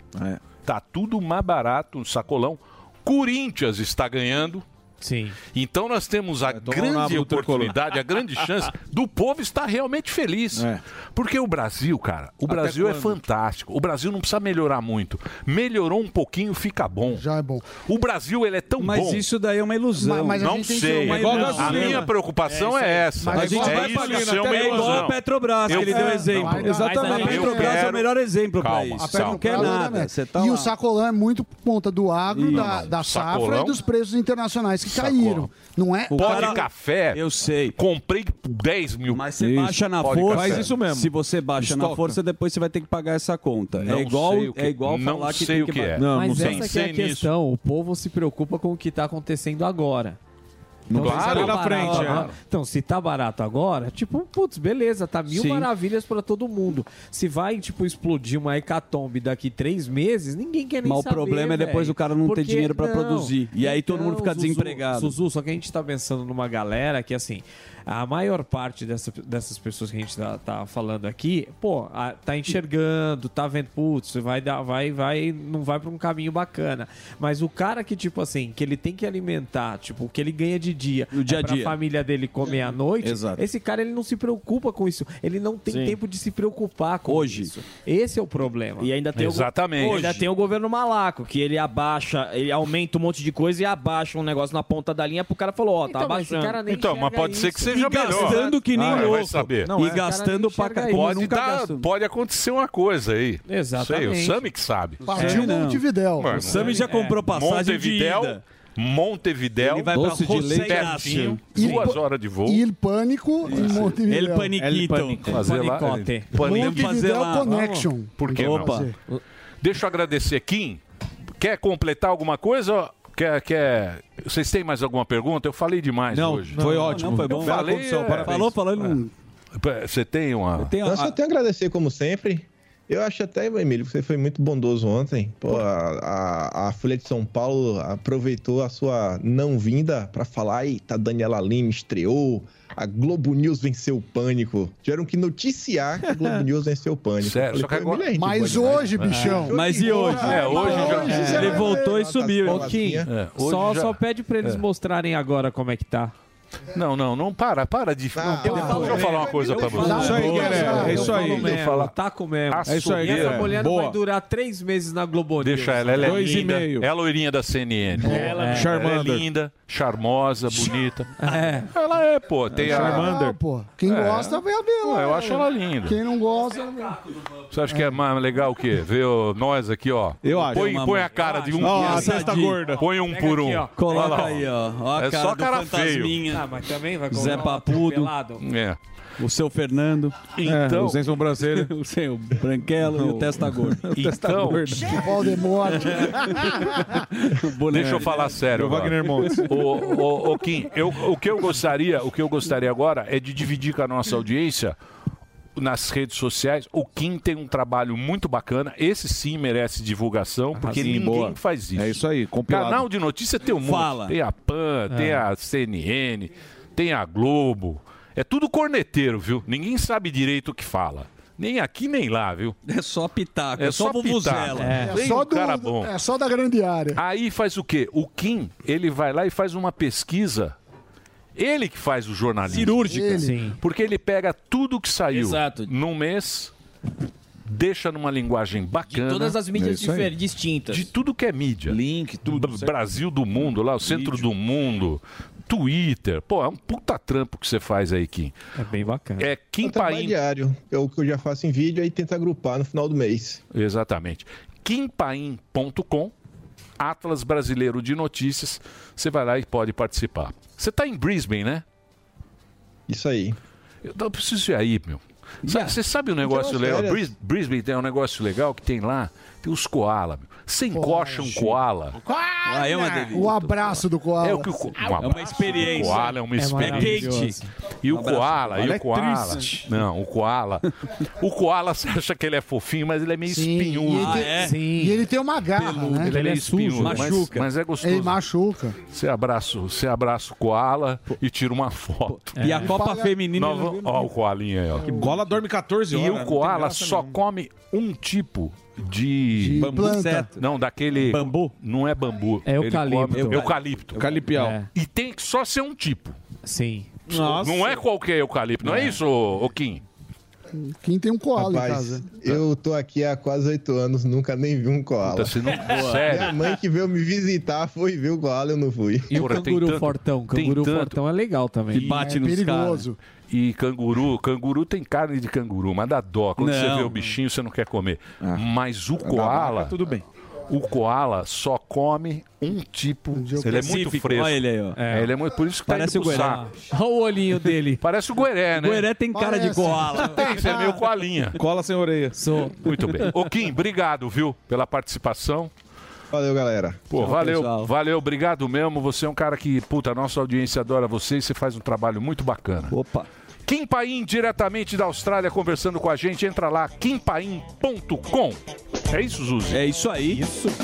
Speaker 6: Tá tudo mais barato no sacolão. Corinthians está ganhando.
Speaker 15: Sim.
Speaker 6: Então nós temos
Speaker 11: É,
Speaker 6: a
Speaker 15: tomar um nabo
Speaker 6: grande
Speaker 15: do tricolor.
Speaker 6: oportunidade, a grande chance do povo estar realmente feliz.
Speaker 8: É.
Speaker 6: Porque o Brasil, cara, o
Speaker 15: Até
Speaker 6: Brasil é
Speaker 15: quando?
Speaker 6: fantástico. O Brasil não precisa melhorar muito. Melhorou um pouquinho, fica bom. Já
Speaker 16: é bom.
Speaker 6: O Brasil, ele é tão
Speaker 8: Mas
Speaker 6: bom.
Speaker 8: isso daí é uma ilusão.
Speaker 6: Ma- mas a
Speaker 8: não
Speaker 6: gente tem que ter
Speaker 8: sei.
Speaker 6: uma É igual ilusão. gasolina. A minha preocupação é essa.
Speaker 8: Mas a
Speaker 6: Mas
Speaker 8: gente
Speaker 6: é
Speaker 8: vai
Speaker 6: isso,
Speaker 8: pagando
Speaker 6: isso é uma
Speaker 8: até igual
Speaker 6: ilusão.
Speaker 8: a Petrobras,
Speaker 6: Eu-
Speaker 8: que ele deu
Speaker 6: É,
Speaker 8: exemplo.
Speaker 6: não, exatamente.
Speaker 8: A Petrobras é
Speaker 6: quero-
Speaker 8: o melhor exemplo para
Speaker 6: Calma,
Speaker 8: isso. Você
Speaker 6: calma.
Speaker 8: não quer
Speaker 6: Petrobras é
Speaker 8: nada. Você tá
Speaker 16: né? e
Speaker 8: lá.
Speaker 16: o sacolão é muito por conta do agro,
Speaker 8: Ih,
Speaker 16: da,
Speaker 8: não.
Speaker 16: da safra
Speaker 8: Sacolão?
Speaker 16: e dos preços internacionais que caíram. Não é?
Speaker 6: O Pó de café.
Speaker 8: Eu sei.
Speaker 6: Comprei 10 mil.
Speaker 8: Mas você baixa na força. Se você baixa na
Speaker 6: Estoca.
Speaker 8: força, depois você vai ter que pagar essa conta.
Speaker 6: Não
Speaker 8: é igual,
Speaker 6: sei o que-
Speaker 8: é igual
Speaker 6: não
Speaker 8: falar que
Speaker 6: sei
Speaker 8: tem
Speaker 6: o que
Speaker 8: ba-
Speaker 6: é.
Speaker 8: Não,
Speaker 6: Mas
Speaker 8: não
Speaker 6: essa
Speaker 8: sei.
Speaker 6: que
Speaker 15: Essa que é a
Speaker 6: Pensei nisso.
Speaker 15: questão. O povo se preocupa com o que está acontecendo tá agora. Então,
Speaker 6: Claro.
Speaker 15: se tá
Speaker 6: Saiu na
Speaker 15: barato
Speaker 6: frente,
Speaker 15: agora-
Speaker 6: é.
Speaker 15: Então, se tá barato agora, tipo, putz, beleza, tá mil
Speaker 6: Sim.
Speaker 15: maravilhas pra todo mundo. Se vai, tipo, explodir uma hecatombe daqui três meses, ninguém quer nem
Speaker 8: Mas o
Speaker 15: saber,
Speaker 8: problema é depois
Speaker 15: velho.
Speaker 8: o cara não ter
Speaker 15: Porque-
Speaker 8: dinheiro pra
Speaker 15: não. então,
Speaker 8: produzir. E aí todo mundo fica
Speaker 15: Zuzu,
Speaker 8: desempregado.
Speaker 15: Zuzu, só que a gente tá pensando numa galera que, assim, a maior parte dessa- dessas pessoas que a gente tá, tá falando aqui, pô, a- tá enxergando, tá vendo, putz, vai dar, vai, vai, não vai pra um caminho bacana. Mas o cara que, tipo assim, que ele tem que alimentar, tipo, o que ele ganha de dia, no
Speaker 8: dia a dia.
Speaker 15: pra família dele comer à noite,
Speaker 8: Exato.
Speaker 15: esse cara, ele não se preocupa com isso. Ele não tem
Speaker 8: Sim.
Speaker 15: tempo de se preocupar com Hoje. isso. Esse é o problema.
Speaker 13: E ainda tem
Speaker 6: Exatamente.
Speaker 13: O, ainda tem o governo malaco, que ele abaixa, ele aumenta um monte de coisa e abaixa um negócio na ponta da linha pro cara falou, ó, tá
Speaker 15: Então, mas esse
Speaker 13: abaixando.
Speaker 15: cara nem
Speaker 6: Então, mas pode ser que seja
Speaker 13: E
Speaker 6: melhor.
Speaker 13: gastando que nem
Speaker 6: Ah, Vai
Speaker 13: louco.
Speaker 6: saber.
Speaker 13: Não, E é. gastando pra
Speaker 6: cá.
Speaker 13: caralho,
Speaker 6: Pode,
Speaker 13: nunca
Speaker 6: dar-
Speaker 13: gastou.
Speaker 6: pode acontecer uma coisa aí.
Speaker 8: Exatamente.
Speaker 6: Sei, o Sami que sabe.
Speaker 16: Partiu
Speaker 8: É, não.
Speaker 16: Montevidéu.
Speaker 6: Mano,
Speaker 8: O Sami já
Speaker 6: é.
Speaker 8: comprou passagem de
Speaker 6: Montevidéu,
Speaker 8: ida.
Speaker 6: Montevidéu.
Speaker 8: Ele vai pra Doce de José leite.
Speaker 6: pertinho,
Speaker 16: E
Speaker 6: Duas
Speaker 16: pa-
Speaker 6: horas de voo.
Speaker 16: E Pânico em Montevidéu.
Speaker 8: El Paniquito. El Panico.
Speaker 6: então. Fazer lá.
Speaker 8: Panicote.
Speaker 6: Panico.
Speaker 16: Montevidéu Connection.
Speaker 6: Por que
Speaker 16: Opa.
Speaker 6: não? Deixa eu agradecer, Kim. Quer completar alguma coisa? Quer, quer... Vocês têm mais alguma pergunta? Eu falei demais
Speaker 24: Não,
Speaker 6: hoje.
Speaker 24: não, Foi não, ótimo. não, foi
Speaker 6: Eu
Speaker 24: bom.
Speaker 6: falei,
Speaker 24: Bela condução,
Speaker 6: é,
Speaker 24: parabéns. Falou, falou, ele não-
Speaker 6: É. Você tem uma...
Speaker 24: Eu só tenho a agradecer, como sempre. Eu acho até, Emílio, que você foi muito bondoso ontem. Pô, a, a- a Folha de São Paulo aproveitou a sua não vinda para falar: eita, Daniela Lima estreou, a Globo News venceu o pânico. Tiveram que noticiar que a Globo News venceu o pânico.
Speaker 6: Sério, só que agora-
Speaker 16: Mas hoje,
Speaker 15: É.
Speaker 16: bichão.
Speaker 8: Mas e hoje?
Speaker 6: É, hoje já-
Speaker 8: Ele
Speaker 6: É.
Speaker 8: voltou e
Speaker 15: tá
Speaker 8: subiu.
Speaker 15: Ô, Kim, só, só pede pra eles mostrarem agora como é que tá.
Speaker 6: Não, não, não para, para de. não, para. Deixa eu falar uma coisa pra você.
Speaker 15: Isso aí, galera. É isso aí.
Speaker 6: Eu
Speaker 15: Mesmo,
Speaker 6: falo-
Speaker 15: taco mesmo.
Speaker 6: A
Speaker 15: É isso aí.
Speaker 6: sujeira.
Speaker 15: Essa mulher não
Speaker 6: Boa.
Speaker 15: vai durar três meses na Globo News.
Speaker 6: Deixa ela, ela é
Speaker 15: Dois
Speaker 6: linda.
Speaker 15: e meio.
Speaker 6: É a loirinha da CNN.
Speaker 15: É, ela mesmo. Charmander.
Speaker 6: é linda, charmosa, bonita.
Speaker 15: É.
Speaker 6: Ela é, pô. Tem a...
Speaker 15: Ah,
Speaker 16: Charmander. pô. Quem
Speaker 6: É.
Speaker 16: gosta, vai ver
Speaker 6: Não,
Speaker 16: lá. né?
Speaker 6: eu acho ela linda.
Speaker 16: Quem não gosta...
Speaker 6: Você acha que é mais legal o quê? Ver o- nós aqui, ó. Eu
Speaker 16: acho.
Speaker 6: Põe, põe a cara de um
Speaker 16: Ó,
Speaker 6: por
Speaker 16: a
Speaker 6: um.
Speaker 16: cesta gorda.
Speaker 6: Põe um
Speaker 15: Pega
Speaker 6: por um.
Speaker 15: aqui, ó.
Speaker 6: Olha
Speaker 8: Coloca
Speaker 6: lá,
Speaker 8: aí, ó. Ó a
Speaker 6: é
Speaker 8: cara
Speaker 6: só
Speaker 8: do
Speaker 6: cara feio. É.
Speaker 8: fantasminha.
Speaker 15: Ah, mas também vai
Speaker 8: Zé
Speaker 15: colocar um
Speaker 8: Papudo.
Speaker 15: atropelado.
Speaker 8: O seu Fernando.
Speaker 6: Então- o sem
Speaker 8: sobrancelha. o seu Branquelo e o Testa Gordo.
Speaker 6: O Testa Então- Gordo.
Speaker 16: Voldemort.
Speaker 6: Deixa eu falar sério.
Speaker 8: O Wagner
Speaker 6: agora.
Speaker 8: Montes.
Speaker 6: O, o- o Kim, eu- o que eu gostaria, o que eu gostaria agora é de dividir com a nossa audiência nas redes sociais. O Kim tem um trabalho muito bacana. Esse sim merece divulgação, porque
Speaker 7: sim,
Speaker 11: Assim,
Speaker 6: ninguém
Speaker 7: boa.
Speaker 6: faz isso.
Speaker 7: É isso aí, compilado.
Speaker 6: Canal de notícia tem um monte.
Speaker 7: Fala.
Speaker 6: Tem a
Speaker 8: É.
Speaker 6: Pan, tem a CNN, tem a Globo. É tudo corneteiro, viu? Ninguém sabe direito o que fala. Nem aqui, nem lá, viu?
Speaker 8: É só pitaco, é só
Speaker 6: pitaco.
Speaker 8: vuvuzela.
Speaker 6: É, Tem um
Speaker 16: do-
Speaker 6: cara bom.
Speaker 16: é só da grande área.
Speaker 6: Aí faz o quê? O Kim, ele vai lá e faz uma pesquisa. Ele que faz o jornalismo.
Speaker 8: Cirúrgica. Ele.
Speaker 6: Sim. Porque ele pega tudo que saiu num mês, deixa numa linguagem bacana.
Speaker 13: De todas as mídias É isso aí. difer- distintas.
Speaker 6: De tudo que é mídia. Link, tudo. Brasil do mundo, lá, o centro do mundo, Twitter. Pô, é um puta trampo que você faz aí, Kim.
Speaker 15: É bem bacana.
Speaker 6: É
Speaker 24: É um
Speaker 6: Kim
Speaker 24: trabalho
Speaker 6: Paim.
Speaker 24: diário. É o que eu já faço em vídeo aí tento agrupar no final do mês.
Speaker 6: Exatamente. Kimpaim.com, Atlas Brasileiro de Notícias. Você vai lá e pode participar. Você está em Brisbane, né?
Speaker 24: Isso aí.
Speaker 6: Eu, eu preciso ir aí, meu. Sa- Você sabe um negócio
Speaker 24: umas
Speaker 6: legal?
Speaker 24: férias.
Speaker 6: Bris- Brisbane tem um negócio legal que tem lá. Tem os koala, meu. Você encoxa um koala.
Speaker 8: Ah, é uma delícia.
Speaker 16: O abraço do Koala.
Speaker 6: né? É o que o ko- um abraço.
Speaker 8: experiência.
Speaker 6: O koala é uma
Speaker 8: É
Speaker 6: experiência.
Speaker 8: maravilhoso.
Speaker 6: E o
Speaker 8: Um abraço.
Speaker 6: koala, e
Speaker 8: Koala é
Speaker 6: o koala.
Speaker 8: triste.
Speaker 6: Não, o koala. O koala você acha que ele é fofinho, mas ele é meio
Speaker 16: E
Speaker 6: espinhudo. é?
Speaker 16: ele, tem, e ele tem uma garra, né?
Speaker 6: né? Ele, é, espinho, machuca. Mas, é gostoso.
Speaker 16: Ele machuca.
Speaker 6: Você abraça, você abraça o Koala e tira uma foto.
Speaker 8: E
Speaker 16: É.
Speaker 8: a Copa Fala- Feminina
Speaker 6: Nós vamos- Ó, o Koalinha aí, ó.
Speaker 11: Que bola dorme 14 horas.
Speaker 6: E o Koala só come um tipo de.
Speaker 11: De Bambu. planta. Certo.
Speaker 6: Não, daquele. Bambu? Não é bambu.
Speaker 15: É
Speaker 6: Ele
Speaker 15: eucalipto.
Speaker 6: come- Eucalipto. É.
Speaker 11: Calipial.
Speaker 6: E tem que só ser um tipo.
Speaker 15: Sim.
Speaker 6: Não é qualquer eucalipto, não é, isso, ô ô Kim?
Speaker 16: Quem tem um Koala em
Speaker 24: Rapaz,
Speaker 16: casa.
Speaker 24: eu tô aqui há quase oito anos, nunca nem vi um koala.
Speaker 6: Puta, você não-
Speaker 24: Boa.
Speaker 6: Sério?
Speaker 24: Minha mãe que veio me visitar foi ver o koala, eu não fui.
Speaker 15: E o canguru fortão. Canguru fortão é legal também. né?
Speaker 6: E canguru, canguru tem carne de canguru, mas dá dó. Quando você
Speaker 15: Não.
Speaker 6: vê o bichinho, você não quer comer.
Speaker 15: Ah.
Speaker 6: Mas o koala.
Speaker 15: vaca, É tudo bem.
Speaker 6: O koala só come um tipo. Ele é muito
Speaker 8: Específico.
Speaker 6: fresco.
Speaker 8: Olha ele aí, ó.
Speaker 6: É, ele é muito, por isso que
Speaker 8: Parece
Speaker 6: tá
Speaker 8: o
Speaker 6: indo pro
Speaker 8: Gueré.
Speaker 6: saco.
Speaker 15: Olha o olhinho dele.
Speaker 6: Parece o Gueré, né?
Speaker 8: O Gueré tem cara de koala.
Speaker 6: Tem, você é meio koalinha.
Speaker 11: Cola sem orelha.
Speaker 15: Sou.
Speaker 6: Muito bem. Ô, Kim, obrigado, viu, pela participação.
Speaker 24: Valeu, galera.
Speaker 6: Pô, valeu, valeu, obrigado mesmo. Você é um cara que, puta, a nossa audiência adora você e você faz um trabalho muito bacana.
Speaker 13: Opa.
Speaker 6: Kim Paim, diretamente da Austrália, conversando com a gente. Entra lá, kimpaim.com. É isso, Zuzi?
Speaker 8: É isso aí.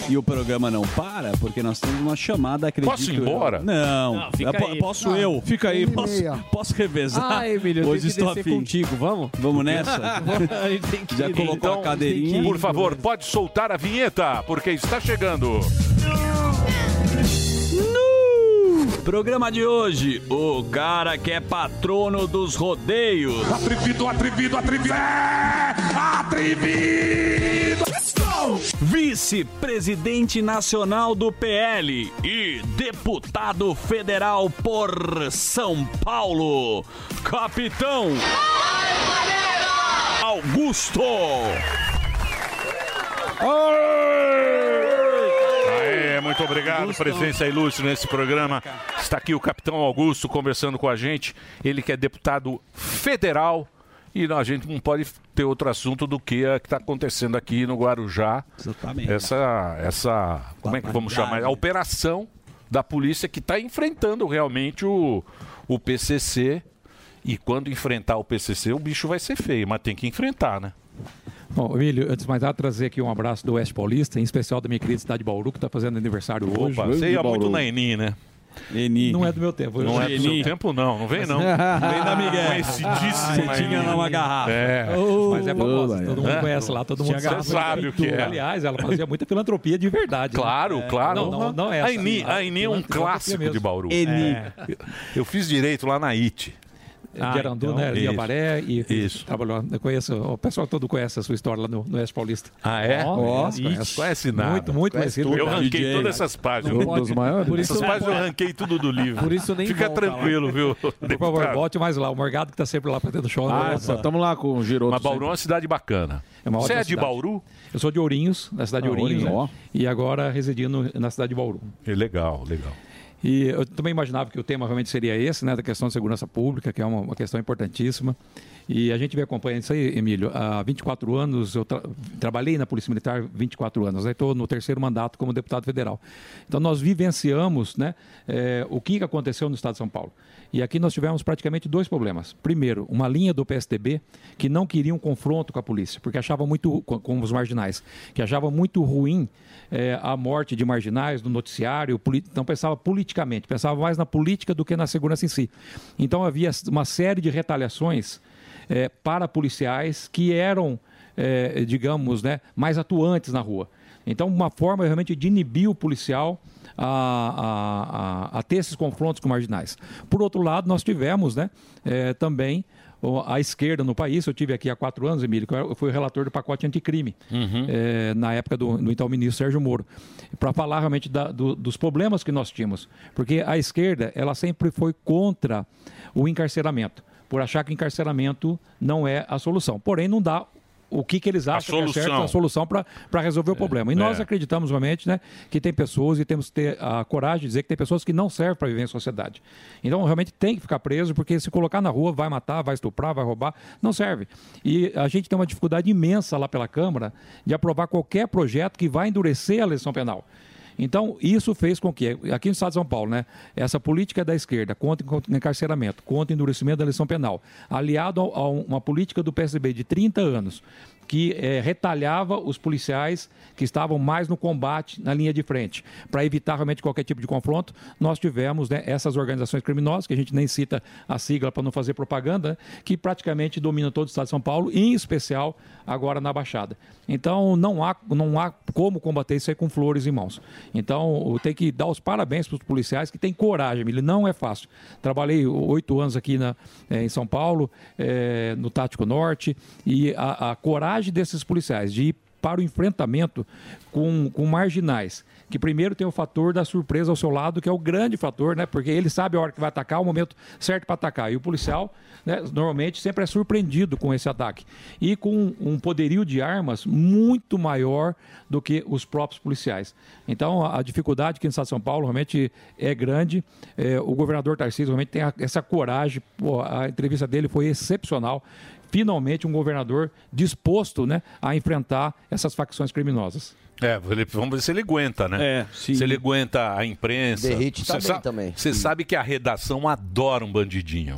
Speaker 8: E o programa não para, porque nós temos uma chamada, acredito
Speaker 6: Posso ir
Speaker 8: eu.
Speaker 6: embora?
Speaker 8: Não.
Speaker 6: Não, fica
Speaker 8: Eu po-
Speaker 6: aí.
Speaker 8: Posso
Speaker 6: Não,
Speaker 8: eu?
Speaker 6: fica aí.
Speaker 8: Posso, posso revezar?
Speaker 15: Ah, Emílio, eu tenho
Speaker 8: Hoje
Speaker 15: que
Speaker 8: estou
Speaker 15: descer
Speaker 8: afim.
Speaker 15: contigo, vamos?
Speaker 8: Vamos nessa? Já colocou a cadeirinha?
Speaker 6: Por favor, pode soltar a vinheta, porque está chegando.
Speaker 8: No programa de hoje, o cara que é patrono dos rodeios.
Speaker 3: Atrevido, atrevido, atrevido. Atrevido.
Speaker 8: Vice-presidente nacional do PL e deputado federal por São Paulo, capitão Augusto.
Speaker 6: Aê, muito obrigado, presença ilustre nesse programa. Está aqui o capitão Augusto conversando com a gente. Ele que é deputado federal. E não, a gente não pode ter outro assunto do que a que está acontecendo aqui no Guarujá.
Speaker 8: Exatamente.
Speaker 6: Essa, essa como é que vamos chamar? A operação da polícia que está enfrentando realmente o, o PCC. E quando enfrentar o PCC, o bicho vai ser feio, mas tem que enfrentar, né?
Speaker 1: Bom, Emílio, antes de mais nada, trazer aqui um abraço do Oeste Paulista, em especial da minha querida cidade de Bauru, que está fazendo aniversário hoje.
Speaker 6: Opa, você ia muito na Eni, né?
Speaker 8: Eni.
Speaker 1: Não é do meu tempo.
Speaker 6: Não é do seu
Speaker 1: Eni.
Speaker 6: tempo, não. Não vem, não. Um
Speaker 1: Vem na Miguel.
Speaker 6: Conhecidíssima.
Speaker 1: Você tinha
Speaker 6: Eni.
Speaker 1: lá uma garrafa.
Speaker 6: É.
Speaker 1: Ô, Mas é famosa.
Speaker 6: ô,
Speaker 1: Todo mundo
Speaker 6: é.
Speaker 1: conhece lá, todo mundo
Speaker 6: Você
Speaker 1: sabe.
Speaker 6: sabe o que é.
Speaker 1: Aliás, ela fazia muita filantropia de verdade. né?
Speaker 6: Claro,
Speaker 1: É.
Speaker 6: claro.
Speaker 1: Não, não, não essa. assim,
Speaker 6: a Eni, a Eni é um
Speaker 1: Filantropia
Speaker 6: clássico
Speaker 1: mesmo.
Speaker 6: de Bauru.
Speaker 1: É.
Speaker 6: Eu fiz direito lá na IT.
Speaker 1: de Arandu, né?
Speaker 6: então, Isso.
Speaker 1: Iabaré e
Speaker 6: Isso.
Speaker 1: trabalhou. Eu conheço, o pessoal todo conhece a sua história lá no, no Oeste Paulista.
Speaker 6: Ah, é?
Speaker 1: Ó,
Speaker 6: Ixi. Conhece nada.
Speaker 1: Muito, muito
Speaker 6: Conhece
Speaker 1: conhecido.
Speaker 6: tudo. Eu
Speaker 1: cara.
Speaker 6: ranquei
Speaker 1: DJ. né?
Speaker 6: todas essas páginas.
Speaker 1: Não pode.
Speaker 6: Dos maiores.
Speaker 1: Por isso
Speaker 6: Essas
Speaker 1: não
Speaker 6: páginas eu
Speaker 1: pode.
Speaker 6: ranquei tudo do livro.
Speaker 1: Por isso nem
Speaker 6: Fica
Speaker 1: volta
Speaker 6: tranquilo,
Speaker 1: lá.
Speaker 6: viu?
Speaker 1: Por favor, volte mais lá. O Morgado que tá sempre lá fazendo show.
Speaker 6: Ah,
Speaker 1: Nossa.
Speaker 6: só tamo
Speaker 1: lá com o Giroto.
Speaker 6: Mas Bauru é uma cidade bacana. Você é de Bauru?
Speaker 1: Eu sou de Ourinhos, da cidade de
Speaker 6: Ah,
Speaker 1: Ourinhos.
Speaker 6: Ourinhos,
Speaker 1: né? E agora residindo na cidade de Bauru.
Speaker 6: É legal, legal.
Speaker 1: E eu também imaginava que o tema realmente seria esse, né, da questão de segurança pública, que é uma, uma questão importantíssima. E a gente vem acompanhando isso aí, Emílio. Há 24 anos, eu tra- trabalhei na Polícia Militar 24 anos, né? estou no terceiro mandato como deputado federal. Então, nós vivenciamos né, eh, o que que aconteceu no Estado de São Paulo. E aqui nós tivemos praticamente dois problemas. Primeiro, uma linha do PSDB que não queria um confronto com a polícia, porque achava muito, com, com os marginais, que achava muito ruim eh, a morte de marginais no noticiário, poli- então pensava politicamente, pensava mais na política do que na segurança em si. Então havia uma série de retaliações eh, para policiais que eram, eh, digamos, né, mais atuantes na rua. Então, uma forma realmente de inibir o policial a, a- a- a ter esses confrontos com marginais. Por outro lado, nós tivemos né, eh, também o- a esquerda no país. Eu tive aqui há quatro anos, Emílio, que eu era- eu fui o relator do pacote anticrime, eh, na época do, do então ministro Sérgio Moro, para falar realmente da- do- dos problemas que nós tínhamos. Porque a esquerda ela sempre foi contra o encarceramento, por achar que encarceramento não é a solução. Porém, não dá o que, que eles acham que é certo,
Speaker 6: solução.
Speaker 1: a solução para resolver o problema. E nós
Speaker 6: é.
Speaker 1: acreditamos realmente né, que tem pessoas, e temos que ter a coragem de dizer que tem pessoas que não servem para viver em sociedade. Então, realmente tem que ficar preso, porque se colocar na rua, vai matar, vai estuprar, vai roubar, não serve. E a gente tem uma dificuldade imensa lá pela Câmara de aprovar qualquer projeto que vai endurecer a legislação penal. Então, isso fez com que, aqui no Estado de São Paulo, né, essa política da esquerda contra o encarceramento, contra o endurecimento da eleição penal, aliado a a uma política do PSDB de 30 anos, que eh, retalhava os policiais que estavam mais no combate na linha de frente, para evitar realmente qualquer tipo de confronto, nós tivemos né, essas organizações criminosas, que a gente nem cita a sigla para não fazer propaganda, né, que praticamente dominam todo o Estado de São Paulo, em especial agora na Baixada. Então, não há, não há como combater isso aí com flores em mãos. Então, tem que dar os parabéns para os policiais que têm coragem, ele não é fácil. Trabalhei oito anos aqui na, eh, em São Paulo, eh, no Tático Norte, e a, a coragem desses policiais de ir para o enfrentamento com, com marginais. Que primeiro tem o fator da surpresa ao seu lado, que é o grande fator, né? Porque ele sabe a hora que vai atacar, o momento certo para atacar. E o policial, né, normalmente, sempre é surpreendido com esse ataque. E com um poderio de armas muito maior do que os próprios policiais. Então, a, a dificuldade aqui no Estado de São Paulo realmente é grande. É, o governador Tarcísio realmente tem a- essa coragem. Pô, a entrevista dele foi excepcional. finalmente um governador disposto né, a enfrentar essas facções criminosas.
Speaker 6: É, ele- vamos ver se ele aguenta, né?
Speaker 8: É,
Speaker 6: se ele aguenta a imprensa.
Speaker 1: Derrite
Speaker 6: Você
Speaker 1: tá bem
Speaker 6: sabe,
Speaker 1: também.
Speaker 6: Você sabe que a redação adora um bandidinho.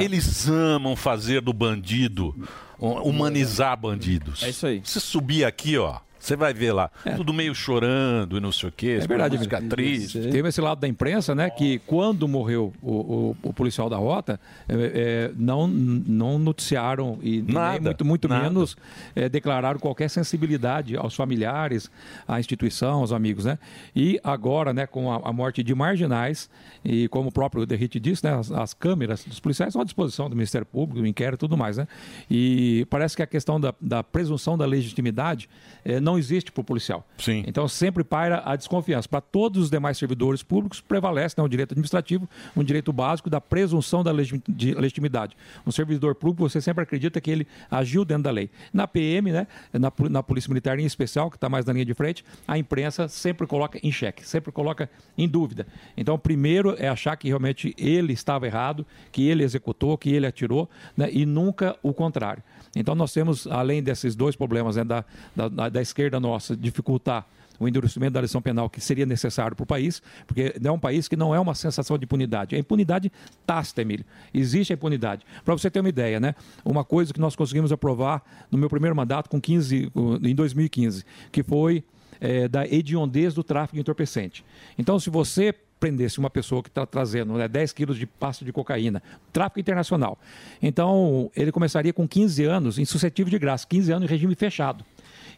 Speaker 6: Eles amam fazer do bandido, hum, humanizar bandidos. É isso aí. Você subir aqui, ó, você vai ver lá, tudo meio chorando e não sei o quê.
Speaker 1: É verdade,
Speaker 6: música
Speaker 1: Emílio.
Speaker 6: triste.
Speaker 1: Teve esse lado da imprensa, né? Que quando morreu o, o- o policial da rota, eh, eh, não, não noticiaram e
Speaker 6: Nada,
Speaker 1: nem muito, muito
Speaker 6: nada.
Speaker 1: menos eh, declararam qualquer sensibilidade aos familiares, à instituição, aos amigos, né? E agora, né, com a, a morte de marginais, e como o próprio Derrite disse, né, as, as câmeras dos policiais estão à disposição do Ministério Público, do inquérito e tudo mais, né? E parece que a questão da, da presunção da legitimidade eh, não existe para o policial.
Speaker 6: Sim.
Speaker 1: Então sempre paira a desconfiança. Para todos os demais servidores públicos, prevalece né, o direito administrativo, um direito básico da presunção da legi- de legitimidade. Um servidor público, você sempre acredita que ele agiu dentro da lei. Na PM, né, na, pol- na Polícia Militar em especial, que está mais na linha de frente, a imprensa sempre coloca em xeque, sempre coloca em dúvida. Então, primeiro é achar que realmente ele estava errado, que ele executou, que ele atirou, né, e nunca o contrário. Então, nós temos, além desses dois problemas né, da, da- da, da esquerda nossa, dificultar o endurecimento da lição penal que seria necessário para o país, porque é um país que não é uma sensação de impunidade. É impunidade tácita, Emílio. Existe a impunidade. Para você ter uma ideia, né? uma coisa que nós conseguimos aprovar no meu primeiro mandato com 15, com- em 2015, que foi eh, da hediondez do tráfico de entorpecente. Então, se você prendesse uma pessoa que está trazendo né, 10 quilos de pasta de cocaína, tráfico internacional. Então, ele começaria com 15 anos, insuscetível de graça, 15 anos em regime fechado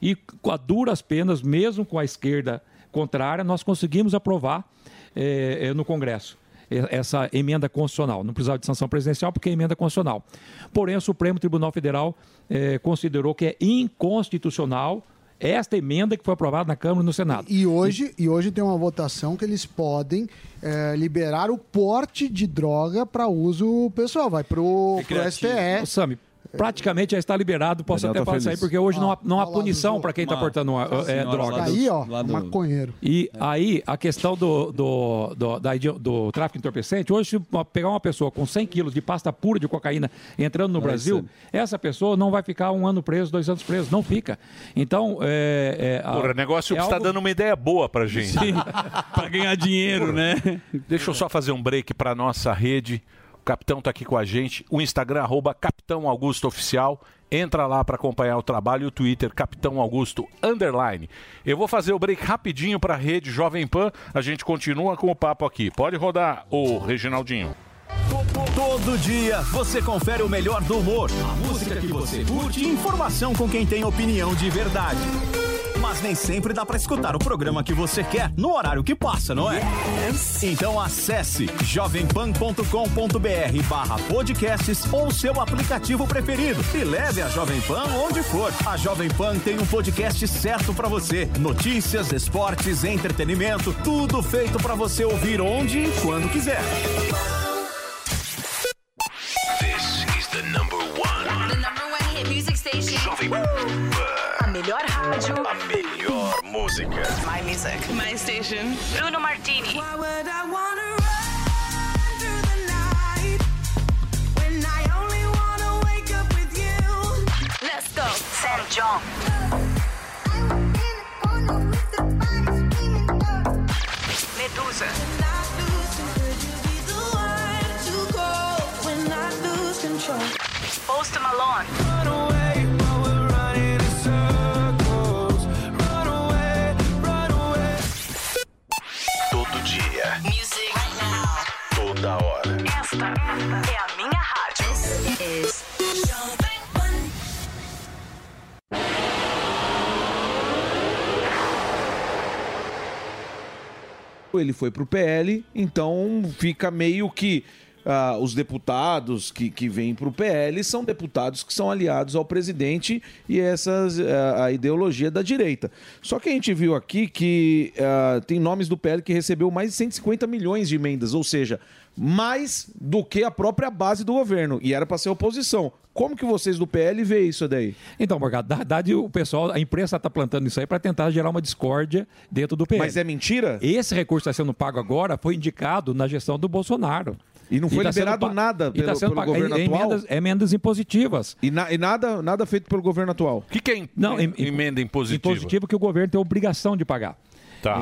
Speaker 1: e com a duras penas, mesmo com a esquerda contrária, nós conseguimos aprovar eh, eh, no Congresso eh, essa emenda constitucional. Não precisava de sanção presidencial porque é emenda constitucional. Porém, o Supremo Tribunal Federal eh, considerou que é inconstitucional esta emenda que foi aprovada na Câmara e no Senado.
Speaker 16: E hoje, e hoje tem uma votação que eles podem eh, liberar o porte de droga para uso pessoal. Vai pro, pro STE.
Speaker 1: Ô, Sami, praticamente já está liberado. Posso
Speaker 16: Daniel
Speaker 1: até
Speaker 16: tá
Speaker 1: falar isso aí,
Speaker 16: feliz.
Speaker 1: porque hoje não há, não há
Speaker 16: Olha lá,
Speaker 1: punição
Speaker 16: Zuzu.
Speaker 1: para quem está
Speaker 16: Uma-
Speaker 1: portando uma,
Speaker 16: uma
Speaker 1: eh,
Speaker 16: senhora
Speaker 1: droga.
Speaker 16: lá do- Tá Aí, ó, lá do- maconheiro.
Speaker 1: E aí, a questão do, do, do, da idi- do tráfico entorpecente, hoje, se uma- pegar uma pessoa com 100 quilos de pasta pura de cocaína entrando no
Speaker 2: Não
Speaker 1: Brasil,
Speaker 2: recebe.
Speaker 1: essa pessoa não vai ficar um ano preso, dois anos preso, não fica. Então, é... é a-
Speaker 6: Porra, negócio
Speaker 1: é
Speaker 6: que está
Speaker 1: algo-
Speaker 6: dando uma ideia boa pra gente.
Speaker 1: Sim.
Speaker 6: pra ganhar dinheiro, né? Deixa eu só fazer um break pra nossa rede. O Capitão tá aqui com a gente. O Instagram, arroba Capitão Augusto Oficial. Entra lá pra acompanhar o trabalho. E o Twitter, Capitão Augusto Underline. Eu vou fazer o break rapidinho pra rede Jovem Pan. A gente continua com o papo aqui. Pode rodar, ô Reginaldinho.
Speaker 4: Todo dia você confere o melhor do humor, a música que você curte e informação com quem tem opinião de verdade. Mas nem sempre dá pra escutar o programa que você quer no horário que passa, não é? Então acesse jovempan.com.br barra podcasts ou seu aplicativo preferido e leve a Jovem Pan onde for. A Jovem Pan tem um podcast certo pra você. Notícias, esportes, entretenimento, tudo feito pra você ouvir onde e quando quiser.
Speaker 3: This is the number one. Jovem
Speaker 9: A melhor rádio.
Speaker 3: A melhor música. My music.
Speaker 9: My station. Bruno Martini. Let's go. Sam John. Medusa. Post Malone.
Speaker 3: Todo dia. Music. Toda hora.
Speaker 9: Esta, esta é a minha rádio.
Speaker 11: Ele foi pro PL, então fica meio que ah, os deputados que, que vêm pro PL são deputados que são aliados ao presidente e essa a ideologia da direita. Só que a gente viu aqui que ah, tem nomes do PL que recebeu mais de 150 milhões de emendas, ou seja, mais do que a própria base do governo, e era para ser oposição. Como que vocês do PL vê isso daí?
Speaker 1: Então, Morgado, na verdade, o pessoal, a imprensa está plantando isso aí para tentar gerar uma discórdia dentro do PL. Mas é
Speaker 11: mentira?
Speaker 1: tá Esse recurso que está sendo pago agora foi indicado na gestão do Bolsonaro.
Speaker 11: E não foi
Speaker 1: tá sendo
Speaker 11: liberado
Speaker 1: pa-
Speaker 11: nada
Speaker 1: e tá
Speaker 11: pelo,
Speaker 1: sendo
Speaker 11: pelo
Speaker 1: pa-
Speaker 11: governo
Speaker 1: em-
Speaker 11: atual.
Speaker 1: emendas- é emendas impositivas.
Speaker 11: E, na- e nada, nada feito pelo governo atual.
Speaker 6: O que, que é
Speaker 1: Não, em-
Speaker 6: emenda impositiva?
Speaker 1: Impositivo que o governo tem obrigação de pagar.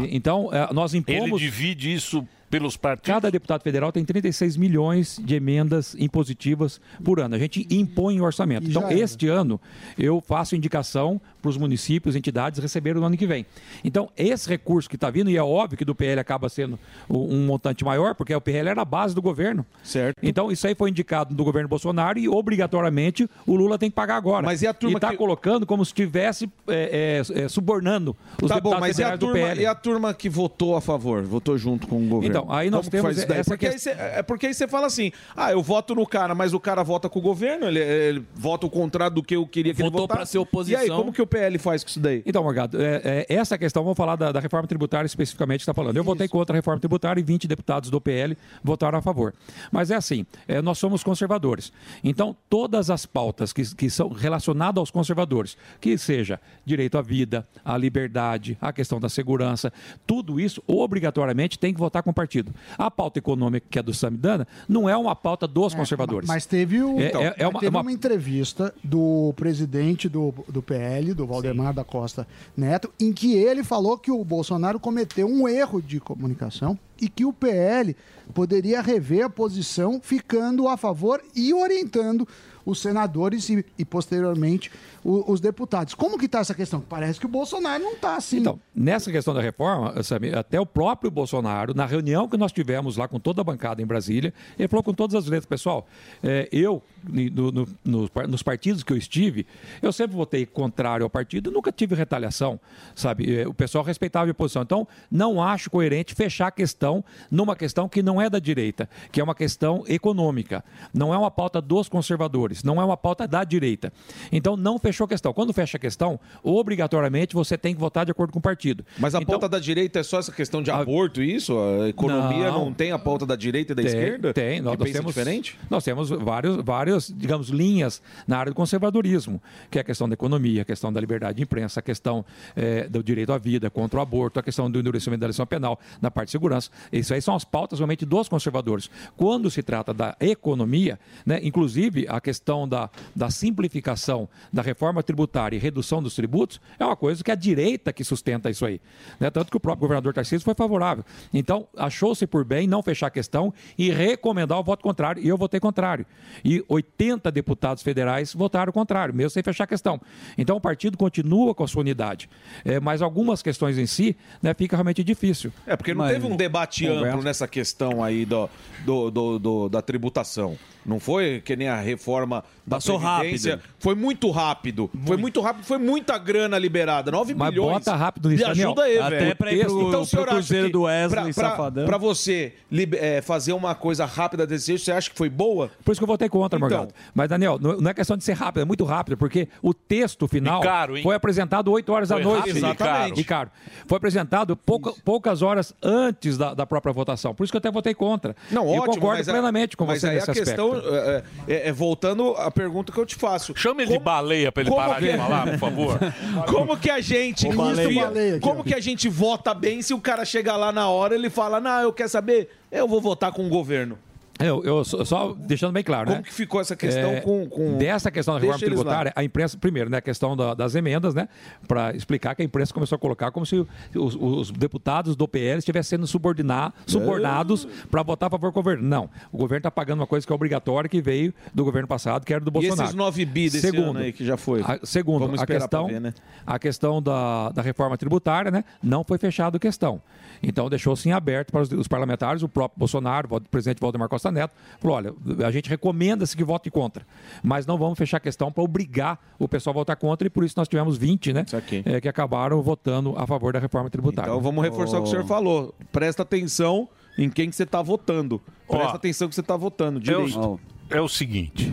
Speaker 1: E- Então, eh, nós impomos...
Speaker 6: Tá. Ele divide isso pelos partidos.
Speaker 1: Cada deputado federal tem 36 milhões de emendas impositivas por ano. A gente impõe o orçamento. então,
Speaker 16: já era.
Speaker 1: este ano, eu faço indicação para os municípios, entidades receberem no ano que vem. Então, esse recurso que está vindo, e é óbvio que do PL acaba sendo o- um montante maior, porque o PL era a base do governo. Certo. Então, isso aí foi indicado do governo Bolsonaro e, obrigatoriamente, o Lula tem que pagar agora. Mas e a turma está colocando como se estivesse eh, eh, eh, subornando os
Speaker 11: tá
Speaker 1: deputados
Speaker 11: bom, mas e a,
Speaker 1: federais do
Speaker 11: turma,
Speaker 1: PL.
Speaker 11: e a turma que votou a favor, votou junto com o governo?
Speaker 1: Então, aí nós
Speaker 11: que
Speaker 1: temos
Speaker 11: faz isso daí?
Speaker 1: essa
Speaker 11: porque aí
Speaker 1: questão.
Speaker 11: cê- É porque aí você fala assim, ah, eu voto no cara, mas o cara vota com o governo, ele, ele vota o contrário do que eu queria que ele
Speaker 1: Votou
Speaker 11: votasse.
Speaker 1: pra ser oposição.
Speaker 11: E aí, como que o PL faz com isso daí?
Speaker 1: Então, Morgado, é, é, essa questão, vamos falar da, da reforma tributária especificamente que está falando. Eu votei contra a reforma tributária e 20 deputados do PL votaram a favor. Mas é assim, é, nós somos conservadores. Então, todas as pautas que, que são relacionadas aos conservadores, que seja direito à vida, à liberdade, à questão da segurança, tudo isso obrigatoriamente tem que votar com o partido. A pauta econômica, que é do Samidana, não é uma pauta dos conservadores.
Speaker 16: Mas teve, o,
Speaker 1: É- é- é
Speaker 16: mas
Speaker 1: uma-
Speaker 16: teve
Speaker 1: uma-
Speaker 16: uma... entrevista do presidente do, do PL, do Valdemar da Costa Neto, em que ele falou que o Bolsonaro cometeu um erro de comunicação e que o PL poderia rever a posição, ficando a favor e orientando os senadores e, e, posteriormente, o- os deputados. Como que está essa questão? Parece que o Bolsonaro não está assim.
Speaker 1: Então, nessa questão da reforma, eh, Samir, até o próprio Bolsonaro, na reunião que nós tivemos lá com toda a bancada em Brasília, ele falou com todas as letras, pessoal, eh, eu, ni- no- no- nos par- nos partidos que eu estive, eu sempre votei contrário ao partido, nunca tive retaliação, sabe? Eh, O pessoal respeitava a minha posição. Então, não acho coerente fechar a questão numa questão que não é da direita, que é uma questão econômica. Não é uma pauta dos conservadores, não é uma pauta da direita. Então, não fechou a questão. Quando fecha a questão, obrigatoriamente você tem que votar de acordo com o partido.
Speaker 11: Mas a
Speaker 1: Então-
Speaker 11: pauta da direita é só essa questão de aborto, isso? A economia não,
Speaker 1: Ah, Não.
Speaker 11: tem a pauta da direita e da
Speaker 1: tem,
Speaker 11: esquerda?
Speaker 1: Tem,
Speaker 11: Que
Speaker 1: nós, nós
Speaker 11: pensa
Speaker 1: temos
Speaker 11: diferente?
Speaker 1: Nós temos vários, vários, digamos, linhas na área do conservadorismo, que é a questão da economia, a questão da liberdade de imprensa, a questão eh, do direito à vida, contra o aborto, a questão do endurecimento da lição penal, na parte de segurança. Isso aí são as pautas realmente dos conservadores. Quando se trata da economia, né, inclusive a questão da, da simplificação da reforma tributária e redução dos tributos, é uma coisa que é a direita que sustenta isso aí. né? Tanto que o próprio governador Tarcísio foi favorável. Então, achou-se por bem não fechar a questão e recomendar o voto contrário. E eu votei contrário. E 80 deputados federais votaram contrário, mesmo sem fechar a questão. Então, o partido continua com a sua unidade. É, mas algumas questões em si né, fica realmente difícil.
Speaker 11: É, porque não teve um debate amplo nessa questão aí do, do- do- do- da tributação. Não foi que nem a reforma da
Speaker 8: Passou
Speaker 11: Previdência.
Speaker 8: rápido.
Speaker 11: Foi muito rápido. Foi muito rápido, foi muita grana liberada. 9
Speaker 8: Mas
Speaker 11: bilhões.
Speaker 8: bota rápido nisso,
Speaker 11: Me ajuda aí,
Speaker 8: Daniel.
Speaker 11: velho. Então,
Speaker 8: Até pra ir pro-
Speaker 11: o
Speaker 8: pro
Speaker 11: senhor acha
Speaker 8: Cruzeiro
Speaker 11: que
Speaker 8: do Wesley,
Speaker 11: pra- pra-
Speaker 8: safadão.
Speaker 11: Pra você lib- eh, fazer uma coisa rápida desse jeito, você acha que foi boa? Então,
Speaker 1: Por isso que eu votei contra, Morgado. Mas, Daniel, não não é questão de ser rápido, é muito rápido, porque o texto final
Speaker 11: E caro, hein?
Speaker 1: foi apresentado 8 horas
Speaker 11: Foi
Speaker 1: da noite.
Speaker 11: rápido e Exatamente.
Speaker 1: E caro. Foi apresentado pouca- poucas horas antes da, da própria votação. Por isso que eu até votei contra.
Speaker 11: Não,
Speaker 1: e
Speaker 11: ótimo.
Speaker 1: eu concordo
Speaker 11: mas a-
Speaker 1: plenamente com
Speaker 11: mas
Speaker 1: você
Speaker 11: aí
Speaker 1: nesse
Speaker 11: a questão,
Speaker 1: aspecto.
Speaker 11: eh, eh, é, é voltando à pergunta que eu te faço. Chama
Speaker 6: ele de baleia pra ele parar de falar, por favor.
Speaker 11: Como que a gente
Speaker 6: Ô, baleia.
Speaker 11: confia-
Speaker 6: Baleia aqui,
Speaker 11: como que a gente vota bem se o cara chegar lá na hora ele fala, não, eu quero saber, eu vou votar com o governo.
Speaker 1: É, Eu, eu só, só deixando bem claro, né? É,
Speaker 11: Como que ficou essa questão com, com...
Speaker 1: Dessa questão da reforma
Speaker 11: Deixa eles lá.
Speaker 1: tributária, a imprensa, primeiro, né, a questão da- das emendas, né? Para explicar que a imprensa começou a colocar como se os, os deputados do PL estivessem sendo subordinar, subornados
Speaker 11: É.
Speaker 1: para votar a favor do governo. Não. O governo está pagando uma coisa que é obrigatória, que veio do governo passado, que era do
Speaker 11: E
Speaker 1: Bolsonaro.
Speaker 11: esses 9 bi desse ano aí que já foi?
Speaker 1: a- segundo,
Speaker 11: Vamos
Speaker 1: a
Speaker 11: esperar
Speaker 1: questão,
Speaker 11: pra ver, né?
Speaker 1: a questão da, da reforma tributária, né? Não foi fechada a questão. Então deixou-se em aberto para os, os parlamentares, o próprio Bolsonaro, o presidente Valdemar Costa Neto, falou: olha, a gente recomenda-se que vote contra. Mas não vamos fechar a questão para obrigar o pessoal a votar contra, e por isso nós tivemos 20, né? eh, que acabaram votando a favor da reforma tributária.
Speaker 11: Então vamos reforçar o que o senhor falou. Presta atenção em quem que você está votando. Presta atenção que você está votando direito.
Speaker 6: É o, é o seguinte.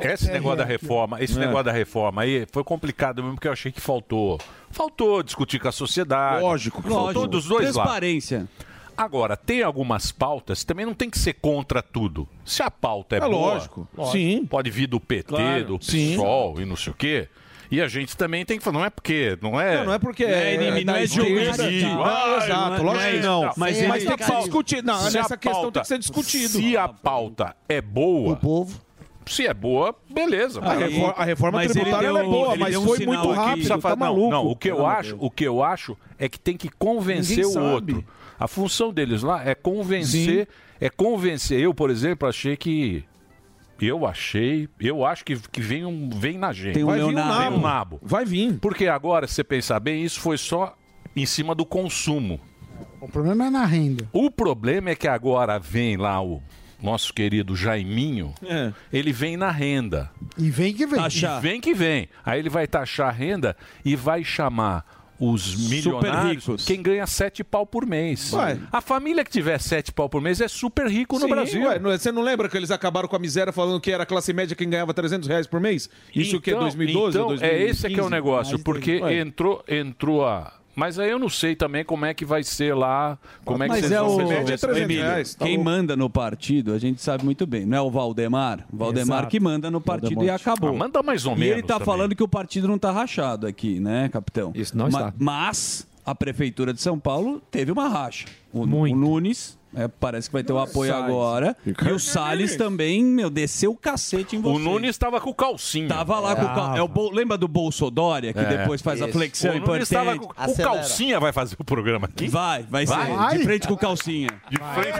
Speaker 6: Esse negócio da reforma, esse
Speaker 11: É.
Speaker 6: negócio da reforma aí foi complicado mesmo, porque eu achei que faltou. Faltou discutir com a sociedade.
Speaker 8: Lógico que
Speaker 6: faltou
Speaker 8: faltou.
Speaker 6: dos dois
Speaker 8: Transparência.
Speaker 6: Agora, tem algumas pautas, também não tem que ser contra tudo. Se a pauta é,
Speaker 11: É
Speaker 6: boa,
Speaker 11: lógico. Lógico. Sim.
Speaker 6: pode vir do PT,
Speaker 11: Claro.
Speaker 6: do
Speaker 11: Sim.
Speaker 6: PSOL e não sei o quê. E a gente também tem que falar, não é porque, não é...
Speaker 11: Não, não é porque é
Speaker 6: inimigo,
Speaker 11: da
Speaker 6: não é
Speaker 11: esquerda,
Speaker 6: juiz.
Speaker 11: tá? Não, exato, lógico que não. Mas ele-
Speaker 6: tem que ser discutido. Não,
Speaker 11: Se
Speaker 6: nessa
Speaker 11: a
Speaker 6: questão
Speaker 11: pauta-
Speaker 6: tem que ser discutido. Se a pauta é boa... O povo... Se é boa, beleza.
Speaker 11: A refor- a reforma Mas ele tributária, ela é deu- boa, ele mas deu um foi sinal muito aqui. rápido,
Speaker 6: Precisa
Speaker 11: tá
Speaker 6: falar- não,
Speaker 11: maluco.
Speaker 6: Não, o que eu
Speaker 11: Pelo amor de
Speaker 6: acho, o que eu acho é que tem que convencer
Speaker 11: Ninguém
Speaker 6: o
Speaker 11: sabe.
Speaker 6: outro. A função deles lá é convencer, é convencer. Eu, por exemplo, achei que eu achei, eu acho que, que vem, um, vem na gente.
Speaker 11: Tem um
Speaker 6: Vai vir
Speaker 11: Leonardo.
Speaker 6: Vem um nabo. Vai vir. Porque agora, se você pensar bem, isso foi só em cima do consumo.
Speaker 16: O problema é na renda.
Speaker 6: O problema é que agora vem lá o nosso querido Jaiminho,
Speaker 8: É.
Speaker 6: ele vem na renda.
Speaker 16: E vem que vem.
Speaker 6: E vem que vem. Aí ele vai taxar a renda e vai chamar os milionários, quem ganha sete pau por mês.
Speaker 11: Ué.
Speaker 6: A família que tiver sete pau por mês é super rico no
Speaker 11: Sim,
Speaker 6: Brasil.
Speaker 11: ué, não é- você não lembra que eles acabaram com a miséria falando que era a classe média quem ganhava 300 reais por mês? Isso que é 2012,
Speaker 6: então,
Speaker 11: 2015?
Speaker 6: É esse que é o negócio,
Speaker 11: Mais
Speaker 6: porque
Speaker 11: Ué.
Speaker 6: entrou, entrou a. Mas aí eu não sei também como é que vai ser lá, como é que vocês vão resolver essa-
Speaker 8: Emílio,
Speaker 6: Tá
Speaker 8: Quem manda no partido, a gente sabe muito bem, não é o Valdemar? O Valdemar
Speaker 6: Exato.
Speaker 8: que manda no
Speaker 15: Tá
Speaker 8: partido e
Speaker 6: Valdemar.
Speaker 8: acabou.
Speaker 6: Ah, manda mais ou
Speaker 8: E ele
Speaker 6: menos
Speaker 8: tá
Speaker 6: também.
Speaker 8: falando que o partido não tá rachado aqui, né, capitão? Isso
Speaker 15: não está.
Speaker 8: Mas a prefeitura de São Paulo teve uma racha. O, o Nunes é, parece que vai ter o apoio
Speaker 6: Salles.
Speaker 8: agora. E o Salles também, meu, desceu o cacete em você.
Speaker 6: O Nunes estava com calcinha.
Speaker 8: Tava lá
Speaker 6: Ah.
Speaker 8: com o cal... é o bol- Lembra do Bolsodória, que
Speaker 6: É.
Speaker 8: depois faz a
Speaker 6: Isso.
Speaker 8: flexão
Speaker 6: O Nunes
Speaker 8: importante?
Speaker 6: tava com- O Calcinha vai fazer o programa aqui?
Speaker 8: Vai, vai, ser.
Speaker 6: Vai?
Speaker 8: De frente com o Calcinha.
Speaker 6: De frente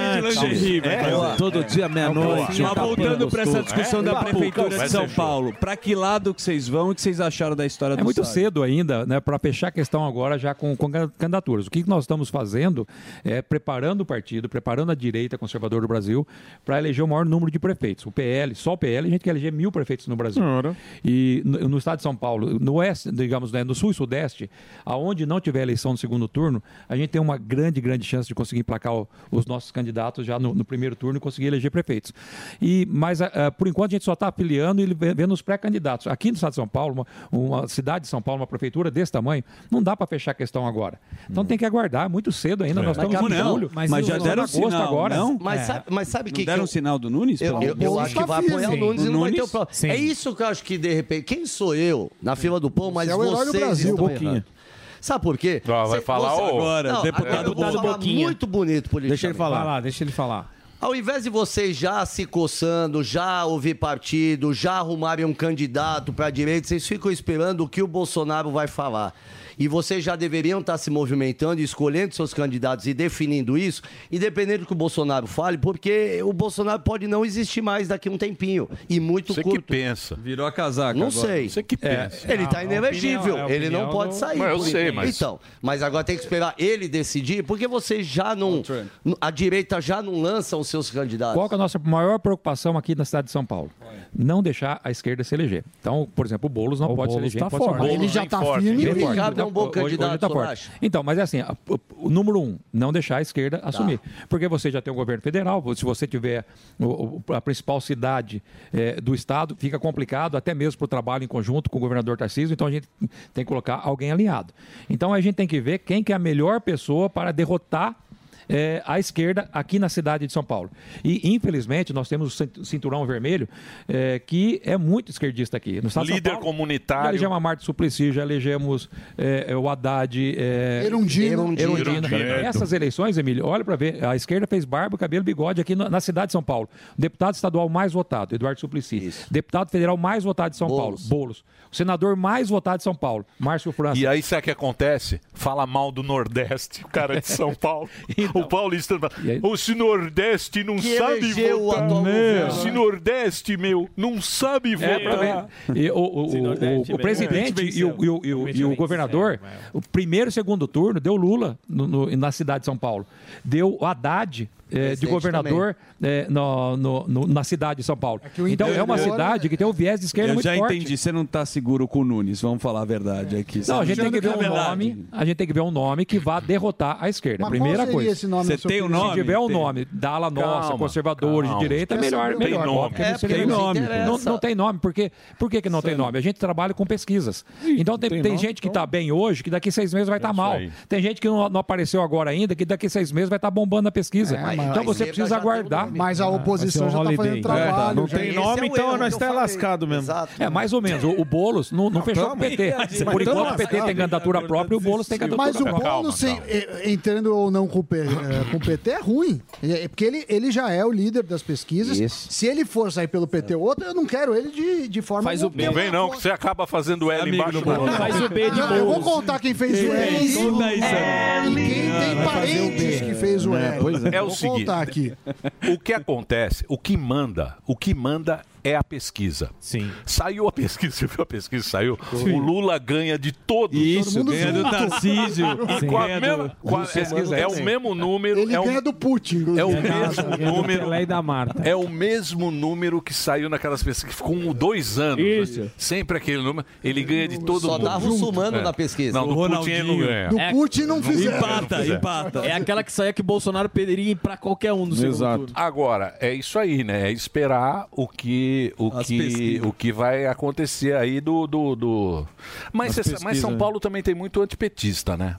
Speaker 8: Boa.
Speaker 6: É.
Speaker 11: Todo dia,
Speaker 6: Então,
Speaker 11: meia-noite. um
Speaker 8: Mas voltando para essa
Speaker 11: É,
Speaker 8: discussão da Prefeitura de São Paulo, para que lado que vocês vão e o que vocês acharam da história do
Speaker 1: É muito
Speaker 8: Salles?
Speaker 1: cedo ainda né, para fechar a questão agora já com, com can- candidaturas. O que que nós estamos fazendo é preparando o partido, preparando a direita conservadora do Brasil para eleger o maior número de prefeitos. O PL, só o PL, a gente quer eleger mil prefeitos no Brasil. E no, no estado de São Paulo, no oeste, digamos, né, no sul e sudeste, aonde não tiver eleição no segundo turno, a gente tem uma grande, grande chance de conseguir emplacar o- os nossos candidatos já no, no primeiro turno e conseguir eleger prefeitos. E, mas, ah, ah, por enquanto, a gente só está afiliando e ve- vendo os pré-candidatos. Aqui no estado de São Paulo, uma, uma cidade de São Paulo, uma prefeitura desse tamanho, não dá para fechar a questão agora. Então tem que aguardar, é muito cedo ainda, nós estamos em julho. nós estamos em agosto agora.
Speaker 14: Mas,
Speaker 1: É.
Speaker 14: sabe, mas sabe
Speaker 8: Não
Speaker 14: que.
Speaker 8: deram
Speaker 14: que eu-
Speaker 8: um sinal do Nunes,
Speaker 14: Eu,
Speaker 8: pelo
Speaker 14: eu,
Speaker 8: amor de
Speaker 14: eu
Speaker 8: Deus?
Speaker 14: acho que vai
Speaker 8: Sim.
Speaker 14: apoiar o Nunes e
Speaker 8: O
Speaker 14: não vai ter o
Speaker 8: Nunes?
Speaker 14: próximo.
Speaker 8: Sim.
Speaker 14: É isso que eu acho que, de repente. Quem sou eu na fila do pão, mas
Speaker 8: Você é o herói do
Speaker 14: vocês
Speaker 8: Brasil,
Speaker 14: estão
Speaker 8: Boquinha.
Speaker 14: errados. Sabe por quê?
Speaker 6: Ó, vai
Speaker 14: Cê-
Speaker 6: falar
Speaker 14: você-
Speaker 6: o- agora,
Speaker 14: Não,
Speaker 6: deputado
Speaker 14: agora eu vou
Speaker 6: Boquinha.
Speaker 14: falar muito bonito politicamente.
Speaker 15: Deixa ele falar. Vai lá, deixa ele falar.
Speaker 14: Ao invés de vocês já se coçando, já ouvir partido, já arrumarem um candidato para a direita, vocês ficam esperando o que o Bolsonaro vai falar. E vocês já deveriam estar se movimentando, e escolhendo seus candidatos e definindo isso, independente do que o Bolsonaro fale, porque o Bolsonaro pode não existir mais daqui a um tempinho. E muito
Speaker 6: Você que
Speaker 14: curto.
Speaker 6: pensa.
Speaker 8: Virou a casaca
Speaker 14: Não
Speaker 8: agora.
Speaker 14: sei. É,
Speaker 6: Você que pensa.
Speaker 14: Ele está
Speaker 6: Ah, a
Speaker 14: inelegível.
Speaker 6: opinião- é a
Speaker 14: ele não
Speaker 6: opinião
Speaker 14: pode
Speaker 6: do-
Speaker 14: sair.
Speaker 6: Mas eu
Speaker 14: por
Speaker 6: sei,
Speaker 14: enquanto.
Speaker 6: mas-
Speaker 14: Então, mas agora tem que esperar ele decidir, porque vocês já não. A direita já não lança os seus candidatos.
Speaker 1: Qual que é a nossa maior preocupação aqui na cidade de São Paulo? Não deixar a esquerda se eleger. Então, por exemplo, o Boulos não pode
Speaker 16: Boulos
Speaker 1: se eleger.
Speaker 16: tá
Speaker 1: não pode ser
Speaker 16: forte.
Speaker 1: mais.
Speaker 16: Ele já tá firme,
Speaker 1: Bem
Speaker 16: o
Speaker 1: forte.
Speaker 16: Ricardo é um bom
Speaker 1: Hoje- hoje
Speaker 16: candidato,
Speaker 1: tá
Speaker 16: eu
Speaker 1: forte.
Speaker 16: acho.
Speaker 1: Então, mas é assim, a- o- o número um, não deixar a esquerda assumir. Porque você já tem o governo federal, se você tiver o- o- a principal cidade eh, do estado, fica complicado, até mesmo para o trabalho em conjunto com o governador Tarcísio, então a gente tem que colocar alguém alinhado. Então a gente tem que ver quem que é a melhor pessoa para derrotar é, à esquerda aqui na cidade de São Paulo. E, infelizmente, nós temos o cint- cinturão vermelho, é, que é muito esquerdista aqui. No estado de São
Speaker 6: Líder
Speaker 1: Paulo,
Speaker 6: comunitário.
Speaker 1: Já elegemos a Marta Suplicy, já elegemos é, é, o Haddad. É,
Speaker 16: Erundina.
Speaker 1: Erundina.
Speaker 16: Erundina.
Speaker 1: Essas eleições, Emílio, olha para ver, a esquerda fez barba, cabelo, bigode aqui na, na cidade de São Paulo. O deputado estadual mais votado, Eduardo Suplicy. Deputado federal mais votado de São Paulo, Boulos. O senador mais votado de São Paulo, Márcio França.
Speaker 6: E aí, sabe o que acontece? Fala mal do Nordeste, o cara de São Paulo. o paulista. Ou se Nordeste não
Speaker 3: Que
Speaker 6: sabe
Speaker 3: elegeu o
Speaker 6: votar. É.
Speaker 3: atual governo.
Speaker 6: Se Nordeste, meu, não sabe votar.
Speaker 1: É, pra ver. E o, o- o- o- o presidente e o, e o- e o- e o governador, o primeiro e segundo turno, deu Lula no- no- na cidade de São Paulo. Deu o Haddad. eh, de
Speaker 6: Presidente
Speaker 1: governador eh, no- no- no- na cidade de São Paulo. Então é uma cidade que tem o viés de
Speaker 6: é
Speaker 1: esquerda
Speaker 8: Eu
Speaker 1: muito
Speaker 8: já
Speaker 1: forte.
Speaker 8: entendi, você não tá seguro com o Nunes, vamos falar a verdade aqui.
Speaker 1: Não, a gente tem que ver um
Speaker 8: Cabelado.
Speaker 1: nome. A gente tem que ver um nome que vá derrotar a esquerda.
Speaker 8: Mas qual
Speaker 1: Primeira
Speaker 8: seria
Speaker 1: coisa.
Speaker 8: esse nome, Você na sua tem opinião? o nome?
Speaker 1: Se tiver um
Speaker 8: Tem.
Speaker 1: nome da ala nossa,
Speaker 8: Calma,
Speaker 1: conservadores
Speaker 8: calma.
Speaker 1: de direita,
Speaker 8: Quer
Speaker 1: melhor,
Speaker 8: saber o
Speaker 1: melhor.
Speaker 8: nome.
Speaker 1: Óbvio que
Speaker 8: É,
Speaker 1: não seria
Speaker 8: tem
Speaker 1: isso.
Speaker 8: nome.
Speaker 1: Não, não tem nome, porque por que, que não tem nome? A gente trabalha com pesquisas. então É tem,
Speaker 8: tem
Speaker 1: tem
Speaker 8: nome,
Speaker 1: gente que está bem hoje, tá que daqui seis meses vai estar mal. Tem gente que não, não apareceu agora ainda, que daqui seis meses vai estar tá bombando a pesquisa.
Speaker 14: mas
Speaker 16: mas-
Speaker 1: Então você precisa aguardar.
Speaker 16: Mas a
Speaker 1: um
Speaker 16: oposição já tá fazendo trabalho.
Speaker 11: não tem nome, então nós tá lascado mesmo. tá
Speaker 1: É, mais ou menos. O, o Boulos não, não fechou com o PT.
Speaker 11: assim,
Speaker 1: Por enquanto o PT tem candidatura própria e o Boulos tem candidatura
Speaker 16: Mas o
Speaker 1: própria.
Speaker 16: Boulos, sem- eh, entrando ou não com o, P- eh, com o PT, é ruim. É é porque ele, ele já é o líder das pesquisas. Se ele for sair pelo PT ou outro, eu não quero ele de, de forma alguma.
Speaker 6: Não vem não, que você acaba fazendo
Speaker 7: é
Speaker 6: L embaixo. do-
Speaker 16: Não, Eu vou contar quem fez o
Speaker 6: É,
Speaker 16: L. E quem tem parentes que fez o L.
Speaker 6: É
Speaker 16: Vou
Speaker 6: o
Speaker 16: contar
Speaker 6: seguinte.
Speaker 16: aqui.
Speaker 6: O que acontece, o que manda, o que manda é a pesquisa. Sim. Saiu a pesquisa, você viu a pesquisa? que Saiu.
Speaker 7: Sim.
Speaker 6: O Lula ganha de todos.
Speaker 7: Isso, Todo mundo ganha do junto. Tarcísio,
Speaker 6: E com a
Speaker 7: ganha do-
Speaker 6: mesma- com a-
Speaker 7: do Celso
Speaker 6: é, é o
Speaker 7: também.
Speaker 6: mesmo número.
Speaker 16: Ele
Speaker 6: é o-
Speaker 16: ganha do Putin.
Speaker 6: é o
Speaker 16: inclusive.
Speaker 6: mesmo número. É o mesmo número que saiu naquelas pesquisas que ficou um, dois anos. Isso. Sempre aquele número. Ele ganha de todo
Speaker 2: Só
Speaker 6: mundo. É.
Speaker 2: dava o sumano na pesquisa.
Speaker 6: Não,
Speaker 2: O
Speaker 6: do Putin
Speaker 2: Ronaldinho.
Speaker 6: ele não ganha.
Speaker 2: Do
Speaker 6: É,
Speaker 16: Putin não
Speaker 6: fizeram.
Speaker 13: Empata,
Speaker 6: Fizeram.
Speaker 13: empata. É aquela que saia que Bolsonaro perderia pra qualquer um do segundo turno.
Speaker 6: Agora, é isso aí, né? É esperar o que, o que,
Speaker 13: pesquisas.
Speaker 6: o que vai acontecer aí do. do, do... Mas,
Speaker 1: As
Speaker 6: essa- mas
Speaker 1: pesquisas,
Speaker 6: São
Speaker 1: né?
Speaker 6: Paulo também tem muito antipetista, né?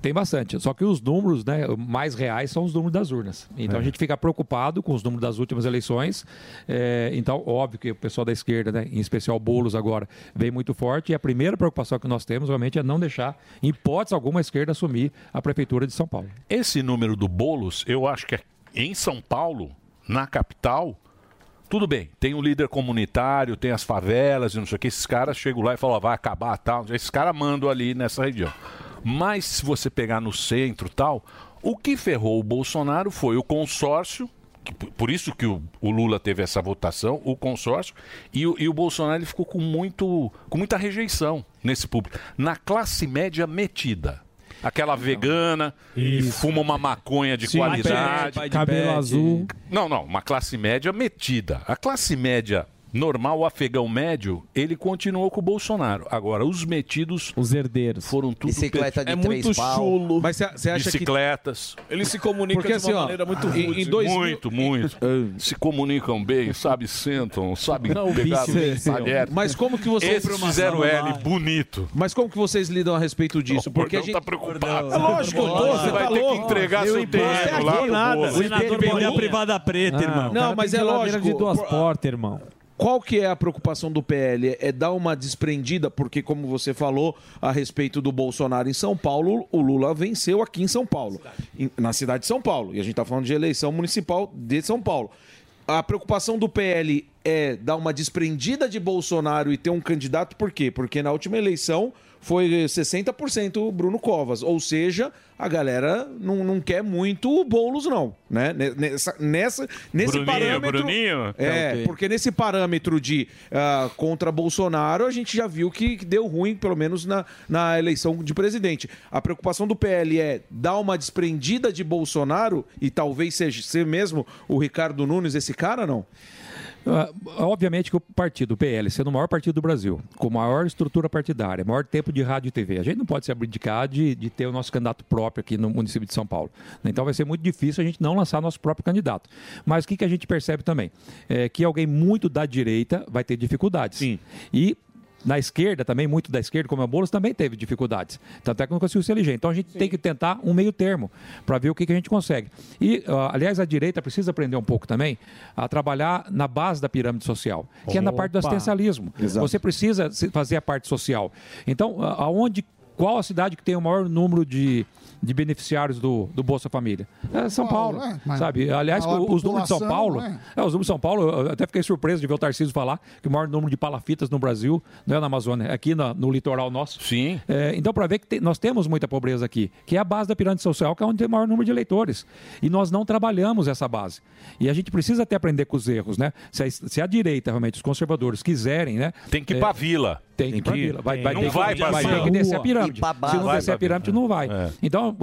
Speaker 1: Tem bastante. Só que os números né, mais reais são os números das urnas. Então
Speaker 6: É.
Speaker 1: a gente fica preocupado com os números das últimas eleições. É, então, óbvio que o pessoal da esquerda, né, em especial Boulos agora, vem muito forte. E a primeira preocupação que nós temos realmente é não deixar, em hipótese alguma, a esquerda assumir a Prefeitura de São Paulo.
Speaker 6: Esse número do Bolos, eu acho que é em São Paulo, na capital, tudo bem. Tem o líder comunitário, tem as favelas e não sei o que. Esses caras chegam lá e falam, "Ó, vai acabar tal. Esses caras mandam ali nessa região. Mas se você pegar no centro tal, o que ferrou o Bolsonaro foi o consórcio. que por- Por isso que o, o Lula teve essa votação, o consórcio, e o, e o Bolsonaro ele ficou com, muito, com muita rejeição nesse público. Na classe média metida. Aquela vegana que fuma uma maconha de
Speaker 15: Sim, pai de
Speaker 6: qualidade.
Speaker 15: pet, pai de Cabelo pet. azul.
Speaker 6: Não, não, uma classe média metida. A classe média normal, o afegão médio, ele continuou com o Bolsonaro. Agora, os metidos.
Speaker 15: Os herdeiros.
Speaker 6: Foram tudo.
Speaker 1: tá
Speaker 2: Bicicleta de
Speaker 6: pe-
Speaker 2: É três muito pau. chulo.
Speaker 11: Mas você- você acha que-
Speaker 6: Bicicletas.
Speaker 2: Ele se comunica
Speaker 11: Porque de uma assim, ó, maneira muito em- rude. em dois mil-
Speaker 6: Muito, muito. se comunicam bem, sabe, sentam, sabem
Speaker 11: Não, o
Speaker 6: pegar
Speaker 11: bicho venceu.
Speaker 6: talher.
Speaker 11: Mas como que você-
Speaker 6: Esses fizeram L,
Speaker 11: Mas-
Speaker 6: bonito.
Speaker 11: Mas como que vocês lidam a respeito disso? Porque a gente tá
Speaker 6: preocupado.
Speaker 11: É lógico que eu tô,
Speaker 6: Você
Speaker 11: você
Speaker 6: vai
Speaker 11: tá
Speaker 6: ter que
Speaker 11: louco.
Speaker 6: entregar
Speaker 11: Meu
Speaker 6: seu
Speaker 11: imposto é
Speaker 6: terreno
Speaker 11: aqui,
Speaker 6: lá pro
Speaker 11: nada.
Speaker 6: povo.
Speaker 11: O senador
Speaker 15: perdeu a privada preta, irmão.
Speaker 11: Não,
Speaker 15: Ah. Cara,
Speaker 11: mas
Speaker 15: tem
Speaker 11: é
Speaker 15: geladeira
Speaker 11: lógico.
Speaker 15: de duas
Speaker 1: ah.
Speaker 11: Por-
Speaker 15: portas, irmão.
Speaker 11: Qual que é a preocupação do PL? É dar uma desprendida, porque como você falou a respeito do Bolsonaro em São Paulo, o Lula venceu aqui em São Paulo, em- na cidade de São Paulo. E a gente está falando de eleição municipal de São Paulo. A preocupação do PL é dar uma desprendida de Bolsonaro e ter um candidato, por quê? Porque na última eleição foi 60% Bruno Covas. Ou seja, a galera não, não quer muito o Boulos, não. Né? Nessa, nessa, nesse
Speaker 6: Bruninho,
Speaker 11: parâmetro.
Speaker 6: Bruninho?
Speaker 11: É,
Speaker 6: Tá, ok.
Speaker 11: porque nesse parâmetro de ah, contra Bolsonaro, a gente já viu que, que deu ruim, pelo menos na, na eleição de presidente. A preocupação do PL é dar uma desprendida de Bolsonaro, e talvez seja ser mesmo o Ricardo Nunes esse cara, não?
Speaker 1: Ah, Obviamente que o partido, o PL, sendo o maior partido do Brasil, com maior estrutura partidária, maior tempo de rádio e TV, a gente não pode se abdicar de, de ter o nosso candidato próprio aqui no município de São Paulo. Então vai ser muito difícil a gente não lançar nosso próprio candidato. Mas o que, que a gente percebe também? É que alguém muito da direita vai ter dificuldades. Sim. E na esquerda também, muito da esquerda, como é o Boulos, também teve dificuldades. Tanto é que não conseguiu se eleger. Então a gente tem que tentar um meio termo para ver o que, que a gente consegue. E, ah, aliás, a direita precisa aprender um pouco também a trabalhar na base da pirâmide social, que é na parte do
Speaker 10: Opa.
Speaker 1: assistencialismo.
Speaker 10: Exato.
Speaker 1: Você precisa se- fazer a parte social. Então, a- aonde. Qual a cidade que tem o maior número de, de beneficiários do, do Bolsa Família? É São Paulo.
Speaker 10: Paulo, é, mas
Speaker 1: sabe? Aliás,
Speaker 10: maior
Speaker 1: o- os números de São
Speaker 10: população,
Speaker 1: Paulo.
Speaker 10: né?
Speaker 1: É, os números de São Paulo, eu até fiquei surpreso de ver o Tarcísio falar que o maior número de palafitas no Brasil não é na Amazônia, é aqui na- no litoral nosso.
Speaker 6: Sim.
Speaker 1: então, para ver que tem- nós temos muita pobreza aqui, que é a base da pirâmide social, que é onde tem o maior número de eleitores. E nós não trabalhamos essa base. E a gente precisa até aprender com os erros, né? Se a, se a direita, realmente, os conservadores quiserem, né?
Speaker 6: Tem que ir pra vila.
Speaker 1: Tem que ir pra vila. Vai, vai
Speaker 6: não
Speaker 1: ter que-
Speaker 6: vai pra É.
Speaker 1: vai ter
Speaker 6: vila.
Speaker 1: que descer a pirâmide. Se não
Speaker 6: Vai
Speaker 1: descer a
Speaker 6: pra vila.
Speaker 1: pirâmide, não vai. Então,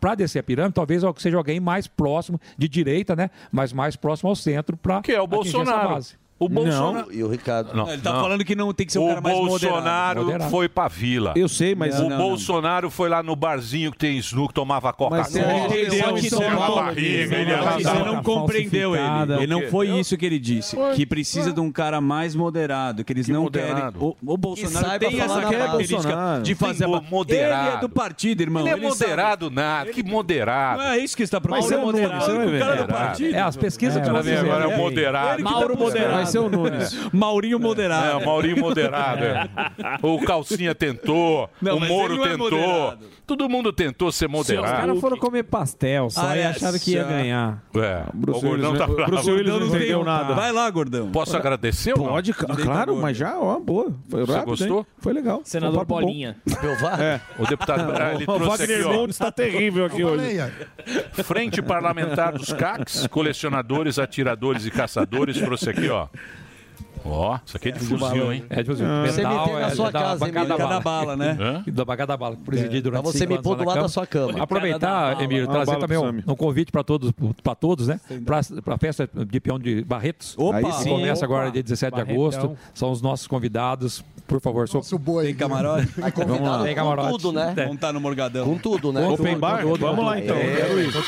Speaker 1: para descer a pirâmide, talvez seja alguém mais próximo de direita, né? Mas mais próximo ao centro para
Speaker 6: Que é o Bolsonaro. O Bolsonaro.
Speaker 14: E o Ricardo.
Speaker 6: Não,
Speaker 8: Ele tá
Speaker 6: não.
Speaker 8: falando que não tem que ser um
Speaker 6: o
Speaker 8: cara mais moderado.
Speaker 6: Bolsonaro
Speaker 8: Moderado.
Speaker 6: foi pra vila.
Speaker 8: Eu sei, mas- Não,
Speaker 6: O
Speaker 8: não,
Speaker 6: Bolsonaro foi lá no barzinho que tem snook, tomava Coca-Cola.
Speaker 8: Mas você não entendeu que é
Speaker 6: Só
Speaker 8: não-
Speaker 6: na barriga, ele ia lá
Speaker 8: né? Você
Speaker 6: dar uma-
Speaker 8: não compreendeu ele. Ele não foi isso que ele disse.
Speaker 6: Foi.
Speaker 8: Que precisa de um cara mais moderado, que eles não
Speaker 6: moderado?
Speaker 8: querem. O, o Bolsonaro tá
Speaker 6: saiba
Speaker 8: tem
Speaker 6: falar
Speaker 8: essa
Speaker 6: na
Speaker 8: característica
Speaker 6: base.
Speaker 8: de fazer
Speaker 6: Tem
Speaker 8: a-
Speaker 6: moderado.
Speaker 8: Ele é do partido, irmão.
Speaker 6: Ele é
Speaker 8: sabe.
Speaker 6: moderado nada, que moderado.
Speaker 8: Não é isso que está
Speaker 6: Mas
Speaker 8: propondo.
Speaker 6: é o Nunes, você vai ver. É, as pesquisas que nós fizemos. Agora é o moderado.
Speaker 8: Ele que
Speaker 6: Mauro
Speaker 8: tá buscando.
Speaker 6: moderado.
Speaker 8: Vai ser o Nunes. Maurinho
Speaker 6: É,
Speaker 8: moderado.
Speaker 6: o Maurinho moderado. é. O Calcinha tentou,
Speaker 8: Não,
Speaker 6: o
Speaker 8: mas
Speaker 6: Moro
Speaker 8: ele não é
Speaker 6: tentou.
Speaker 8: moderado.
Speaker 6: Todo mundo tentou ser moderado.
Speaker 15: Os caras foram comer pastel só
Speaker 6: Ah,
Speaker 15: e
Speaker 6: é,
Speaker 15: acharam que ia
Speaker 6: só.
Speaker 15: ganhar.
Speaker 6: É,
Speaker 15: Bruce
Speaker 6: o gordão
Speaker 15: Willis,
Speaker 6: tá
Speaker 15: né?
Speaker 6: bravo.
Speaker 15: Bruce
Speaker 6: O
Speaker 15: Willis
Speaker 6: gordão
Speaker 15: não
Speaker 6: tem
Speaker 15: entendeu
Speaker 6: um-
Speaker 15: nada.
Speaker 8: Vai lá, gordão. tá
Speaker 6: Posso agradecer? ou não?
Speaker 11: Pode, ca- claro, mas já, ó, boa. Foi
Speaker 6: Você
Speaker 11: rápido,
Speaker 6: gostou?
Speaker 11: hein? Foi legal.
Speaker 6: Senador
Speaker 11: Foi um papo bom. É.
Speaker 6: Bolinha. O deputado ah, ele
Speaker 11: O
Speaker 6: trouxe
Speaker 11: Wagner
Speaker 6: aqui, ó.
Speaker 11: Montes tá terrível aqui hoje.
Speaker 8: é.
Speaker 6: Frente Parlamentar dos CACs, colecionadores, atiradores e caçadores, trouxe aqui, ó. Ó, isso aqui é de fuzil, hein?
Speaker 1: É de fuzil. Metal é da bagada bala,
Speaker 6: Hã?
Speaker 1: né? Da bagada bala, que presidi
Speaker 6: É.
Speaker 1: durante
Speaker 6: Pra você
Speaker 1: cinco
Speaker 6: me
Speaker 1: anos
Speaker 6: pôr
Speaker 1: lá
Speaker 6: do
Speaker 1: na
Speaker 6: lado da sua cama. Cada
Speaker 1: Aproveitar,
Speaker 6: bala.
Speaker 1: Emílio,
Speaker 6: Uma
Speaker 1: trazer
Speaker 6: bala
Speaker 1: também
Speaker 6: pro
Speaker 1: um,
Speaker 6: Sami.
Speaker 1: um convite para todos, para todos, né? Para a festa de peão de Barretos.
Speaker 8: Opa! Aí
Speaker 1: que
Speaker 8: sim,
Speaker 1: começa
Speaker 8: opa.
Speaker 1: agora dia 17 de
Speaker 8: Barretão.
Speaker 1: agosto. São os nossos convidados. Por favor, sou... Nosso
Speaker 16: boi.
Speaker 1: Tem
Speaker 8: camarote?
Speaker 1: Vamos lá. Tem camarote. É. Tem.
Speaker 8: Vamos tá no Morgadão. Com
Speaker 14: tudo,
Speaker 1: né? Com tudo, com tudo, com tudo. É, com tudo.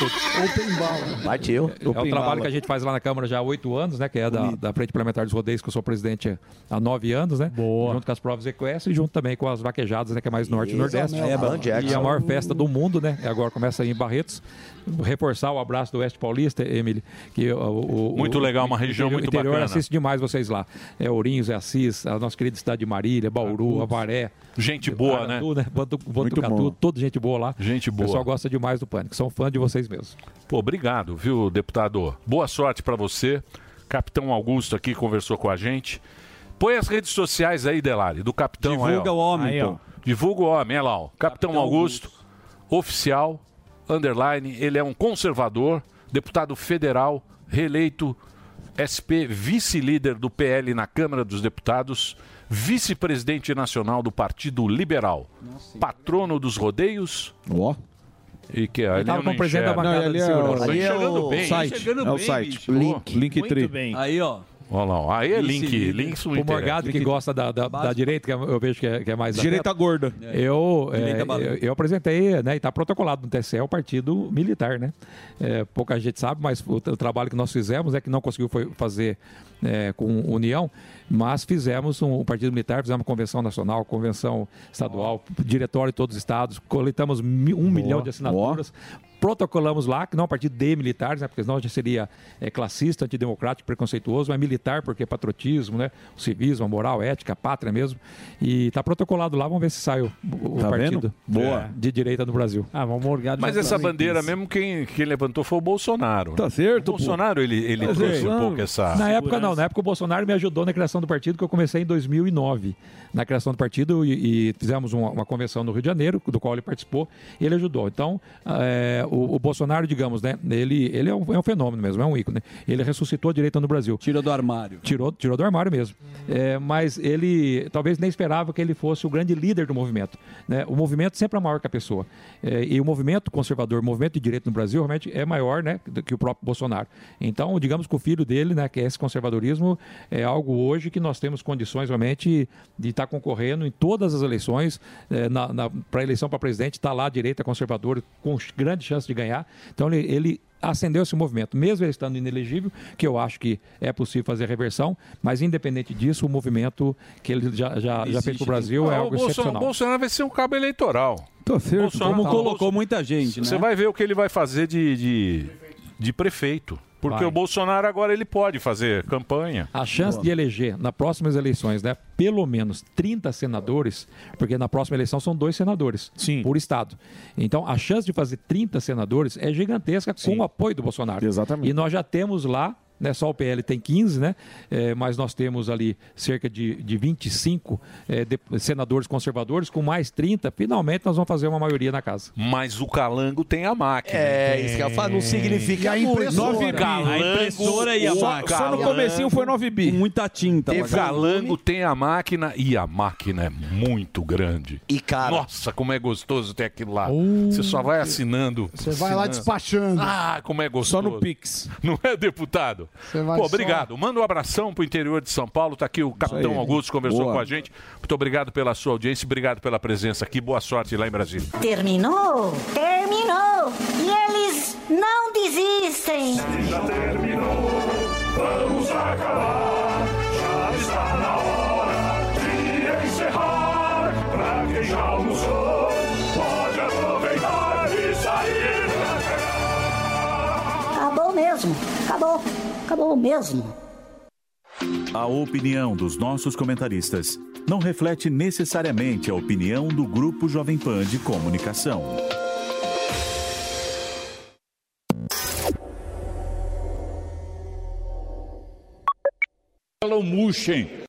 Speaker 16: Open bala.
Speaker 14: Partiu.
Speaker 1: É o trabalho que a gente faz lá na Câmara já há oito anos, né? Que é da, da Frente Parlamentar dos Rodeios, que eu sou presidente há nove anos, né? Junto com as provas equestres e junto também com as vaquejadas, né? Que é mais norte e
Speaker 14: Isso,
Speaker 1: nordeste.
Speaker 14: é, Band
Speaker 1: e
Speaker 14: Jackson.
Speaker 1: a maior festa do mundo, né? E Agora começa aí em Barretos. Reforçar o abraço do Oeste Paulista, Emily. Que uh, o, o-
Speaker 6: Muito
Speaker 1: o-
Speaker 6: legal, uma
Speaker 1: o
Speaker 6: região
Speaker 1: interior-
Speaker 6: muito
Speaker 1: interior
Speaker 6: bacana.
Speaker 1: assiste demais vocês lá. É Ourinhos, é Assis, a nossa querida cidade de Marília, Bauru, Avaré.
Speaker 6: Gente boa,
Speaker 1: Aratu,
Speaker 6: né?
Speaker 1: Bantu-
Speaker 6: Ah, Muito
Speaker 1: Botucatu,
Speaker 6: bom.
Speaker 1: toda gente boa lá.
Speaker 6: Gente
Speaker 1: O pessoal
Speaker 6: boa.
Speaker 1: gosta demais do Pânico. São fã de vocês mesmos.
Speaker 6: Pô, obrigado, viu, deputado? Boa sorte pra você. Capitão Augusto aqui conversou com a gente. Põe as redes sociais aí, Delari, do Capitão.
Speaker 8: Divulga
Speaker 6: aí, ó.
Speaker 8: o homem, Aí, pô. ó.
Speaker 6: Divulga o homem, olha lá, ó. Capitão, Augusto, oficial, underline. Ele é um conservador, deputado federal, reeleito, SP, vice-líder do PL na Câmara dos Deputados, vice-presidente nacional do Partido Liberal, patrono dos rodeios.
Speaker 11: Ó.
Speaker 6: E que ali um
Speaker 11: tava
Speaker 6: eu
Speaker 11: como
Speaker 6: não
Speaker 11: presidente da
Speaker 6: enxergo.
Speaker 11: bancada Não, ali de é o- segurança. ali é
Speaker 6: Enxergando
Speaker 11: o
Speaker 6: Tá bem,
Speaker 11: site,
Speaker 6: enxergando
Speaker 11: é o
Speaker 6: bem,
Speaker 11: site.
Speaker 6: bicho.
Speaker 11: Link, link
Speaker 6: Muito
Speaker 11: tri.
Speaker 6: bem.
Speaker 8: Aí, ó.
Speaker 6: Olha lá, ó. aí é link, links
Speaker 1: O Morgado que gosta da, da, da direita, que eu vejo que é, que é mais...
Speaker 11: Direita
Speaker 1: afeto.
Speaker 11: gorda.
Speaker 1: Eu, é,
Speaker 11: Direita
Speaker 1: eu,
Speaker 11: balança.
Speaker 1: eu apresentei, né, e está protocolado no TSE, o partido militar, né? É, pouca gente sabe, mas o, tra- o trabalho que nós fizemos, é que não conseguiu foi fazer é, com união, mas fizemos um, o partido militar, fizemos uma convenção nacional, convenção estadual, diretório de todos os estados, coletamos mi- um milhão de assinaturas, protocolamos lá, que não é um partido de militares, né? porque senão já seria é, classista, antidemocrático, preconceituoso, mas militar, porque é patriotismo, né? o civismo, a moral, a ética, a pátria mesmo. E está protocolado lá, vamos ver se sai o, o
Speaker 6: Tá
Speaker 1: partido
Speaker 6: vendo? Boa.
Speaker 1: de direita no Brasil.
Speaker 15: Ah, vamos morgar.
Speaker 6: Mas essa bandeira mesmo, quem, quem levantou foi o Bolsonaro.
Speaker 1: Tá certo,
Speaker 6: O Bolsonaro, ele, ele
Speaker 1: Tá
Speaker 6: trouxe
Speaker 1: certo.
Speaker 6: um pouco essa...
Speaker 1: Na época não, né? na época o Bolsonaro me ajudou na criação do partido, que eu comecei em 2009. Na criação do partido e, e fizemos uma, uma convenção no Rio de Janeiro, do qual ele participou, e ele ajudou. Então, é, o, o Bolsonaro, digamos, né, ele, ele é, um, é um fenômeno mesmo, é um ícone. Ele ressuscitou a direita no Brasil.
Speaker 8: Tirou do armário.
Speaker 1: Tirou, tirou do armário mesmo. É, mas ele talvez nem esperava que ele fosse o grande líder do movimento. né? O movimento sempre é maior que a pessoa. É, e o movimento conservador, o movimento de direito no Brasil, realmente é maior né, do que o próprio Bolsonaro. Então, digamos que o filho dele, né, que é esse conservadorismo, é algo hoje que nós temos condições realmente de estar concorrendo em todas as eleições. É, na, para eleição para presidente, está lá a direita conservadora, com ch- grande chance de ganhar. Então, ele- ele acendeu esse movimento, mesmo ele estando inelegível, que eu acho que é possível fazer reversão, mas independente disso, o movimento que ele já, já, já fez para o Brasil é
Speaker 6: Ah, o
Speaker 1: algo
Speaker 6: Bolsonaro-
Speaker 1: excepcional.
Speaker 6: Bolsonaro vai ser um cabo eleitoral.
Speaker 11: Tô
Speaker 6: Bolsonaro-
Speaker 8: Como colocou muita gente, né?
Speaker 6: Você vai ver o que ele vai fazer de, de, de prefeito. Porque
Speaker 1: Vai.
Speaker 6: o Bolsonaro agora ele pode fazer campanha.
Speaker 1: A chance de eleger nas próximas eleições, né, pelo menos 30 senadores, porque na próxima eleição são dois senadores por estado. Então a chance de fazer 30 senadores é gigantesca com o apoio do Bolsonaro. Exatamente. E nós já temos lá né, só o PL tem 15, né? eh, mas nós temos ali cerca de, de 25 eh, de- senadores conservadores, com mais 30, finalmente nós vamos fazer uma maioria na casa.
Speaker 6: Mas o Calango tem a máquina.
Speaker 14: É, isso que eu ia falar, não significa E a muito. impressora?
Speaker 6: Nove
Speaker 14: A
Speaker 6: Calango,
Speaker 14: impressora e a
Speaker 6: o
Speaker 14: máquina. um
Speaker 8: Só no
Speaker 6: Calango-
Speaker 8: comecinho
Speaker 11: foi 9 bi.
Speaker 8: Muita tinta.
Speaker 6: O
Speaker 8: Magazine.
Speaker 6: Calango tem a máquina e a máquina é muito grande.
Speaker 14: E cara.
Speaker 6: Nossa, como é gostoso ter aquilo lá. Você só vai assinando.
Speaker 16: Você vai lá
Speaker 6: assinando.
Speaker 16: despachando.
Speaker 6: Ah, como é gostoso. Só no
Speaker 11: Pix.
Speaker 6: Não é, deputado? Obrigado.
Speaker 16: Você vai
Speaker 6: Pô,
Speaker 16: só-
Speaker 6: obrigado. Manda um abração pro interior de São Paulo. Tá aqui o Capitão
Speaker 16: aí.
Speaker 6: Augusto conversou
Speaker 16: Boa.
Speaker 6: com a gente. Muito obrigado pela sua audiência, obrigado pela presença aqui. Boa sorte lá em Brasília.
Speaker 3: Terminou? Terminou! E eles não desistem! Já terminou, vamos acabar! Já está na hora de encerrar! Pra quem já almoçou, pode aproveitar e sair pra
Speaker 10: Acabou mesmo. Acabou. Acabou mesmo.
Speaker 12: A opinião dos nossos comentaristas não reflete necessariamente a opinião do Grupo Jovem Pan de Comunicação.
Speaker 17: Não murchem